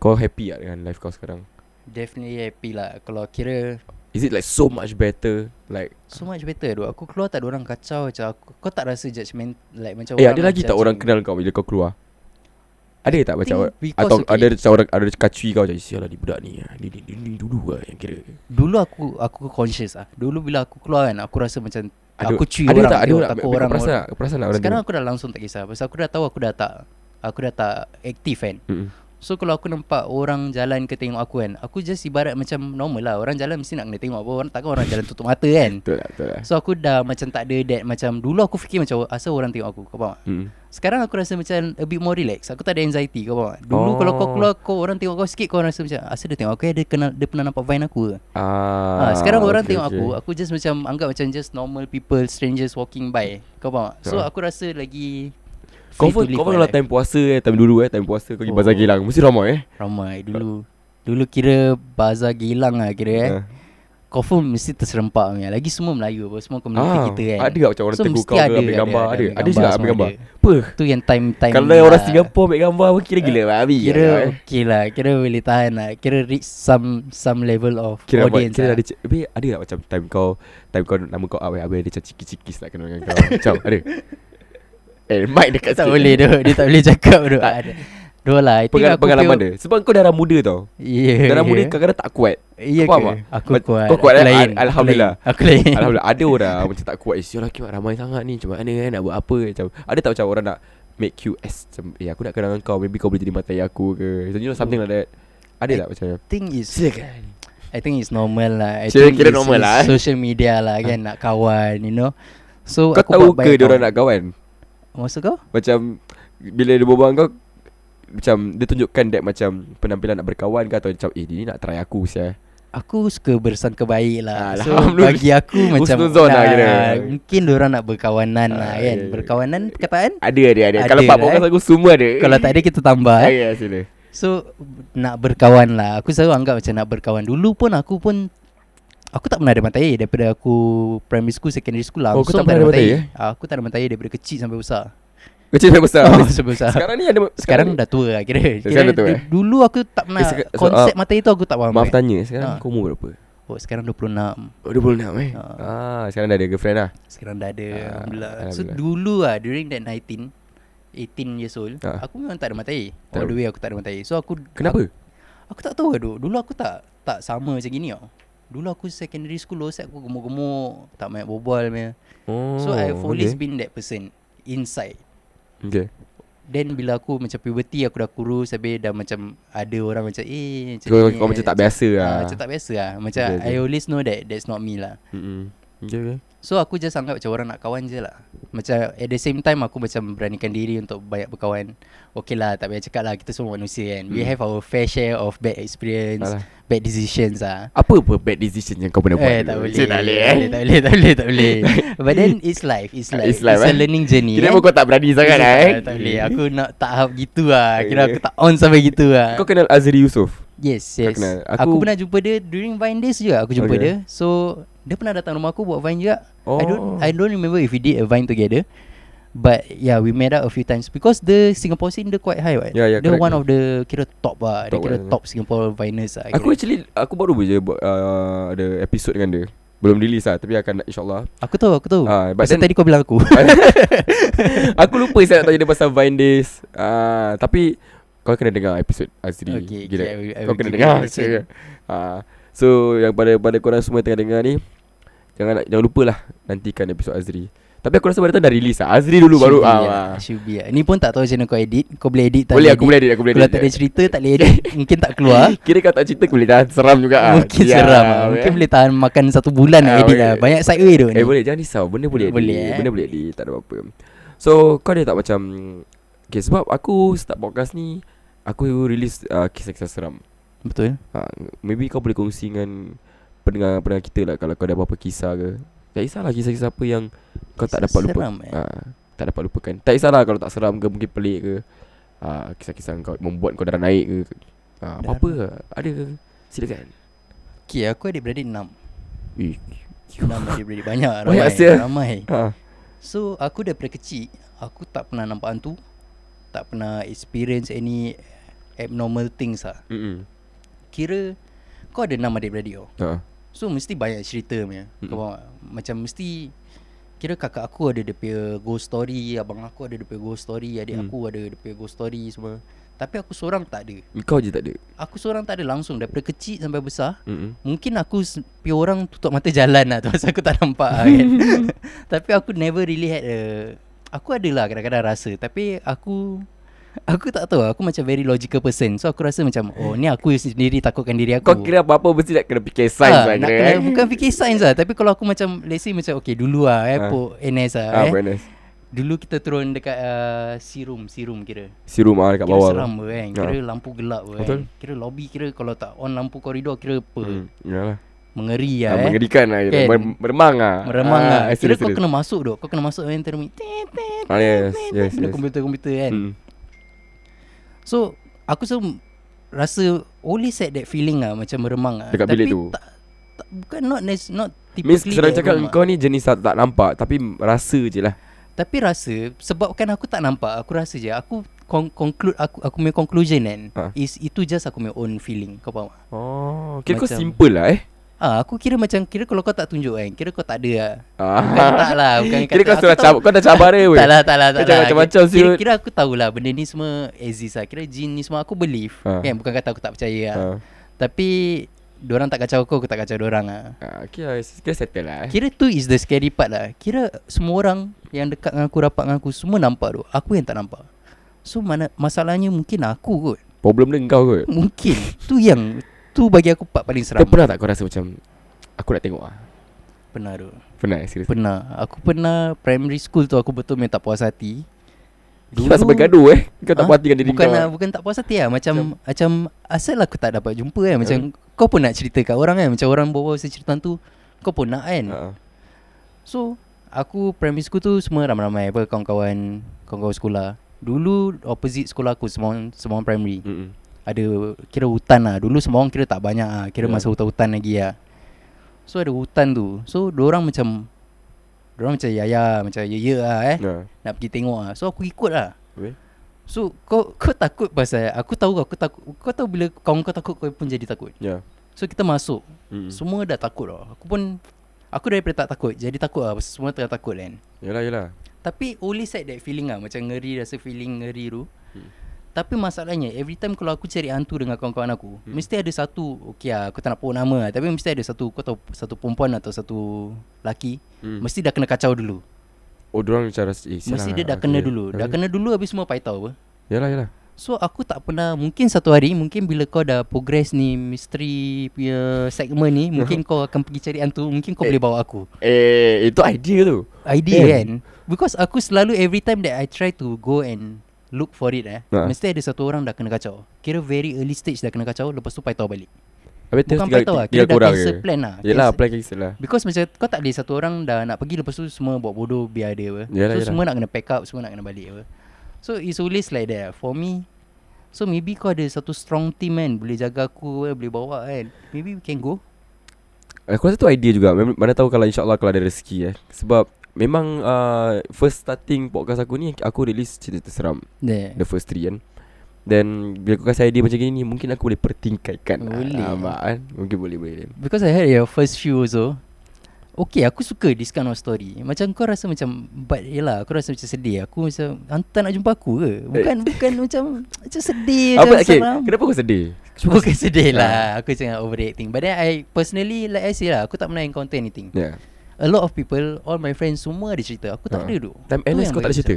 [SPEAKER 2] Kau happy lah dengan life kau sekarang
[SPEAKER 3] Definitely happy lah Kalau kira
[SPEAKER 2] Is it like so much better Like
[SPEAKER 3] So much better tu Aku keluar tak ada orang kacau Macam aku, Kau tak rasa judgement Like macam
[SPEAKER 2] Eh
[SPEAKER 3] orang
[SPEAKER 2] ada
[SPEAKER 3] nak
[SPEAKER 2] lagi tak
[SPEAKER 3] judge
[SPEAKER 2] orang
[SPEAKER 3] you.
[SPEAKER 2] kenal kau Bila kau keluar ada tak
[SPEAKER 3] think
[SPEAKER 2] macam
[SPEAKER 3] because,
[SPEAKER 2] Atau
[SPEAKER 3] okay.
[SPEAKER 2] ada macam orang Ada kacui kau macam Sialah ni budak ni ah, Ni, ni, ni, ni dulu lah yang kira
[SPEAKER 3] Dulu aku Aku conscious lah Dulu bila aku keluar kan Aku rasa macam
[SPEAKER 2] Ada,
[SPEAKER 3] Aku cuy
[SPEAKER 2] ada
[SPEAKER 3] orang
[SPEAKER 2] tak ada
[SPEAKER 3] tengok
[SPEAKER 2] tak
[SPEAKER 3] Takut orang
[SPEAKER 2] Perasan tak Perasan tak orang
[SPEAKER 3] Sekarang aku dah langsung tak kisah Pasal aku dah tahu aku dah tak Aku dah tak aktif kan
[SPEAKER 2] Mm-mm.
[SPEAKER 3] So kalau aku nampak orang jalan ke tengok aku kan Aku just ibarat macam normal lah Orang jalan mesti nak kena tengok apa orang, Takkan orang jalan tutup mata kan
[SPEAKER 2] Betul lah Betul lah
[SPEAKER 3] So aku dah macam tak ada that Macam dulu aku fikir macam Asal orang tengok aku Kau faham tak?
[SPEAKER 2] Mm.
[SPEAKER 3] Sekarang aku rasa macam A bit more relax Aku tak ada anxiety Kau faham tak? Dulu oh. kalau kau
[SPEAKER 2] Oh.
[SPEAKER 3] keluar kau Orang tengok kau sikit Kau rasa macam Asal dia tengok aku eh? Dia, kenal, dia pernah nampak Vine aku ke
[SPEAKER 2] Ah,
[SPEAKER 3] ha, Sekarang orang
[SPEAKER 2] okay,
[SPEAKER 3] tengok
[SPEAKER 2] okay.
[SPEAKER 3] aku Aku just macam Anggap macam just normal people Strangers walking by Kau faham tak? So
[SPEAKER 2] Ha.
[SPEAKER 3] aku rasa lagi
[SPEAKER 2] Kau pun
[SPEAKER 3] free to live lah,
[SPEAKER 2] kau pun
[SPEAKER 3] my
[SPEAKER 2] kalau
[SPEAKER 3] life.
[SPEAKER 2] time puasa eh time dulu eh time puasa kau pergi
[SPEAKER 3] Oh.
[SPEAKER 2] bazar Geylang mesti ramai eh.
[SPEAKER 3] Ramai dulu Dulu kira Bazar Gilang lah kira eh
[SPEAKER 2] Yeah.
[SPEAKER 3] Confirm mesti terserempak punya Lagi semua Melayu apa Semua community
[SPEAKER 2] Ah,
[SPEAKER 3] kita kan
[SPEAKER 2] ada tak macam orang
[SPEAKER 3] So,
[SPEAKER 2] tegur
[SPEAKER 3] mesti
[SPEAKER 2] kau ke
[SPEAKER 3] ada,
[SPEAKER 2] ambil
[SPEAKER 3] ada,
[SPEAKER 2] gambar
[SPEAKER 3] ada,
[SPEAKER 2] ada.
[SPEAKER 3] ambil
[SPEAKER 2] Ada
[SPEAKER 3] gambar
[SPEAKER 2] juga ambil
[SPEAKER 3] semua
[SPEAKER 2] gambar.
[SPEAKER 3] ada.
[SPEAKER 2] Apa?
[SPEAKER 3] Tu yang time-time
[SPEAKER 2] Kalau
[SPEAKER 3] ni
[SPEAKER 2] orang
[SPEAKER 3] lah.
[SPEAKER 2] Singapore ambil gambar pun kira gila lah abi.
[SPEAKER 3] Kira okay lah Kira boleh tahan lah Kira reach some Some level of
[SPEAKER 2] Kira buat,
[SPEAKER 3] audience
[SPEAKER 2] kira
[SPEAKER 3] lah.
[SPEAKER 2] ada cik- Tapi ada tak macam time kau Time kau nama kau Abang Abang dia macam cikis-cikis lah Kenal dengan kau Macam ada Eh mic dekat
[SPEAKER 3] Tak
[SPEAKER 2] sikit.
[SPEAKER 3] boleh tu Dia tak boleh cakap tu
[SPEAKER 2] Tak.
[SPEAKER 3] Ada Dua lah I think
[SPEAKER 2] Pengal-
[SPEAKER 3] aku
[SPEAKER 2] Pengalaman
[SPEAKER 3] feel-
[SPEAKER 2] dia Sebab kau darah muda tau
[SPEAKER 3] Ya
[SPEAKER 2] Darah muda
[SPEAKER 3] ya.
[SPEAKER 2] kadang-kadang tak kuat kau
[SPEAKER 3] Ya ke
[SPEAKER 2] faham tak?
[SPEAKER 3] Aku
[SPEAKER 2] Mac-
[SPEAKER 3] kuat
[SPEAKER 2] kau kuat,
[SPEAKER 3] Aku
[SPEAKER 2] eh?
[SPEAKER 3] lain
[SPEAKER 2] Al- Alhamdulillah.
[SPEAKER 3] Aku lain
[SPEAKER 2] Alhamdulillah ada orang macam tak kuat Eh sialah kiwak ramai sangat ni Macam mana eh nak buat apa Macam ada tak macam orang nak Make you as Macam eh aku nak kenal dengan kau Maybe kau boleh jadi matai aku ke So you know something like that Ada tak macam
[SPEAKER 3] I think it's
[SPEAKER 2] Silakan
[SPEAKER 3] I think it's normal lah I
[SPEAKER 2] Kira-
[SPEAKER 3] think
[SPEAKER 2] kira
[SPEAKER 3] it's,
[SPEAKER 2] normal
[SPEAKER 3] it's
[SPEAKER 2] lah, eh.
[SPEAKER 3] Social media lah kan Nak kawan you know So
[SPEAKER 2] Kau
[SPEAKER 3] aku
[SPEAKER 2] tahu
[SPEAKER 3] buat
[SPEAKER 2] ke
[SPEAKER 3] baik
[SPEAKER 2] dia orang
[SPEAKER 3] tau.
[SPEAKER 2] nak kawan
[SPEAKER 3] Maksud kau?
[SPEAKER 2] Macam Bila dia berbual dengan kau Macam dia tunjukkan that macam Penampilan nak berkawan ke Atau macam eh dia ni nak try aku siya
[SPEAKER 3] Aku suka bersangka baik lah So
[SPEAKER 2] Ah, Alhamdulillah.
[SPEAKER 3] bagi aku macam ah,
[SPEAKER 2] Husnuzon lah kira.
[SPEAKER 3] Mungkin diorang nak berkawanan lah
[SPEAKER 2] Ah,
[SPEAKER 3] kan
[SPEAKER 2] ya, ya.
[SPEAKER 3] Berkawanan perkataan
[SPEAKER 2] Ada ada ada,
[SPEAKER 3] Ada
[SPEAKER 2] Kalau pak
[SPEAKER 3] lah,
[SPEAKER 2] podcast
[SPEAKER 3] eh.
[SPEAKER 2] aku semua ada
[SPEAKER 3] Kalau tak ada kita tambah
[SPEAKER 2] Ah,
[SPEAKER 3] eh.
[SPEAKER 2] Ya sila
[SPEAKER 3] So nak berkawan lah Aku selalu anggap macam nak berkawan Dulu pun aku pun Aku tak pernah ada matahir Daripada aku primary school, secondary school lah.
[SPEAKER 2] Oh, kau
[SPEAKER 3] langsung
[SPEAKER 2] tak pernah ada eh?
[SPEAKER 3] matahir. Ah, Aku tak ada matahir daripada kecil sampai besar
[SPEAKER 2] Kecil sampai besar
[SPEAKER 3] Oh, sampai besar
[SPEAKER 2] Sekarang ni ada
[SPEAKER 3] Sekarang dah tua lah kira, kira
[SPEAKER 2] Sekarang dah tua,
[SPEAKER 3] du-
[SPEAKER 2] eh?
[SPEAKER 3] Dulu aku tak pernah
[SPEAKER 2] Eh, seka- so,
[SPEAKER 3] Konsep
[SPEAKER 2] ah,
[SPEAKER 3] matahir tu aku tak faham
[SPEAKER 2] Maaf
[SPEAKER 3] eh.
[SPEAKER 2] tanya Sekarang
[SPEAKER 3] Ah.
[SPEAKER 2] kau umur berapa
[SPEAKER 3] Oh sekarang 26
[SPEAKER 2] Oh 26 eh
[SPEAKER 3] Ah.
[SPEAKER 2] Ah sekarang dah ada girlfriend lah
[SPEAKER 3] Sekarang dah ada
[SPEAKER 2] Ah,
[SPEAKER 3] Alhamdulillah So
[SPEAKER 2] Alhamdulillah.
[SPEAKER 3] dulu lah During that 19 18 years old
[SPEAKER 2] Ah.
[SPEAKER 3] Aku memang tak ada matahir
[SPEAKER 2] Tak
[SPEAKER 3] All
[SPEAKER 2] ada.
[SPEAKER 3] the way aku tak ada matahir So aku
[SPEAKER 2] Kenapa?
[SPEAKER 3] Aku, aku tak tahu lah duk. Dulu aku tak Tak sama macam gini tau Dulu aku secondary school Low set aku gemuk-gemuk Tak banyak berbual punya
[SPEAKER 2] Oh,
[SPEAKER 3] So I've always been that person Inside
[SPEAKER 2] Okay
[SPEAKER 3] Then bila aku macam puberty Aku dah kurus Habis dah macam Ada orang macam Eh macam
[SPEAKER 2] Kau,
[SPEAKER 3] ni,
[SPEAKER 2] kau
[SPEAKER 3] eh,
[SPEAKER 2] macam tak biasa lah
[SPEAKER 3] Ah, Macam tak biasa lah Macam
[SPEAKER 2] Okay, okay.
[SPEAKER 3] I always know that That's not me lah
[SPEAKER 2] Mm-mm. Okay, okay.
[SPEAKER 3] So aku just anggap macam orang nak kawan je lah Macam at the same time aku macam beranikan diri untuk banyak berkawan Okay lah tak payah cakap lah kita semua manusia kan We have our fair share of bad experience
[SPEAKER 2] Hmm. Alah.
[SPEAKER 3] Bad decisions lah
[SPEAKER 2] Apa apa bad decision yang kau pernah buat?
[SPEAKER 3] Eh tak
[SPEAKER 2] dulu?
[SPEAKER 3] boleh
[SPEAKER 2] Cik, tak boleh eh.
[SPEAKER 3] Tak boleh tak boleh tak boleh But then it's life It's life It's,
[SPEAKER 2] life,
[SPEAKER 3] a
[SPEAKER 2] eh.
[SPEAKER 3] learning journey
[SPEAKER 2] Kira
[SPEAKER 3] eh.
[SPEAKER 2] pun kau tak berani sangat lah eh.
[SPEAKER 3] Ah, Tak boleh Aku nak tahap gitu lah Kira aku tak on sampai gitu lah
[SPEAKER 2] Kau kenal Azri Yusof?
[SPEAKER 3] Yes yes
[SPEAKER 2] kenal.
[SPEAKER 3] aku, aku
[SPEAKER 2] Aku-
[SPEAKER 3] pernah jumpa dia During Vine Days juga Aku jumpa
[SPEAKER 2] Okay.
[SPEAKER 3] dia So Dia pernah datang rumah aku Buat Vine juga oh. I don't
[SPEAKER 2] Oh.
[SPEAKER 3] I don't remember If we did a Vine together But yeah We met up a few times Because the Singapore scene Dia quite high right
[SPEAKER 2] Yeah, yeah,
[SPEAKER 3] Dia
[SPEAKER 2] correct.
[SPEAKER 3] one of the Kira top lah Dia
[SPEAKER 2] Top
[SPEAKER 3] kira
[SPEAKER 2] lah.
[SPEAKER 3] top Singapore Viners lah
[SPEAKER 2] Aku
[SPEAKER 3] kira.
[SPEAKER 2] actually Aku baru je buat uh, Ada episode dengan dia Belum release lah Tapi akan InsyaAllah
[SPEAKER 3] Aku tahu aku tahu
[SPEAKER 2] Ah, but
[SPEAKER 3] Pasal
[SPEAKER 2] then-
[SPEAKER 3] tadi kau bilang aku
[SPEAKER 2] Aku lupa saya nak tanya dia pasal Vine Days uh, Tapi Kau kena dengar episode Azri
[SPEAKER 3] Okay, okay,
[SPEAKER 2] Gila.
[SPEAKER 3] I will- I
[SPEAKER 2] Kau
[SPEAKER 3] will
[SPEAKER 2] kena
[SPEAKER 3] give
[SPEAKER 2] dengar
[SPEAKER 3] it a listen.
[SPEAKER 2] serious. Ah, So yang pada pada korang semua yang tengah dengar ni Jangan nak- jangan lupa lah Nantikan episode Azri Tapi aku rasa pada tahun dah release lah Azri dulu baru
[SPEAKER 3] Should be
[SPEAKER 2] ah,
[SPEAKER 3] lah,
[SPEAKER 2] ah.
[SPEAKER 3] Should be lah Ni pun tak tahu macam mana kau edit Kau boleh edit tak
[SPEAKER 2] Boleh aku boleh edit Aku boleh
[SPEAKER 3] Kalau tak ada
[SPEAKER 2] edit
[SPEAKER 3] cerita tak boleh edit Mungkin tak keluar
[SPEAKER 2] Kira kau tak cerita aku boleh tahan Seram juga ah.
[SPEAKER 3] Mungkin
[SPEAKER 2] Diam,
[SPEAKER 3] seram lah.
[SPEAKER 2] eh.
[SPEAKER 3] Mungkin boleh tahan makan satu bulan
[SPEAKER 2] Ah,
[SPEAKER 3] nak edit
[SPEAKER 2] boleh.
[SPEAKER 3] lah Banyak sideway tu ni
[SPEAKER 2] Eh boleh jangan risau Benda boleh edit
[SPEAKER 3] Boleh, eh.
[SPEAKER 2] Benda boleh edit Tak ada apa-apa So kau ada tak macam Okay sebab aku start podcast ni Aku release uh, kisah-kisah seram
[SPEAKER 3] Betul
[SPEAKER 2] ha, Maybe kau boleh kongsi dengan Pendengar-pendengar kita lah Kalau kau ada apa-apa kisah ke Tak kisahlah kisah-kisah apa yang Kau tak
[SPEAKER 3] Kisah
[SPEAKER 2] dapat lupa
[SPEAKER 3] seram, eh?
[SPEAKER 2] ha, Tak dapat lupakan Tak kisahlah kalau tak seram ke Mungkin pelik ke ha, Kisah-kisah kau Membuat kau darah naik ke ha, Apa-apa ke? Ada ke? Silakan
[SPEAKER 3] Okay aku adik-beradik 6
[SPEAKER 2] Eh,
[SPEAKER 3] 6 adik-beradik banyak Ramai
[SPEAKER 2] Banyak sia.
[SPEAKER 3] Ramai
[SPEAKER 2] ha.
[SPEAKER 3] So aku daripada kecil Aku tak pernah nampak hantu Tak pernah experience any Abnormal things lah
[SPEAKER 2] Mm-mm.
[SPEAKER 3] Kira Kau ada 6 adik-beradik oh.
[SPEAKER 2] Ha.
[SPEAKER 3] So mesti banyak cerita punya mm. Kau
[SPEAKER 2] Mm-mm.
[SPEAKER 3] faham tak? Macam mesti Kira kakak aku ada dia punya ghost story Abang aku ada dia punya ghost story Adik
[SPEAKER 2] Mm.
[SPEAKER 3] aku ada dia punya ghost story semua Tapi aku seorang tak ada
[SPEAKER 2] Kau je tak ada
[SPEAKER 3] Aku seorang tak ada langsung Daripada kecil sampai besar
[SPEAKER 2] Mm-mm.
[SPEAKER 3] Mungkin aku se- Pure orang tutup mata jalan lah tu Pasal aku tak nampak lah kan Tapi aku never really had a Aku adalah kadang-kadang rasa Tapi aku Aku tak tahu lah. Aku macam very logical person So aku rasa macam Oh ni aku sendiri takutkan diri aku
[SPEAKER 2] Kau kira apa-apa mesti nak kena fikir sains
[SPEAKER 3] Ah,
[SPEAKER 2] lah
[SPEAKER 3] nak
[SPEAKER 2] kira
[SPEAKER 3] kena,
[SPEAKER 2] eh.
[SPEAKER 3] Bukan fikir sains lah Tapi kalau aku macam Let's say macam Okay dulu lah eh,
[SPEAKER 2] Ah.
[SPEAKER 3] Pok NS lah
[SPEAKER 2] Ah,
[SPEAKER 3] eh.
[SPEAKER 2] awareness.
[SPEAKER 3] Dulu kita turun dekat uh, Serum Serum kira
[SPEAKER 2] Si rumah dekat
[SPEAKER 3] Kira
[SPEAKER 2] bawah.
[SPEAKER 3] seram pun kan Kira lampu gelap pun
[SPEAKER 2] Ya. Betul.
[SPEAKER 3] kan Kira lobby kira Kalau tak on lampu koridor Kira apa
[SPEAKER 2] Hmm, yalah.
[SPEAKER 3] Mengeri
[SPEAKER 2] Ya,
[SPEAKER 3] lah eh
[SPEAKER 2] Mengerikan lah kira.
[SPEAKER 3] Kan?
[SPEAKER 2] Mer- meremang lah.
[SPEAKER 3] Meremang
[SPEAKER 2] Ah,
[SPEAKER 3] lah
[SPEAKER 2] eh,
[SPEAKER 3] Kira
[SPEAKER 2] serius,
[SPEAKER 3] kau
[SPEAKER 2] serius.
[SPEAKER 3] kena masuk dok Kau kena masuk yang termik Tit, tit,
[SPEAKER 2] Ah, yes,
[SPEAKER 3] tit,
[SPEAKER 2] yes,
[SPEAKER 3] tit, Benda
[SPEAKER 2] yes.
[SPEAKER 3] komputer-komputer kan
[SPEAKER 2] Hmm.
[SPEAKER 3] So Aku selalu Rasa Always had that feeling lah Macam meremang lah
[SPEAKER 2] Dekat
[SPEAKER 3] Tapi
[SPEAKER 2] bilik tu?
[SPEAKER 3] tak, tak, Bukan not nes- Not
[SPEAKER 2] Miss
[SPEAKER 3] typically
[SPEAKER 2] senang
[SPEAKER 3] that
[SPEAKER 2] cakap
[SPEAKER 3] meremang.
[SPEAKER 2] kau ni jenis tak, tak nampak tapi rasa je lah.
[SPEAKER 3] Tapi rasa Sebabkan aku tak nampak Aku rasa je Aku con- conclude Aku aku punya conclusion kan
[SPEAKER 2] Ha.
[SPEAKER 3] Is itu just aku punya own feeling Kau faham tak?
[SPEAKER 2] Oh, kira kau
[SPEAKER 3] Macam-
[SPEAKER 2] simple lah eh.
[SPEAKER 3] Ah, aku kira macam Kira kalau kau tak tunjuk kan Kira kau tak ada lah Bukan
[SPEAKER 2] Ah.
[SPEAKER 3] tak lah Bukan
[SPEAKER 2] Kira
[SPEAKER 3] kata-
[SPEAKER 2] kau
[SPEAKER 3] aku
[SPEAKER 2] sudah
[SPEAKER 3] tahu-
[SPEAKER 2] cabar, kau dah cabar dia weh.
[SPEAKER 3] Tak lah, tak lah, tak
[SPEAKER 2] Kau jangan
[SPEAKER 3] lah.
[SPEAKER 2] macam-macam,
[SPEAKER 3] Kira- kira,
[SPEAKER 2] siut.
[SPEAKER 3] kira aku tahulah benda ni semua exist lah. Kira jin ni semua aku believe.
[SPEAKER 2] Ha.
[SPEAKER 3] Kan bukan kata aku tak percaya lah.
[SPEAKER 2] Ah,
[SPEAKER 3] Tapi diorang tak kacau aku, aku tak kacau diorang lah.
[SPEAKER 2] ah, kira kira settle lah. Eh.
[SPEAKER 3] Kira tu is the scary part lah. Kira semua orang yang dekat dengan aku, rapat dengan aku, semua nampak tu. Aku yang tak nampak. So mana masalahnya mungkin aku kot.
[SPEAKER 2] Problem dia kau kot.
[SPEAKER 3] Mungkin. tu yang tu bagi aku part paling
[SPEAKER 2] Kau
[SPEAKER 3] seram.
[SPEAKER 2] pernah tak kau rasa macam aku nak tengok ah.
[SPEAKER 3] Pernah tu.
[SPEAKER 2] Pernah eh, serius.
[SPEAKER 3] Pernah. Aku pernah primary school tu aku betul memang tak puas hati.
[SPEAKER 2] Kau sampai gaduh eh. Kau tak
[SPEAKER 3] Ah,
[SPEAKER 2] puas hati dengan diri
[SPEAKER 3] bukan
[SPEAKER 2] kau.
[SPEAKER 3] Lah, bukan tak puas hati lah Macam Macam Asal aku tak dapat jumpa kan Macam
[SPEAKER 2] Eh.
[SPEAKER 3] Kau pun nak cerita kat orang kan Macam orang bawa pasal cerita tu Kau pun nak kan
[SPEAKER 2] Ah.
[SPEAKER 3] So Aku primary school tu Semua ramai-ramai apa Kawan-kawan Kawan-kawan sekolah Dulu opposite sekolah aku Semua orang- semua orang primary
[SPEAKER 2] Mm-mm.
[SPEAKER 3] Ada Kira hutan lah Dulu semua orang kira tak banyak lah Kira
[SPEAKER 2] Ya.
[SPEAKER 3] masa hutan-hutan lagi lah So ada hutan tu So orang macam orang macam ya ya Macam ya ya lah eh
[SPEAKER 2] Ah.
[SPEAKER 3] Nak pergi tengok lah So aku ikut lah
[SPEAKER 2] Weh.
[SPEAKER 3] So kau kau takut pasal aku tahu aku takut kau tahu bila kawan kau takut kau pun jadi takut.
[SPEAKER 2] Ya.
[SPEAKER 3] So kita masuk.
[SPEAKER 2] Mm.
[SPEAKER 3] Semua dah takut lah. Aku pun aku daripada tak takut jadi takut lah pasal semua tengah takut kan.
[SPEAKER 2] Yalah yalah.
[SPEAKER 3] Tapi only side that feeling lah macam ngeri rasa feeling ngeri tu.
[SPEAKER 2] Hmm.
[SPEAKER 3] Tapi masalahnya every time kalau aku cari hantu dengan kawan-kawan aku hmm. Mesti ada satu Okay lah aku tak nak pun nama lah Tapi mesti ada satu Kau tahu satu perempuan atau satu laki
[SPEAKER 2] Hmm.
[SPEAKER 3] Mesti dah kena kacau dulu
[SPEAKER 2] Oh, diorang macam rasa eh,
[SPEAKER 3] Mesti
[SPEAKER 2] sialah,
[SPEAKER 3] dia dah kena
[SPEAKER 2] okay.
[SPEAKER 3] dulu Dah
[SPEAKER 2] Habis-
[SPEAKER 3] kena dulu habis semua paitau apa
[SPEAKER 2] Yalah yalah
[SPEAKER 3] So aku tak pernah Mungkin satu hari Mungkin bila kau dah progress ni Misteri punya segmen ni Mungkin kau akan pergi cari hantu Mungkin kau boleh bawa aku
[SPEAKER 2] Eh itu idea tu
[SPEAKER 3] Idea
[SPEAKER 2] Eh.
[SPEAKER 3] kan Because aku selalu Every time that I try to go and Look for it eh
[SPEAKER 2] Ha.
[SPEAKER 3] Mesti ada satu orang dah kena kacau Kira very early stage dah kena kacau Lepas tu paitau balik
[SPEAKER 2] Habis
[SPEAKER 3] Bukan
[SPEAKER 2] tinggal-
[SPEAKER 3] patah lah,
[SPEAKER 2] tinggal
[SPEAKER 3] kira dah
[SPEAKER 2] korang
[SPEAKER 3] cancel
[SPEAKER 2] je.
[SPEAKER 3] plan lah.
[SPEAKER 2] Yelah
[SPEAKER 3] Cancel-
[SPEAKER 2] plan cancel lah
[SPEAKER 3] Because macam kau tak boleh satu orang dah nak pergi Lepas tu semua buat bodoh biar dia apa
[SPEAKER 2] Yalah,
[SPEAKER 3] So
[SPEAKER 2] yalah.
[SPEAKER 3] semua nak kena pack up Semua nak kena balik apa So it's always like that lah. for me So maybe kau ada satu strong team kan Boleh jaga aku eh, boleh bawa kan Maybe we can go
[SPEAKER 2] Aku rasa tu idea juga Mem- Mana tahu kalau insyaAllah kalau ada rezeki eh Sebab Memang uh, First starting podcast aku ni Aku release cerita seram
[SPEAKER 3] Yeah
[SPEAKER 2] The first three kan Then Bila aku kasih idea macam gini ni Mungkin aku boleh pertingkaikan lah.
[SPEAKER 3] Boleh.
[SPEAKER 2] Alamak, kan? Mungkin boleh boleh
[SPEAKER 3] Because I heard your first few also Okay aku suka this kind of story Macam kau rasa macam But yelah aku rasa macam sedih Aku macam Hantar nak jumpa aku ke Bukan bukan macam Macam sedih
[SPEAKER 2] Apa,
[SPEAKER 3] macam
[SPEAKER 2] Eh. Ah, okay,
[SPEAKER 3] seram.
[SPEAKER 2] kenapa Ah. kau sedih?
[SPEAKER 3] Bukan sedih lah Aku jangan overreacting But then I Personally like I say lah Aku tak pernah encounter anything
[SPEAKER 2] Ya yeah.
[SPEAKER 3] A lot of people All my friends Semua ada cerita Aku tak ada duk
[SPEAKER 2] Ah. Time
[SPEAKER 3] Tu
[SPEAKER 2] Alice
[SPEAKER 3] yang
[SPEAKER 2] kau tak ada
[SPEAKER 3] bagi
[SPEAKER 2] cerita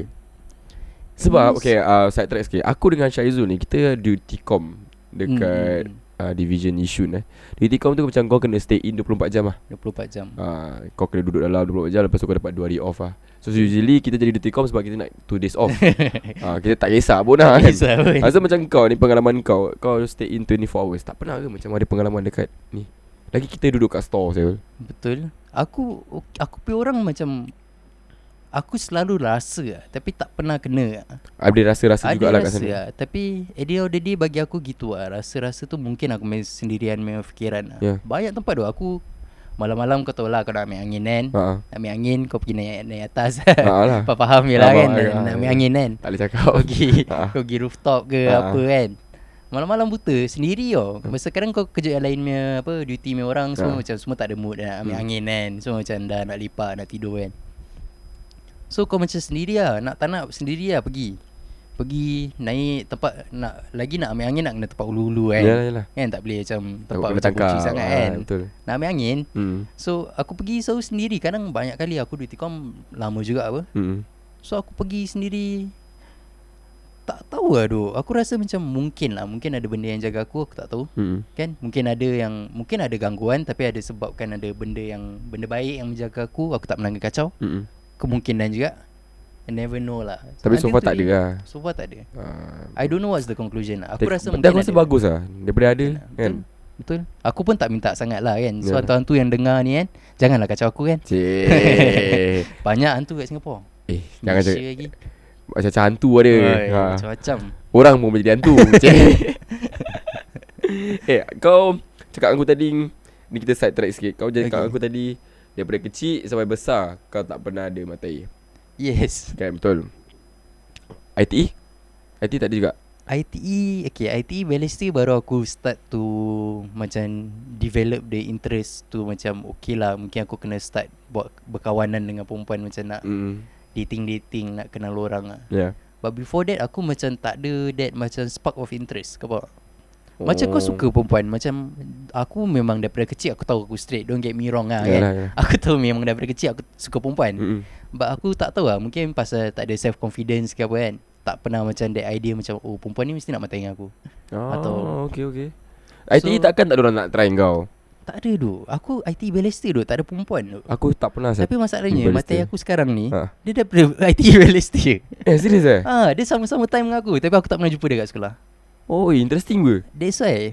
[SPEAKER 2] Sebab
[SPEAKER 3] Yes.
[SPEAKER 2] Okay uh, side track sikit Aku dengan Syaizul ni Kita duty com Dekat
[SPEAKER 3] Mm, mm,
[SPEAKER 2] uh, Division Yishun eh Duty com tu macam Kau kena stay in 24 jam lah
[SPEAKER 3] macam. 24 jam
[SPEAKER 2] uh, Kau kena duduk dalam 24 jam Lepas tu kau dapat 2 hari off lah So usually kita jadi duty com Sebab kita nak 2 days off uh, Kita tak kisah pun lah kan
[SPEAKER 3] Kisah pun.
[SPEAKER 2] Rasa macam kau ni Pengalaman kau Kau stay in 24 hours Tak pernah ke macam ada pengalaman dekat ni Lagi kita duduk kat store saya
[SPEAKER 3] Betul Aku Aku punya orang macam Aku selalu rasa lah, Tapi tak pernah kena lah.
[SPEAKER 2] Ada rasa-rasa
[SPEAKER 3] Ada
[SPEAKER 2] jugalah kat
[SPEAKER 3] rasa
[SPEAKER 2] sana
[SPEAKER 3] lah Tapi At the end of the day Bagi aku gitu lah Rasa-rasa tu mungkin Aku main sendirian Main fikiran lah
[SPEAKER 2] Ya.
[SPEAKER 3] Banyak tempat tu Aku Malam-malam kau tahu lah Kau nak ambil angin kan
[SPEAKER 2] Ha-ha.
[SPEAKER 3] Nak ambil angin Kau pergi naik, naik atas
[SPEAKER 2] Ha lah.
[SPEAKER 3] Kau faham je lah
[SPEAKER 2] Ah,
[SPEAKER 3] kan
[SPEAKER 2] faham,
[SPEAKER 3] Nak
[SPEAKER 2] ah,
[SPEAKER 3] nak ambil
[SPEAKER 2] ah.
[SPEAKER 3] angin kan
[SPEAKER 2] Tak boleh cakap
[SPEAKER 3] Kau pergi
[SPEAKER 2] Ah.
[SPEAKER 3] Kau pergi rooftop ke
[SPEAKER 2] Ah, Hmm.
[SPEAKER 3] Apa kan Malam-malam buta Sendiri tau Masa sekarang kau kerja yang lain punya Apa Duty punya orang Semua
[SPEAKER 2] Ah.
[SPEAKER 3] macam Semua tak ada mood Nak ambil
[SPEAKER 2] Hmm.
[SPEAKER 3] angin kan Semua macam dah nak lipat Nak tidur kan So kau macam sendiri lah Nak tak nak sendiri lah pergi Pergi naik tempat nak Lagi nak ambil angin Nak kena tempat ulu-ulu kan
[SPEAKER 2] Yalah yalah
[SPEAKER 3] Kan tak boleh macam Tempat
[SPEAKER 2] Takut kena
[SPEAKER 3] macam kunci
[SPEAKER 2] tangkap.
[SPEAKER 3] sangat
[SPEAKER 2] Ah,
[SPEAKER 3] kan
[SPEAKER 2] Betul
[SPEAKER 3] Nak ambil angin
[SPEAKER 2] hmm.
[SPEAKER 3] So aku pergi selalu sendiri Kadang banyak kali aku duty com Lama juga apa
[SPEAKER 2] Hmm.
[SPEAKER 3] So aku pergi sendiri Tak tahu lah duk Aku rasa macam mungkin lah Mungkin ada benda yang jaga aku Aku tak tahu
[SPEAKER 2] Hmm.
[SPEAKER 3] Kan Mungkin ada yang Mungkin ada gangguan Tapi ada sebabkan ada benda yang Benda baik yang menjaga aku Aku tak menangga kacau
[SPEAKER 2] Hmm.
[SPEAKER 3] Kemungkinan juga I never know lah
[SPEAKER 2] Tapi so
[SPEAKER 3] Until
[SPEAKER 2] far tak ada
[SPEAKER 3] today,
[SPEAKER 2] lah
[SPEAKER 3] So far tak ada
[SPEAKER 2] Ah,
[SPEAKER 3] I don't know what's the conclusion lah Aku
[SPEAKER 2] tapi-
[SPEAKER 3] rasa
[SPEAKER 2] tapi
[SPEAKER 3] mungkin
[SPEAKER 2] Aku rasa
[SPEAKER 3] ada.
[SPEAKER 2] bagus lah Daripada ada kan
[SPEAKER 3] Betul Betul Aku pun tak minta sangat lah kan So
[SPEAKER 2] Ya.
[SPEAKER 3] hantu-hantu yang dengar ni kan Janganlah kacau aku kan
[SPEAKER 2] Cik
[SPEAKER 3] Banyak hantu kat Singapore
[SPEAKER 2] Eh jangan
[SPEAKER 3] Malaysia
[SPEAKER 2] cakap
[SPEAKER 3] lagi
[SPEAKER 2] Macam-macam hantu ada
[SPEAKER 3] Oi,
[SPEAKER 2] ha.
[SPEAKER 3] Macam-macam
[SPEAKER 2] Orang pun boleh jadi hantu Cik Eh kau Cakap dengan aku tadi Ni kita side track sikit Kau jadi
[SPEAKER 3] Okay.
[SPEAKER 2] cakap dengan aku tadi Daripada kecil sampai besar Kau tak pernah ada mata air
[SPEAKER 3] Yes
[SPEAKER 2] Kan betul ITE ITE tak ada juga
[SPEAKER 3] ITE E, Okay ITE balestri baru aku start to Macam Develop the interest tu Macam okay lah Mungkin aku kena start Buat berkawanan dengan perempuan Macam nak
[SPEAKER 2] Hmm.
[SPEAKER 3] dating-dating Nak kenal orang lah
[SPEAKER 2] Ya yeah.
[SPEAKER 3] But before that Aku macam tak ada That macam spark of interest Kau faham Macam kau suka perempuan Macam Aku memang daripada kecil Aku tahu aku straight Don't get me wrong lah
[SPEAKER 2] Yalah,
[SPEAKER 3] kan
[SPEAKER 2] yalah.
[SPEAKER 3] Aku tahu memang daripada kecil Aku suka perempuan
[SPEAKER 2] Mm-mm.
[SPEAKER 3] But aku tak tahu lah Mungkin pasal tak ada self confidence ke apa kan Tak pernah macam that idea macam Oh perempuan ni mesti nak mata dengan aku
[SPEAKER 2] Oh,
[SPEAKER 3] Atau-
[SPEAKER 2] okay okay. ITE
[SPEAKER 3] So-
[SPEAKER 2] takkan tak ada orang nak try kau.
[SPEAKER 3] Tak ada duk Aku IT balester duk Tak ada perempuan duk
[SPEAKER 2] Aku tak pernah
[SPEAKER 3] Tapi masalahnya mata
[SPEAKER 2] balester.
[SPEAKER 3] aku sekarang ni
[SPEAKER 2] Ha.
[SPEAKER 3] Dia daripada IT balester
[SPEAKER 2] Eh serius eh?
[SPEAKER 3] ha, Dia sama-sama time dengan aku Tapi aku tak pernah jumpa dia kat sekolah
[SPEAKER 2] Oh interesting ke?
[SPEAKER 3] That's why eh,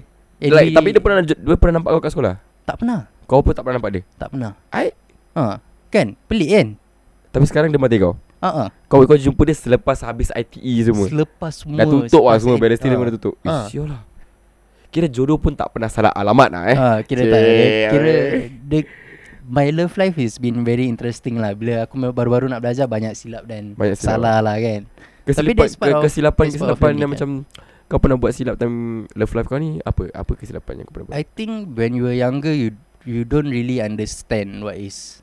[SPEAKER 2] Like,
[SPEAKER 3] dia-
[SPEAKER 2] tapi dia pernah dia pernah nampak kau kat sekolah?
[SPEAKER 3] Tak pernah
[SPEAKER 2] Kau pun tak pernah nampak dia?
[SPEAKER 3] Tak pernah
[SPEAKER 2] I
[SPEAKER 3] ha, Kan pelik kan
[SPEAKER 2] Tapi sekarang dia mati kau
[SPEAKER 3] Ha-ha.
[SPEAKER 2] Kau kau jumpa dia selepas habis ITE semua
[SPEAKER 3] Selepas semua
[SPEAKER 2] Dah tutup lah
[SPEAKER 3] selepas
[SPEAKER 2] semua
[SPEAKER 3] I-
[SPEAKER 2] Balestier
[SPEAKER 3] ha.
[SPEAKER 2] dia pun dah tutup
[SPEAKER 3] Ha.
[SPEAKER 2] Ish lah Kira jodoh pun tak pernah salah alamat lah eh
[SPEAKER 3] Ah, kira tak
[SPEAKER 2] Cik.
[SPEAKER 3] Kira the, My love life has been very interesting lah Bila aku me- baru-baru nak belajar Banyak silap dan
[SPEAKER 2] Banyak silap.
[SPEAKER 3] Salah lah kan
[SPEAKER 2] Kesilapan,
[SPEAKER 3] that's part
[SPEAKER 2] ke-
[SPEAKER 3] of-
[SPEAKER 2] kesilapan,
[SPEAKER 3] that's part of
[SPEAKER 2] kesilapan yang
[SPEAKER 3] family,
[SPEAKER 2] macam Kau pernah buat silap time love life kau ni Apa? Apa kesilapan yang kau pernah buat?
[SPEAKER 3] I think when you were younger You you don't really understand What is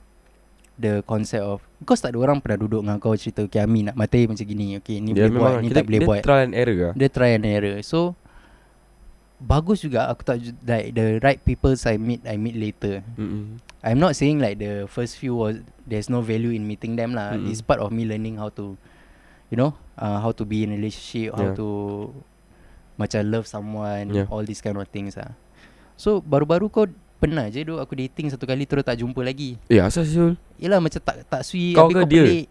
[SPEAKER 3] The concept of Because tak ada orang pernah duduk dengan kau Cerita okay Ami nak mati macam gini Okay ni
[SPEAKER 2] Dia Ya,
[SPEAKER 3] boleh buat
[SPEAKER 2] memang-
[SPEAKER 3] Ni
[SPEAKER 2] kita-
[SPEAKER 3] tak boleh
[SPEAKER 2] dia
[SPEAKER 3] buat
[SPEAKER 2] trial and error lah
[SPEAKER 3] Dia try and error So Bagus juga Aku tak ju- like The right people I meet I meet later
[SPEAKER 2] Mm-mm.
[SPEAKER 3] I'm not saying like the first few was there's no value in meeting them lah.
[SPEAKER 2] Mm-mm.
[SPEAKER 3] It's part of me learning how to, you know, uh, how to be in a relationship, how
[SPEAKER 2] Yeah.
[SPEAKER 3] to Macam love someone
[SPEAKER 2] Yeah.
[SPEAKER 3] yeah. All these kind of things lah So baru-baru kau Pernah je duk aku dating Satu kali terus tak jumpa lagi
[SPEAKER 2] Eh asal Syul
[SPEAKER 3] Yelah macam tak tak sui
[SPEAKER 2] Kau ke
[SPEAKER 3] habis
[SPEAKER 2] dia?
[SPEAKER 3] pelik.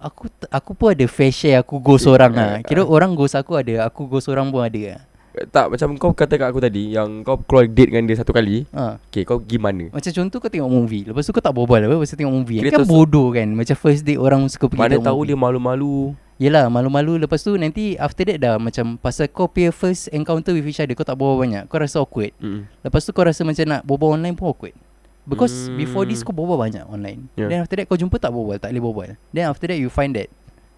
[SPEAKER 3] Aku t- aku pun ada fair share Aku ghost orang lah Kira orang ghost aku ada Aku ghost orang pun ada lah
[SPEAKER 2] Eh, Tak macam kau kata kat aku tadi Yang kau keluar date dengan dia satu kali
[SPEAKER 3] ha.
[SPEAKER 2] Okay kau pergi mana
[SPEAKER 3] Macam contoh kau tengok movie Lepas tu kau tak berbual apa Lepas tu tengok movie
[SPEAKER 2] Kira
[SPEAKER 3] Kan
[SPEAKER 2] tu-
[SPEAKER 3] bodoh kan Macam first date orang suka pergi
[SPEAKER 2] Mana
[SPEAKER 3] tengok
[SPEAKER 2] tahu
[SPEAKER 3] movie.
[SPEAKER 2] dia malu-malu
[SPEAKER 3] Yelah malu-malu Lepas tu nanti after that dah Macam pasal kau punya first encounter with each other Kau tak berbual banyak Kau rasa awkward
[SPEAKER 2] Mm.
[SPEAKER 3] Lepas tu kau rasa macam nak berbual online pun awkward Because
[SPEAKER 2] Hmm.
[SPEAKER 3] mm. before this kau berbual banyak online
[SPEAKER 2] Yeah.
[SPEAKER 3] yeah. Then after that kau jumpa tak berbual Tak boleh berbual Then after that you find that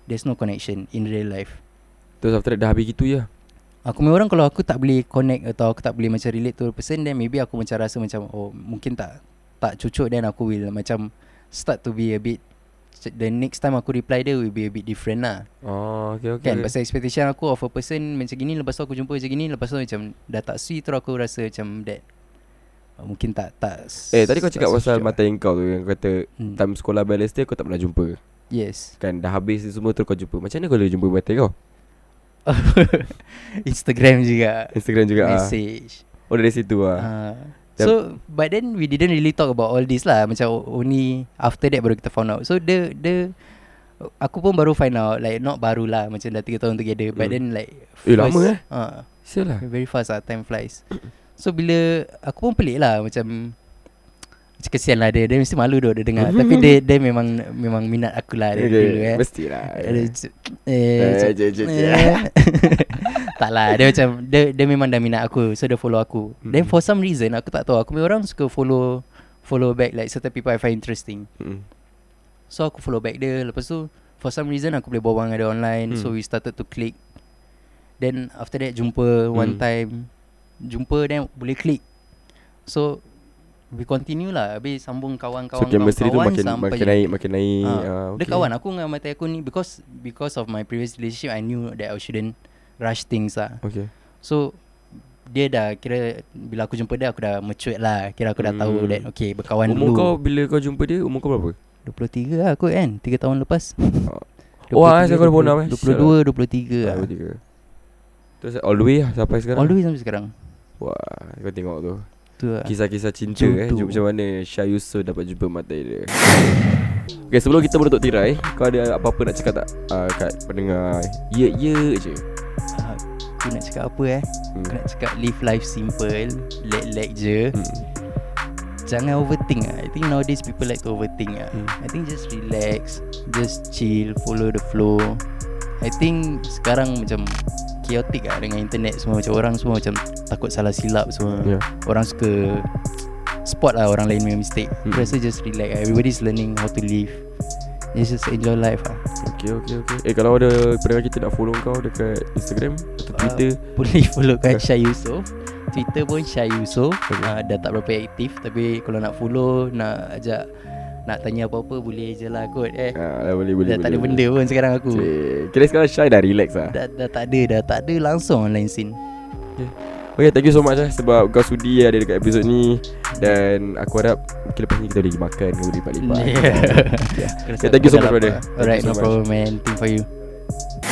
[SPEAKER 3] There's no connection in real life
[SPEAKER 2] Terus after that dah habis gitu ya? je
[SPEAKER 3] Aku punya orang kalau aku tak boleh connect Atau aku tak boleh macam relate to the person Then maybe aku macam rasa macam Oh mungkin tak tak cucuk Then aku will macam Start to be a bit The next time aku reply dia will be a bit different lah
[SPEAKER 2] Oh okay okay
[SPEAKER 3] Kan pasal expectation aku of a person macam gini Lepas tu aku jumpa macam gini Lepas tu macam dah tak sweet Terus aku rasa macam that uh, Mungkin tak tak
[SPEAKER 2] Eh tadi kau
[SPEAKER 3] tak
[SPEAKER 2] cakap pasal
[SPEAKER 3] sesuai.
[SPEAKER 2] mata yang kau tu Yang kau kata
[SPEAKER 3] Hmm.
[SPEAKER 2] Time sekolah balance dia kau tak pernah jumpa
[SPEAKER 3] Yes
[SPEAKER 2] Kan dah habis ni semua terus kau jumpa Macam mana kau boleh jumpa mata kau
[SPEAKER 3] Instagram juga
[SPEAKER 2] Instagram juga ah.
[SPEAKER 3] Message
[SPEAKER 2] Oh dari situ lah
[SPEAKER 3] uh.
[SPEAKER 2] Yep.
[SPEAKER 3] So but then we didn't really talk about all this lah Macam o- only after that baru kita found out So the the Aku pun baru find out Like not baru lah Macam dah 3 tahun together But
[SPEAKER 2] Hmm.
[SPEAKER 3] then like
[SPEAKER 2] Eh, lama eh.
[SPEAKER 3] uh,
[SPEAKER 2] Sial lah
[SPEAKER 3] Very fast lah Time flies So bila Aku pun pelik lah Macam Macam kesian lah dia Dia mesti malu duk dia
[SPEAKER 2] Hmm.
[SPEAKER 3] dengar Tapi dia dia memang Memang minat aku lah Dari dulu eh
[SPEAKER 2] Mestilah ya.
[SPEAKER 3] Ada c-
[SPEAKER 2] Eh,
[SPEAKER 3] eh, c-
[SPEAKER 2] je, je, je.
[SPEAKER 3] eh. Tak lah Dia macam dia, dia memang dah minat aku So dia follow aku Then
[SPEAKER 2] Mm.
[SPEAKER 3] for some reason Aku tak tahu Aku punya orang suka follow Follow back Like certain people I find interesting
[SPEAKER 2] Mm.
[SPEAKER 3] So aku follow back dia Lepas tu For some reason aku boleh berbual dengan dia online
[SPEAKER 2] Hmm.
[SPEAKER 3] So we started to click Then after that jumpa hmm. one
[SPEAKER 2] Hmm.
[SPEAKER 3] time Jumpa then boleh click So We continue lah Habis sambung
[SPEAKER 2] So
[SPEAKER 3] kawan-kawan
[SPEAKER 2] chemistry tu
[SPEAKER 3] kawan-kawan
[SPEAKER 2] makin makin naik Makin naik
[SPEAKER 3] ha,
[SPEAKER 2] Ah,
[SPEAKER 3] Dia kawan aku dengan mata aku ni Because Because of my previous relationship I knew that I shouldn't Rush things lah
[SPEAKER 2] Okay
[SPEAKER 3] So Dia dah kira Bila aku jumpa dia Aku dah mature lah Kira aku dah tahu
[SPEAKER 2] Hmm.
[SPEAKER 3] that Okay berkawan
[SPEAKER 2] Umur
[SPEAKER 3] dulu
[SPEAKER 2] kau bila kau jumpa dia Umur kau berapa
[SPEAKER 3] 23 lah aku kan 3 tahun lepas
[SPEAKER 2] eh, Oh, ah, saya kena bonam, eh.
[SPEAKER 3] 22, 23 lah
[SPEAKER 2] Dua tiga Terus all the way lah Sampai sekarang
[SPEAKER 3] All the way sampai sekarang
[SPEAKER 2] Wah Kau tengok tu
[SPEAKER 3] Tu lah
[SPEAKER 2] Kisah-kisah cinta eh
[SPEAKER 3] Jodoh.
[SPEAKER 2] Macam mana Syah Yusof dapat jumpa mata dia Okay sebelum kita menutup tirai Kau ada apa-apa nak cakap tak uh, Kat pendengar Ya ya je
[SPEAKER 3] Ah, Aku nak cakap apa eh Aku
[SPEAKER 2] hmm.
[SPEAKER 3] nak cakap live life simple Relax-relax je
[SPEAKER 2] Hmm.
[SPEAKER 3] Jangan overthink lah I think nowadays people like to overthink lah
[SPEAKER 2] Hmm.
[SPEAKER 3] I think just relax Just chill Follow the flow I think sekarang macam Chaotic lah dengan internet semua Macam orang semua macam Takut salah silap semua
[SPEAKER 2] Ya.
[SPEAKER 3] Orang suka Spot lah orang lain punya mistake
[SPEAKER 2] Hmm.
[SPEAKER 3] Aku rasa just relax Everybody's learning how to live Just, just enjoy life lah
[SPEAKER 2] Okay okay okay Eh kalau ada pendengar kita nak follow kau Dekat Instagram Atau
[SPEAKER 3] Ah,
[SPEAKER 2] Twitter
[SPEAKER 3] Boleh follow kat Syah Yusof Twitter pun Syah Yusof
[SPEAKER 2] Okay.
[SPEAKER 3] uh, Dah tak berapa aktif Tapi kalau nak follow Nak ajak Nak tanya apa-apa Boleh je lah kot eh
[SPEAKER 2] Ah, boleh boleh
[SPEAKER 3] Dah
[SPEAKER 2] boleh,
[SPEAKER 3] tak ada benda pun sekarang aku
[SPEAKER 2] Cik. Kira sekarang Syah dah relax lah
[SPEAKER 3] dah, dah tak ada Dah tak ada langsung online scene
[SPEAKER 2] Okay thank you so much lah Sebab kau sudi ada dekat episod ni Dan aku harap Mungkin lepas ni kita boleh pergi makan Kita boleh lipat-lipat
[SPEAKER 3] Yeah.
[SPEAKER 2] Okay, thank you so much, brother. Thank
[SPEAKER 3] Alright
[SPEAKER 2] you so
[SPEAKER 3] no
[SPEAKER 2] much.
[SPEAKER 3] problem man Think for you